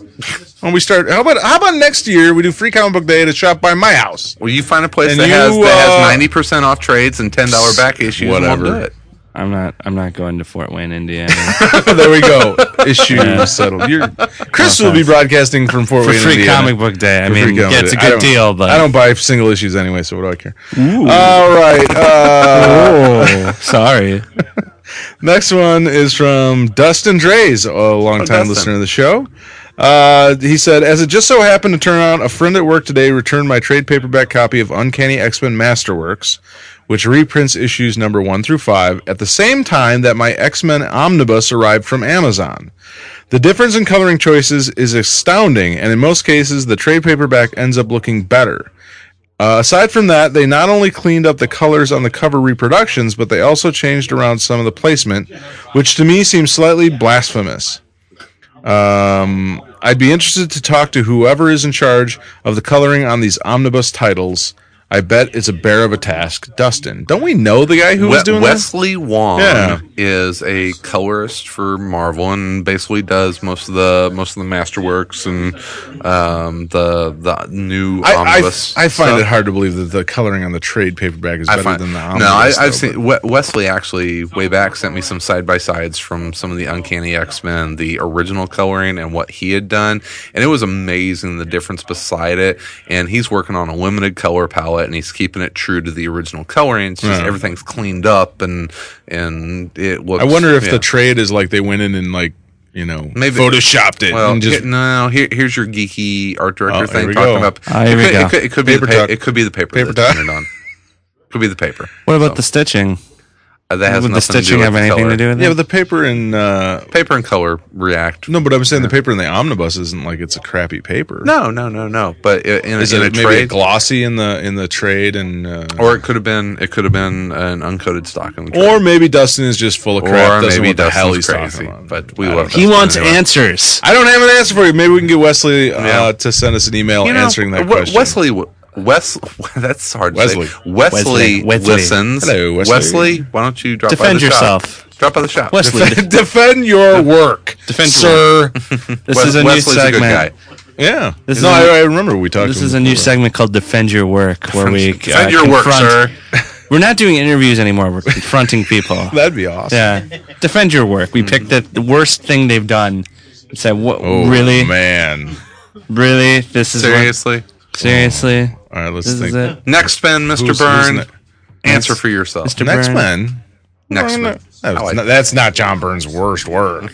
S3: When we start, how about how about next year we do free comic book day at a shop by my house?
S1: Well, you find a place
S3: And
S1: that
S3: you,
S1: has
S3: uh,
S1: that has ninety percent off trades and ten dollar back issues. Whatever.
S3: whatever.
S1: do it.
S5: I'm not. I'm not going to Fort Wayne, Indiana.
S3: there we go. Issue settled. You're, Chris will be broadcasting from Fort
S5: For
S3: Wayne,
S5: free
S3: Indiana.
S5: comic book day. I
S3: Free
S5: mean,
S3: comic
S5: yeah, it's a
S3: book day. I
S5: good
S3: don't-
S5: deal, but
S3: I don't buy single issues anyway, so what do I care? All right. Uh,
S5: Oh, sorry.
S3: Next one is from Dustin Drays, a longtime
S1: Dustin.
S3: listener of the show. Uh, he said, as it just so happened to turn out, a friend at work today returned my trade paperback copy of Uncanny X Men Masterworks, which reprints issues number one through five, at the same time that my X Men omnibus arrived from Amazon. The difference in coloring choices is astounding, and in most cases, the trade paperback ends up looking better. Uh, aside from that, they not only cleaned up the colors on the cover reproductions, but they also changed around some of the placement, which to me seems slightly blasphemous. Um, I'd be interested to talk to whoever is in charge of the coloring on these omnibus titles. I bet it's a bear of a task, Dustin. Don't we know the guy who was
S1: We-
S3: doing this?
S1: Wesley Wong
S3: Yeah.
S1: is a colorist for Marvel and basically does most of the most of the masterworks and um, the the new
S3: I, I,
S1: omnibus.
S3: I find
S1: stuff.
S3: it hard to believe that the coloring on the trade paperback is
S1: I
S3: better
S1: find-
S3: than the
S1: no,
S3: omnibus.
S1: I,
S3: though,
S1: I've seen we- Wesley actually way back sent me some side by sides from some of the Uncanny X Men, the original coloring and what he had done, and it was amazing the difference beside it. And he's working on a limited color palette, and he's keeping it true to the original coloring. It's just
S3: Yeah.
S1: everything's cleaned up, and and it looks.
S3: I wonder if
S1: yeah.
S3: the trade is like they went in and like you know
S1: Maybe-
S3: photoshopped it
S1: Well,
S3: and just
S1: here- no, here, here's your geeky art director
S3: Oh, here
S1: thing
S3: we
S1: talking
S3: go.
S1: about.
S5: Ah,
S1: it,
S5: here we
S1: could,
S5: go.
S1: it could it could be
S3: Paper
S1: the pa-
S3: duck.
S1: it could be the paper,
S3: Paper
S1: that's
S3: duck.
S1: printed on. Could be the paper.
S5: What about the stitching?
S1: Uh, that has
S5: Would the
S1: nothing
S5: stitching
S1: to do with
S5: have
S1: the
S5: anything
S1: color.
S5: to do with
S3: yeah,
S5: it?
S3: but the paper and uh,
S1: paper and color react.
S3: no, but I'm saying the paper in the omnibus isn't like it's a crappy paper.
S1: No, no, no, no. But i- in,
S3: is
S1: in
S3: it
S1: a
S3: maybe
S1: trade,
S3: glossy in the in the trade and uh, or,
S1: or it could have been it could have been an uncoated stock in the trade.
S3: maybe Dustin is just full of crap. doesn't know what the hell he's
S1: Dustin's
S3: talking about.
S1: But we
S3: I
S1: love.
S3: don't know.
S1: Dustin anyway.
S5: answers.
S3: I don't have an answer for you. Maybe we can get Wesley uh,
S1: Yeah.
S3: to send us an email
S1: You know,
S3: answering that
S1: W-
S3: question.
S1: Wesley, w- Wes, that's hard. to say.
S3: Wesley.
S1: Wesley,
S5: Wesley. Wesley.
S1: listens.
S3: Hello, Wesley.
S1: why don't you drop by
S5: Defend
S1: the
S5: yourself.
S1: shop? Drop by the shop.
S5: Wesley,
S3: defend your work,
S5: Defend your
S3: sir.
S5: this
S1: Wes-
S5: is a
S1: Wesley's
S5: new segment.
S1: a good guy.
S3: yeah,
S5: This
S3: no,
S5: is
S3: I,
S5: a-
S3: I remember we talked.
S5: This
S3: to
S5: is
S3: him
S5: a new
S3: before.
S5: segment called "Defend Your Work," where we uh,
S1: Defend your work, sir.
S5: confront- We're not doing interviews anymore. We're confronting people.
S3: That'd be awesome.
S5: yeah, defend your work. We picked
S1: Mm-hmm.
S5: the, the worst thing they've done. and Said, "What?
S3: Oh,
S5: really?
S3: man.
S5: Really? This is what-
S1: Seriously.
S5: seriously?
S3: All right, let's
S5: This
S3: think.
S5: is it,
S1: Next spin, Mr.
S3: Who's- who's
S1: Byrne.
S3: ne-
S1: Answer for yourself.
S5: Mr.
S3: Next
S5: Byrne?
S3: man.
S1: Next
S3: That
S1: man.
S3: was
S1: I like-
S3: not- that's not John Byrne's worst work.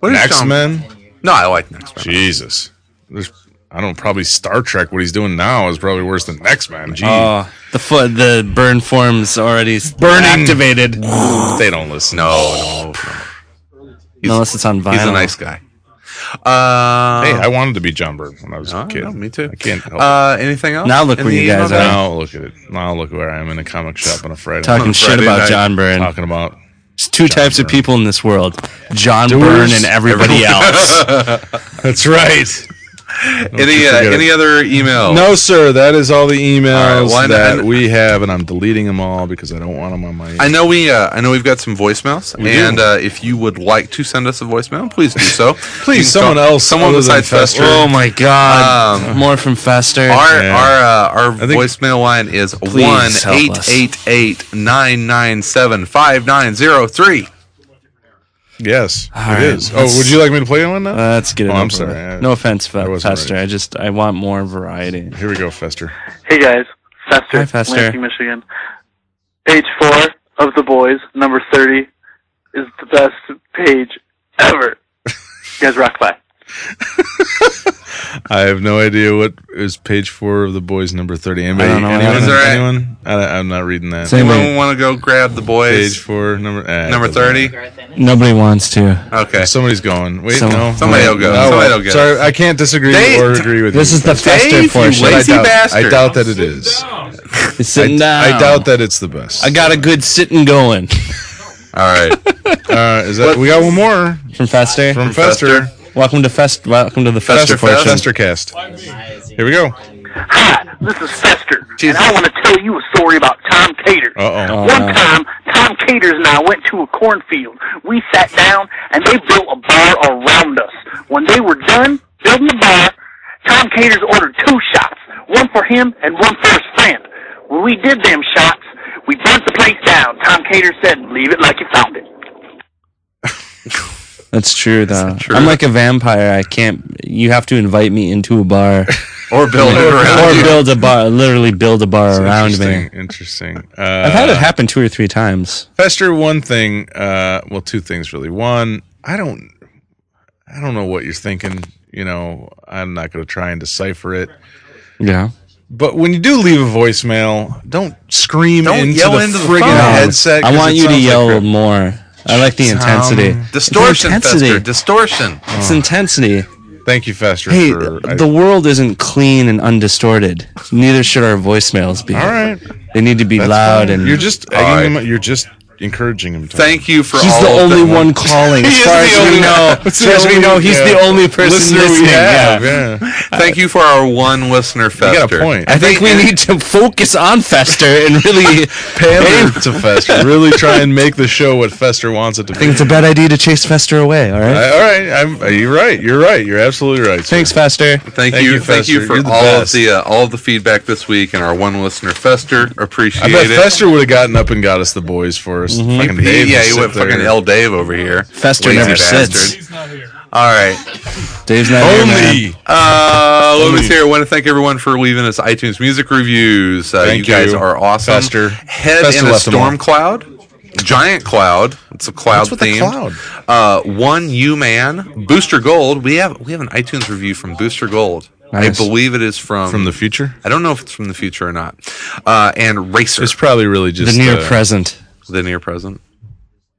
S1: What is
S3: Next
S1: John-
S3: man.
S1: No, I like next man.
S3: Jesus. There's I don't know, probably Star Trek. What he's doing now is probably worse than X Men.
S1: Hmm.
S3: Gee,
S5: Oh, the foot, the burn form's already s-
S3: Burning.
S5: activated.
S3: they don't listen. No, no.
S5: Unless it's on vinyl.
S1: He's a nice guy. Uh,
S3: Hey, I wanted to be John Byrne when I was a
S1: I
S3: kid.
S1: know, me too.
S3: I can't help.
S1: Uh, anything else?
S5: Now look
S1: in
S5: where
S1: the
S5: you guys
S1: email?
S5: are.
S3: now look at it. Now look where I am in a comic shop on a Friday.
S5: Talking shit
S1: Friday
S5: about
S1: night.
S5: John Byrne.
S3: talking about
S5: There's two types of
S3: Byrne.
S5: people in this world John Byrne and everybody else.
S3: That's right.
S1: Any uh,
S3: Forget it.
S1: any other email?
S3: No, sir. That is Oh. all the
S1: All right,
S3: emails
S1: well, I know-
S3: that
S1: I know-
S3: we have, and I'm deleting them all because I don't want them on my.
S1: I know we uh, I know we've got some voicemails,
S3: do.
S1: and uh, if you would like to send us a voicemail, please do so. You
S3: Please,
S1: can
S3: someone
S1: call-
S3: else,
S1: someone
S3: other than
S1: besides Fester.
S3: Fester. Oh
S5: my God.
S1: Um,
S5: More from Fester.
S1: Our
S3: Yeah.
S1: our uh, our
S3: think-
S1: voicemail line is one
S5: Please help
S1: eight
S5: us.
S1: eight eight nine nine seven five nine zero three.
S3: yes, it is.
S5: right,
S3: Oh, would you like me to play one now?
S5: Let's get it
S3: Oh,
S5: over
S3: I'm sorry.
S5: with.
S3: I-
S5: No offense, Fe-
S3: I wasn't
S5: Fester.
S3: ready.
S5: I just, I want more variety.
S3: Here we go, Fester.
S10: Hey guys, Fester,
S5: Hi, Fester.
S10: Lansing, Michigan. Page four of the boys, number thirty, is the best page ever. you guys rock by.
S3: I have no idea what is page four of the boys number thirty. Anybody?
S5: don't know.
S3: Anyone?
S1: Is there a-
S3: anyone? I, I'm not reading that.
S5: Same-
S1: Anyone want to go grab the boys?
S3: Page four, number eh,
S1: Number
S3: it doesn't matter.
S1: thirty.
S5: Nobody wants to.
S1: Okay.
S3: Somebody's going. Wait,
S5: Some-
S3: no.
S1: Somebody
S3: Wait,
S1: will go.
S3: no,
S1: Somebody
S3: wait.
S1: will get
S3: Sorry, I can't disagree
S1: They-
S3: or agree with
S5: This
S3: you.
S5: is the Fester
S1: Dave, you
S5: portion.
S3: I
S1: lazy
S3: doubt,
S1: bastard.
S3: I doubt that it is.
S5: It's
S3: I,
S5: sitting down.
S3: I doubt that it's the best.
S5: I got a good sitting going
S1: All right.
S3: Uh, is that, we got one more
S5: from Fester.
S3: from Fester.
S5: welcome to Fest. Welcome to the Fester,
S3: Fester,
S5: portion.
S3: Fester, cast. Here we go.
S10: Hi, this is Fester,
S1: Jesus.
S10: and I want to tell you a story about Tom Cater.
S3: Uh-oh.
S10: One time, Tom Caters and I went to a cornfield. We sat down, and they built a bar around us. When they were done building the bar, Tom Caters ordered two shots, one for him and one for his friend. When we did them shots, we burnt the place down. Tom Caters said, leave it like you found it.
S5: That's true, though.
S1: true.
S5: I'm like a vampire. I can't. You have to invite me into a bar
S1: Or build it around.
S5: or
S1: you.
S5: build a bar. Literally build a bar around
S3: interesting,
S5: me.
S3: Interesting. Uh,
S5: I've had it happen two or three times.
S3: Fester, one thing, uh, well, two things really. One, I don't, I don't know what you're thinking. You know, I'm not going to try and decipher it.
S5: Yeah.
S3: But when you do leave a voicemail, don't scream
S1: Don't
S3: into,
S1: yell
S3: the
S1: into the
S3: friggin'
S1: phone.
S3: headset.
S5: Um, I
S3: 'cause
S5: want
S3: it
S5: you to
S3: sounds like
S5: yell
S3: crap.
S5: more. I like the intensity.
S1: Distortion,
S5: It's intensity.
S1: Fester. Distortion.
S5: It's intensity.
S3: Thank you, Fester.
S5: Hey,
S3: for, I-
S5: the world isn't clean and undistorted. Neither should our voicemails be.
S3: all right.
S5: They need to be loud and.
S3: You're just
S1: All
S3: egging
S1: right.
S3: him, you're just encouraging him. To
S1: Thank you for
S5: He's
S1: all
S5: the
S1: of
S5: only
S1: them.
S5: one calling.
S1: He
S5: As
S1: is
S5: far
S1: the
S5: as
S1: only-
S5: we know, as far as we know, he's the only person
S3: listener
S5: listening.
S3: we
S5: yeah.
S3: have. Yeah.
S1: Thank you for our one listener,
S3: You
S1: Fester.
S3: got a point.
S5: I think we need to focus on Fester and really.
S3: pander to Fester. Really try and make the show what Fester wants it to be.
S5: it's a bad idea to chase Fester away. All right.
S3: I, all right, I'm, uh, you're right. You're right. You're absolutely right. sir.
S5: Thanks, Fester.
S1: Thank,
S3: Thank
S1: you,
S3: you,
S1: thank you
S3: Fester.
S1: for
S3: You're the
S1: all
S3: best.
S1: of the uh, all of the feedback this week and our one listener, Fester. Appreciate
S3: I bet
S1: it.
S3: Fester would have gotten up and got us the boys first. Fucking
S1: He-
S3: Dave
S1: yeah,
S3: would
S1: you
S3: sit
S1: went fucking
S3: there.
S1: L Dave over here.
S5: Fester
S1: Lazy
S5: never
S1: bastard.
S5: sits.
S1: All right.
S5: Dave's not here, man.
S3: Only.
S1: Uh, Logan's here. I want to thank everyone for leaving us iTunes music reviews. Uh,
S3: Thank
S1: you guys
S3: you.
S1: are awesome.
S3: Fester.
S1: Head
S3: Fester
S1: in a
S3: left them
S1: storm
S3: all.
S1: cloud. Giant cloud. It's a cloud
S3: What's with the
S1: theme.
S3: cloud?
S1: Uh, one U man. Booster Gold. We have we have an iTunes review from Booster Gold.
S5: Nice.
S1: I believe it is from
S3: From the future?
S1: I don't know if it's from the future or not. Uh, and Racer,
S3: It's probably really just
S5: The near
S3: uh,
S5: present.
S1: the near present.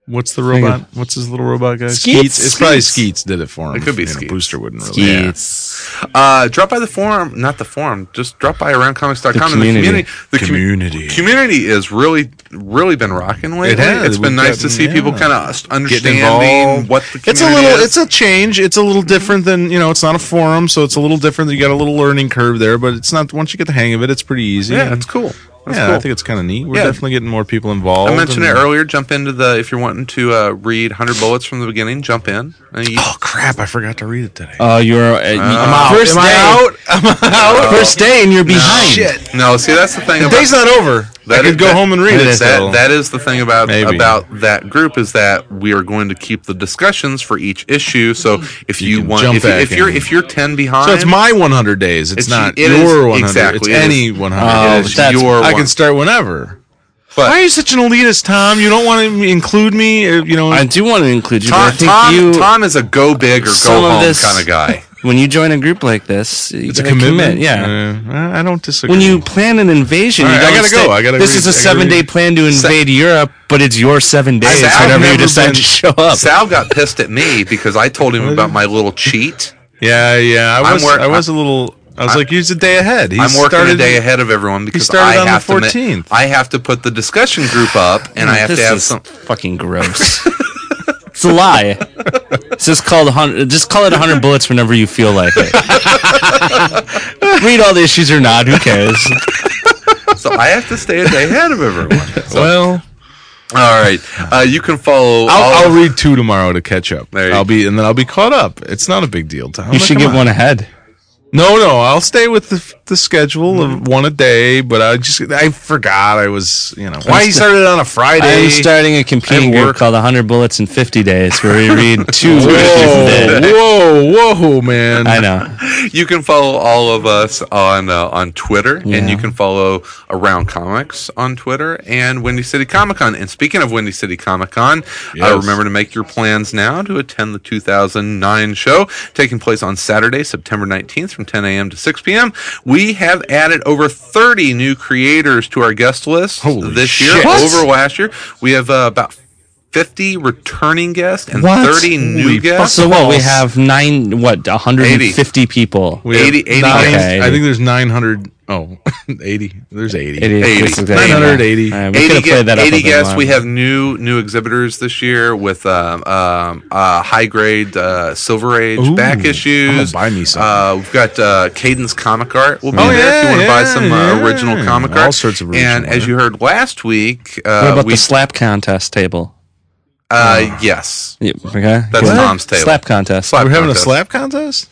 S3: What's the robot? What's his little robot guy?
S5: Skeets?
S3: It's probably Skeets did it for him.
S1: It could be
S3: You know,
S1: Skeets.
S3: Booster wouldn't really.
S5: Yes.
S1: Uh, drop by the forum, not the forum. Just drop by aroundcomics.com
S5: The
S1: and
S5: community.
S1: the community. The
S3: Community.
S1: commu- community is really, really been rocking lately.
S3: has.
S1: it's been
S3: We've
S1: nice to
S3: gotten-
S1: see people
S3: yeah.
S1: kind of
S3: Getting
S1: understanding
S3: involved.
S1: what the
S3: it's
S1: community
S3: a little.
S1: is. Mm-hmm.
S3: It's a change. It's a little different than you know. It's not a forum, so it's a little different. You got a little learning curve there, but it's not. Once you get the hang of it, it's pretty easy.
S1: yeah,
S3: And-
S1: it's cool. That's
S3: yeah,
S1: cool.
S3: I think it's kind of neat. We're
S1: Yeah.
S3: definitely getting more people involved.
S1: I mentioned it
S3: and-
S1: earlier. Jump into the if you're wanting to uh, read hundred bullets from the beginning. Jump in. And you-
S3: Oh crap! I forgot to read it today.
S5: Oh, you're uh,
S3: out.
S5: first
S3: Am I
S5: day.
S3: out?
S5: First day, and you're behind.
S1: No, see that's the thing.
S3: the
S1: about
S3: day's not over. I
S1: That
S3: could
S1: is-
S3: go
S1: that-
S3: home and read
S1: that
S3: it.
S1: is-
S3: still.
S1: That, that is the thing about
S3: Maybe.
S1: about that group is that we are going to keep the discussions for each issue. So if you,
S3: can
S1: want,
S3: jump
S1: if, you-
S3: back
S1: if you're
S3: in.
S1: if you're ten behind,
S3: so it's my 100 days. It's,
S1: It's-
S3: not
S1: it is-
S3: your 100.
S1: exactly, it
S3: it's
S1: is.
S3: any 100.
S5: Oh,
S3: days.
S5: that's-
S1: your
S3: I
S1: one.
S3: can start whenever.
S1: But-
S3: Why are you such an elitist, Tom? You don't want to include me. uh, You know,
S5: I do want to include you.
S1: Tom,
S5: but I think
S1: Tom,
S5: you.
S1: Tom is a go big or
S5: Some
S1: go
S5: of
S1: home
S5: this-
S1: kind of guy.
S5: when you join a group like this, you
S3: It's a
S5: gotta commit,
S3: commitment.
S5: yeah.
S3: Uh, I don't disagree.
S5: When you plan an invasion,
S3: All
S5: you
S3: right, I
S5: don't
S3: gotta go.
S5: say,
S3: I gotta
S5: This
S3: read-
S5: is a
S3: I gotta
S5: seven-day
S3: read."
S5: plan to invade Europe, but it's your seven days.
S1: I've
S5: whenever
S1: never
S5: you decide
S3: been-
S5: to show up,
S1: Sal got pissed at me because I told him about my little cheat.
S3: yeah, yeah. I
S1: I'm
S3: was,
S1: wor-
S3: I was a little. I was
S1: I'm-
S3: like, he's a day ahead. He's
S1: I'm working
S3: started,
S1: a day ahead of everyone because
S3: started
S1: I
S3: on the
S1: have to. ma-
S3: 14th.
S1: I have to put the discussion group up, and I have
S5: this
S1: to have
S5: is
S1: some.
S5: fucking gross. it's a lie. It's just called hundred. Just call it hundred bullets whenever you feel like it. Read all the issues or not? Who cares?
S1: Oh, So I have to stay a day ahead of everyone. So,
S3: Well,
S1: all right, uh, you can follow. all
S3: I'll,
S1: of-
S3: I'll read two tomorrow to catch up.
S1: There you
S3: I'll be and then I'll be caught up. It's not a big deal. Tom.
S5: You should
S3: Come
S5: get
S3: on.
S5: one ahead.
S3: No, no, I'll stay with the, the schedule
S1: Mm-hmm.
S3: of one a day. But I just I forgot I was you know why he started on a Friday.
S5: I'm starting a competing
S3: I
S5: group
S3: work.
S5: called 100 Bullets in 50 Days, where we read two
S3: whoa,
S5: different.
S3: whoa, whoa, man!
S5: I know.
S1: you can follow all of us on uh, on Twitter, and you can follow Around Comics on Twitter and Windy City Comic Con. And speaking of Windy City Comic Con, uh,
S3: Yes.
S1: remember to make your plans now to attend the 2009 show taking place on Saturday, September 19th, from 10 a.m. to 6 p.m. We have added over 30 new creators to our guest list
S3: Holy
S1: this year
S3: shit. What?
S1: over last year. We have uh, about 50 returning guests and
S5: What?
S1: 30 new
S3: Holy
S1: guests.
S5: So what? We have nine. What? 150 people.
S3: We have
S1: 80 80
S3: nine-
S5: guys.
S3: I think there's 900. Oh, 80. There's 80.
S5: 80.
S1: 80.
S5: That's exactly
S3: 980.
S5: right. All right, we could
S1: 80,
S5: have played
S1: gue-
S5: that up
S1: 80
S5: a bit
S1: guests.
S5: more.
S1: We have new new exhibitors this year with um, um, uh, high grade uh, Silver Age
S3: Ooh,
S1: back
S3: I'm
S1: issues.
S3: gonna buy me some.
S1: Uh, we've got uh, Cadence Comic Art. will be
S3: Oh,
S1: there if you
S3: yeah,
S1: want to buy
S3: yeah,
S1: some uh,
S3: yeah.
S1: original comic
S3: All
S1: art.
S3: sorts of
S1: And
S3: original
S1: as
S3: art.
S1: you heard last week, uh,
S5: What about
S1: we
S5: the slap contest table?
S1: uh, yes
S5: Yeah, okay.
S1: That's
S5: What?
S1: Tom's table.
S5: Slap contest.
S1: Slap
S3: We're having a
S1: contest.
S3: slap contest?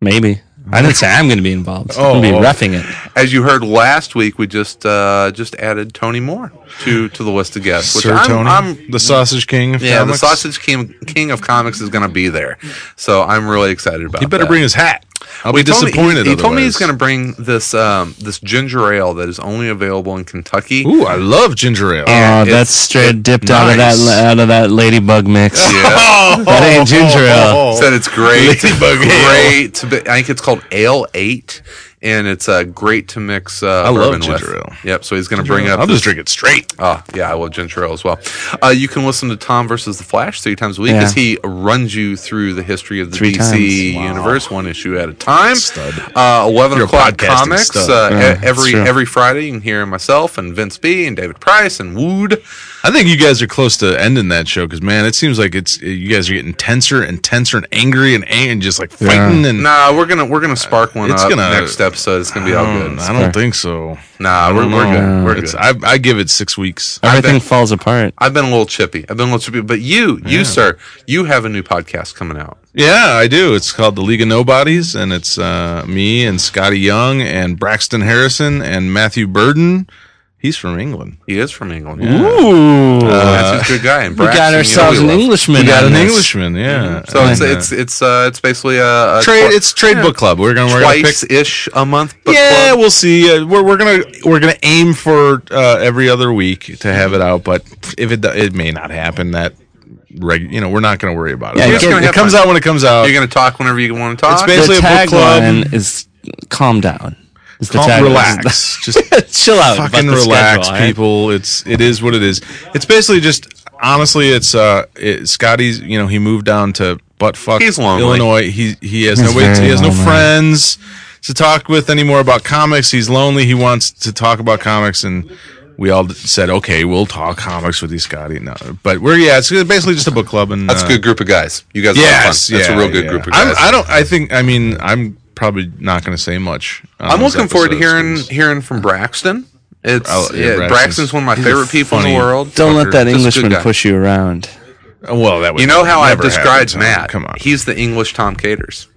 S5: Maybe. I didn't say I'm going to be involved. I'm going to
S3: Oh.
S5: be roughing it.
S1: As you heard last week, we just uh, just added Tony Moore to to the list of guests. Which
S3: Sir
S1: I'm,
S3: Tony?
S1: I'm
S3: the Sausage King of
S1: yeah,
S3: comics?
S1: the Sausage King, King of Comics is going to be there, so I'm really excited about.
S3: He better
S1: that.
S3: bring his hat. I'll
S1: Well,
S3: be
S1: told me-
S3: disappointed
S1: He, he told me he's going
S3: otherwise.
S1: to bring this um, this ginger ale that is only available in Kentucky.
S3: Ooh, I love ginger ale.
S5: Oh,
S1: it's-
S5: that's straight dipped out of
S3: nice.
S5: that out of that ladybug mix.
S1: Yeah.
S3: Oh,
S5: That ain't ginger ale.
S1: Said it's great.
S3: Ladybug
S1: great. to be- I think it's called Ale 8 and it's uh, great to mix uh,
S3: I love
S1: bourbon
S3: ginger
S1: with.
S3: ale.
S1: Yep, so he's going to bring up
S3: I'll just drink it straight.
S1: Oh, yeah, I love ginger ale as well. Uh, you can listen to Tom versus the Flash three times a week
S5: Yeah.
S1: as he runs you through the history of the
S5: Three
S1: DC
S5: times. Wow.
S1: universe, one issue at a time.
S3: Stud.
S1: Uh, Eleven
S3: You're a
S1: o'clock
S3: podcasting
S1: comics
S3: stud.
S1: uh,
S5: Yeah,
S1: e- every
S5: it's true.
S1: every Friday. You can hear myself and Vince B and David Price and Wood.
S3: I think you guys are close to ending that show because, man, it seems like it's you guys are getting tenser and tenser and angry and, ang- and just like fighting and.
S1: Nah, we're gonna we're gonna spark one
S3: It's
S1: up
S3: gonna-
S1: next episode. It's gonna be all
S3: I
S1: good.
S3: don't, I don't think so.
S1: Nah, we're, we're good. We're
S3: It's-
S1: good.
S3: I, I give it six weeks.
S5: Everything falls apart.
S1: I've been a little chippy. I've been a little chippy, but you, you sir, you have a new podcast coming out.
S3: Yeah, I do. It's called The League of Nobodies, and it's uh, me and Scotty Young and Braxton Harrison and Matthew Burden. He's from England.
S1: He is from England.
S5: Ooh.
S3: Uh,
S1: That's a good guy. And
S5: Uh,
S1: Braxton,
S5: we
S1: you
S5: got
S1: know
S5: ourselves
S1: we
S5: an
S1: love.
S5: Englishman.
S3: We got Mm-hmm. an
S5: on this.
S3: Englishman, yeah.
S1: So it's it's it's uh it's basically a, a
S3: trade.
S1: twi-
S3: It's trade book club. We're gonna we're gonna pick.
S1: twice ish a month. Book
S3: yeah,
S1: club.
S3: we'll see. Uh, we're we're gonna we're gonna aim for uh, every other week to have it out, but if it do- it may not happen that reg, you know we're not gonna worry about it.
S5: Yeah,
S3: We're
S5: it's
S3: gonna-
S1: gonna
S3: it comes
S1: happen.
S3: out when it comes out.
S1: you're gonna talk whenever you want to talk.
S3: It's basically
S5: the
S3: a book club.
S5: tagline is "Calm down." Is the
S3: Calm-
S5: tagline.
S3: relax. Just
S5: Chill out. about
S3: fucking
S5: the
S3: relax,
S1: eh?
S5: schedule, all right?
S3: people. It's it is what it is. It's basically just honestly, it's uh, it, Scotty's. You know, he moved down to buttfuck
S1: He's lonely.
S3: Illinois. He he has no
S5: He's
S3: way.
S5: very
S3: He has no
S5: lonely.
S3: friends to talk with anymore about comics. He's lonely. He wants to talk about comics and. We all d- said, okay, we'll talk comics with you, Scotty. No, but we're yeah, it's basically just a book club, and
S1: that's
S3: uh,
S1: a good group of guys. You guys are fun. That's
S3: Yes,
S1: a
S3: yeah,
S1: real good
S3: yeah.
S1: group of
S3: I'm,
S1: guys.
S3: I don't. I think. I mean, I'm probably not going to say much. on
S1: I'm
S3: those
S1: looking forward to
S3: episodes,
S1: hearing
S3: 'cause-
S1: hearing from Braxton. It's
S3: Oh, yeah,
S1: yeah,
S3: Braxton's-
S1: Braxton's one of my
S3: he's a
S1: favorite people in the
S3: funny
S1: world.
S5: Don't let that
S1: Just a good
S5: Englishman
S1: guy.
S5: push you around.
S3: Well, that would
S1: You know how I've
S3: never happen,
S1: described
S3: Tom.
S1: Matt.
S3: Come on.
S1: he's the English Tom Caters.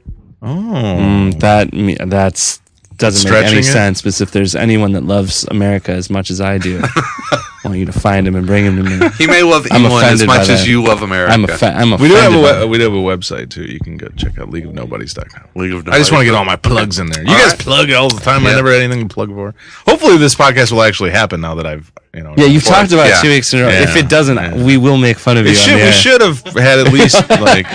S3: oh,
S5: That me- that's doesn't make
S3: Stretching
S5: any
S3: it?
S5: sense. Because if there's anyone that loves America as much as I do, I want you to find him and bring him to me.
S1: He may love
S5: I'm
S1: England as
S5: offended by
S1: much as
S5: that.
S1: you love America.
S5: I'm a fa- I'm a.
S3: we do have a we- we do have a website too. You can go check out leagueofnobodies.com.
S1: League of
S3: I
S1: Nobodies.
S3: just want to get all my plugs in there. You
S1: All
S3: guys
S1: right.
S3: plug all the time.
S1: Yeah.
S3: I never had anything to plug for. Hopefully, this podcast will actually happen now that I've you know.
S5: Yeah, you've
S1: Well,
S5: talked about
S1: yeah.
S5: it two weeks in a row.
S3: Yeah.
S5: If it doesn't,
S3: Yeah.
S5: we will make fun of you.
S3: It
S5: on
S3: should,
S5: the
S3: we
S5: air.
S3: should have had at least like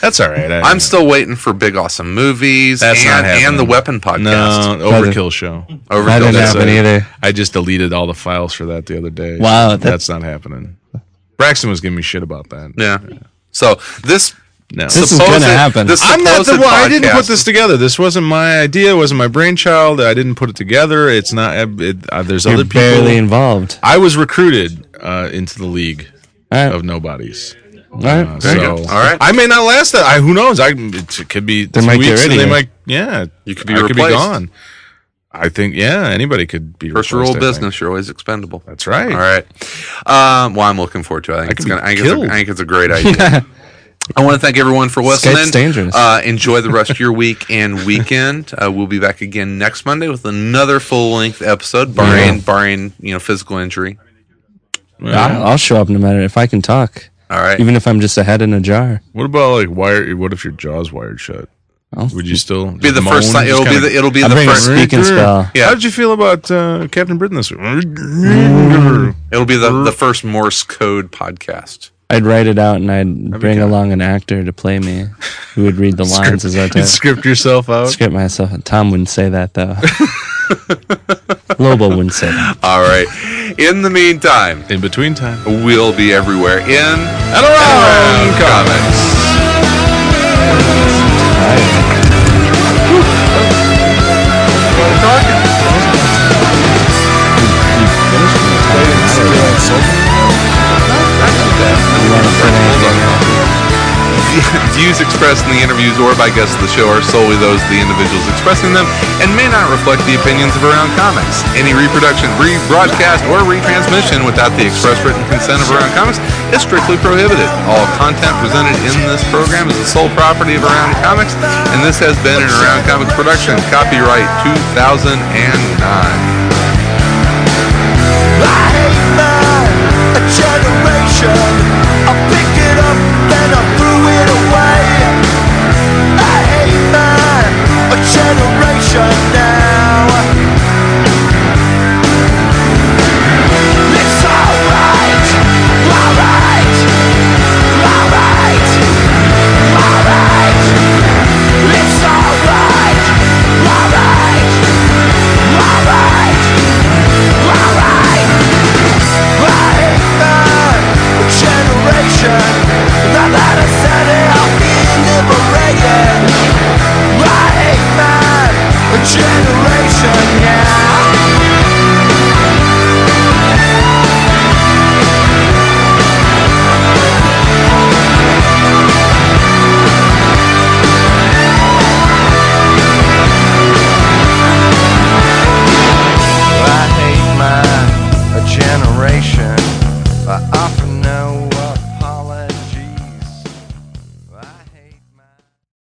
S3: That's all right. I,
S1: I'm still waiting for big awesome movies
S3: That's not
S1: and, and the
S3: happening.
S1: Weapon podcast.
S3: no overkill show. uh,
S1: Overkill
S5: That didn't
S1: does
S5: happen
S1: it.
S5: either.
S3: I just deleted all the files for that the other day.
S5: Wow, that-
S3: that's not happening. Braxton was giving me shit about that.
S1: Yeah. So this
S3: No.
S5: This is gonna
S1: supposed-
S5: happen.
S1: This
S3: I'm not the
S1: supposed
S3: one. I didn't put
S1: podcast-
S3: this together. This wasn't my idea. It wasn't my brainchild. I didn't put it together. It's not. It, uh, there's
S5: You're
S3: other people.
S5: barely involved.
S3: I was recruited uh, into the league
S5: All right.
S3: of nobodies.
S5: All right.
S3: Uh,
S5: Very
S3: so
S5: good.
S1: All right.
S3: I may not last that. I who knows? I it could be. They
S5: might get
S3: weeks,
S5: rid of
S3: and They
S5: you.
S3: might. Yeah, you
S1: could be
S3: I could be
S1: replaced.
S3: gone. I think. Yeah, anybody could be.
S1: First
S3: replaced,
S1: rule
S3: I
S1: of
S3: think.
S1: business: you're always expendable.
S3: That's right.
S1: All right. Um, well, I'm looking forward to it. I think,
S3: could
S1: it's,
S3: be
S1: gonna, I, think it's a,
S3: killed.
S1: I think it's a great idea. I want to thank everyone for listening.
S5: Skype's dangerous.
S1: Uh, enjoy the rest of your week and weekend. Uh, we'll be back again next Monday with another full length episode, barring barring you know physical injury.
S5: I'll I'll show up no matter if I can talk,
S1: All right.
S5: even if I'm just a head in a jar.
S3: What about like wire? What if your jaw's wired shut?
S5: I'll-
S3: Would you still
S1: It'll be the first time. It'll be the. It'll be
S5: I'll
S1: the
S5: bring a
S1: first.
S5: speaking spell.
S1: Yeah.
S3: How did Mm. you feel about uh, Captain Britain this week?
S5: Mm.
S1: It'll be the, the first Morse code podcast.
S5: I'd write it out and I'd bring
S3: kinda-
S5: along an actor to play me who would read the lines as I
S3: You'd
S5: type.
S3: script yourself out.
S5: Script myself. Tom wouldn't say that though. Lobo wouldn't say that.
S1: All right. In the meantime,
S3: In between time.
S1: we'll be everywhere in and
S3: And around.
S1: around comics. Views expressed in the interviews or by guests of the show are solely those of the individuals expressing them and may not reflect the opinions of Around Comics. Any reproduction, rebroadcast, or retransmission without the express written consent of Around Comics is strictly prohibited. All content presented in this program is the sole property of Around Comics, and this has been an Around Comics production. Copyright 2009.
S2: I hate man, a generation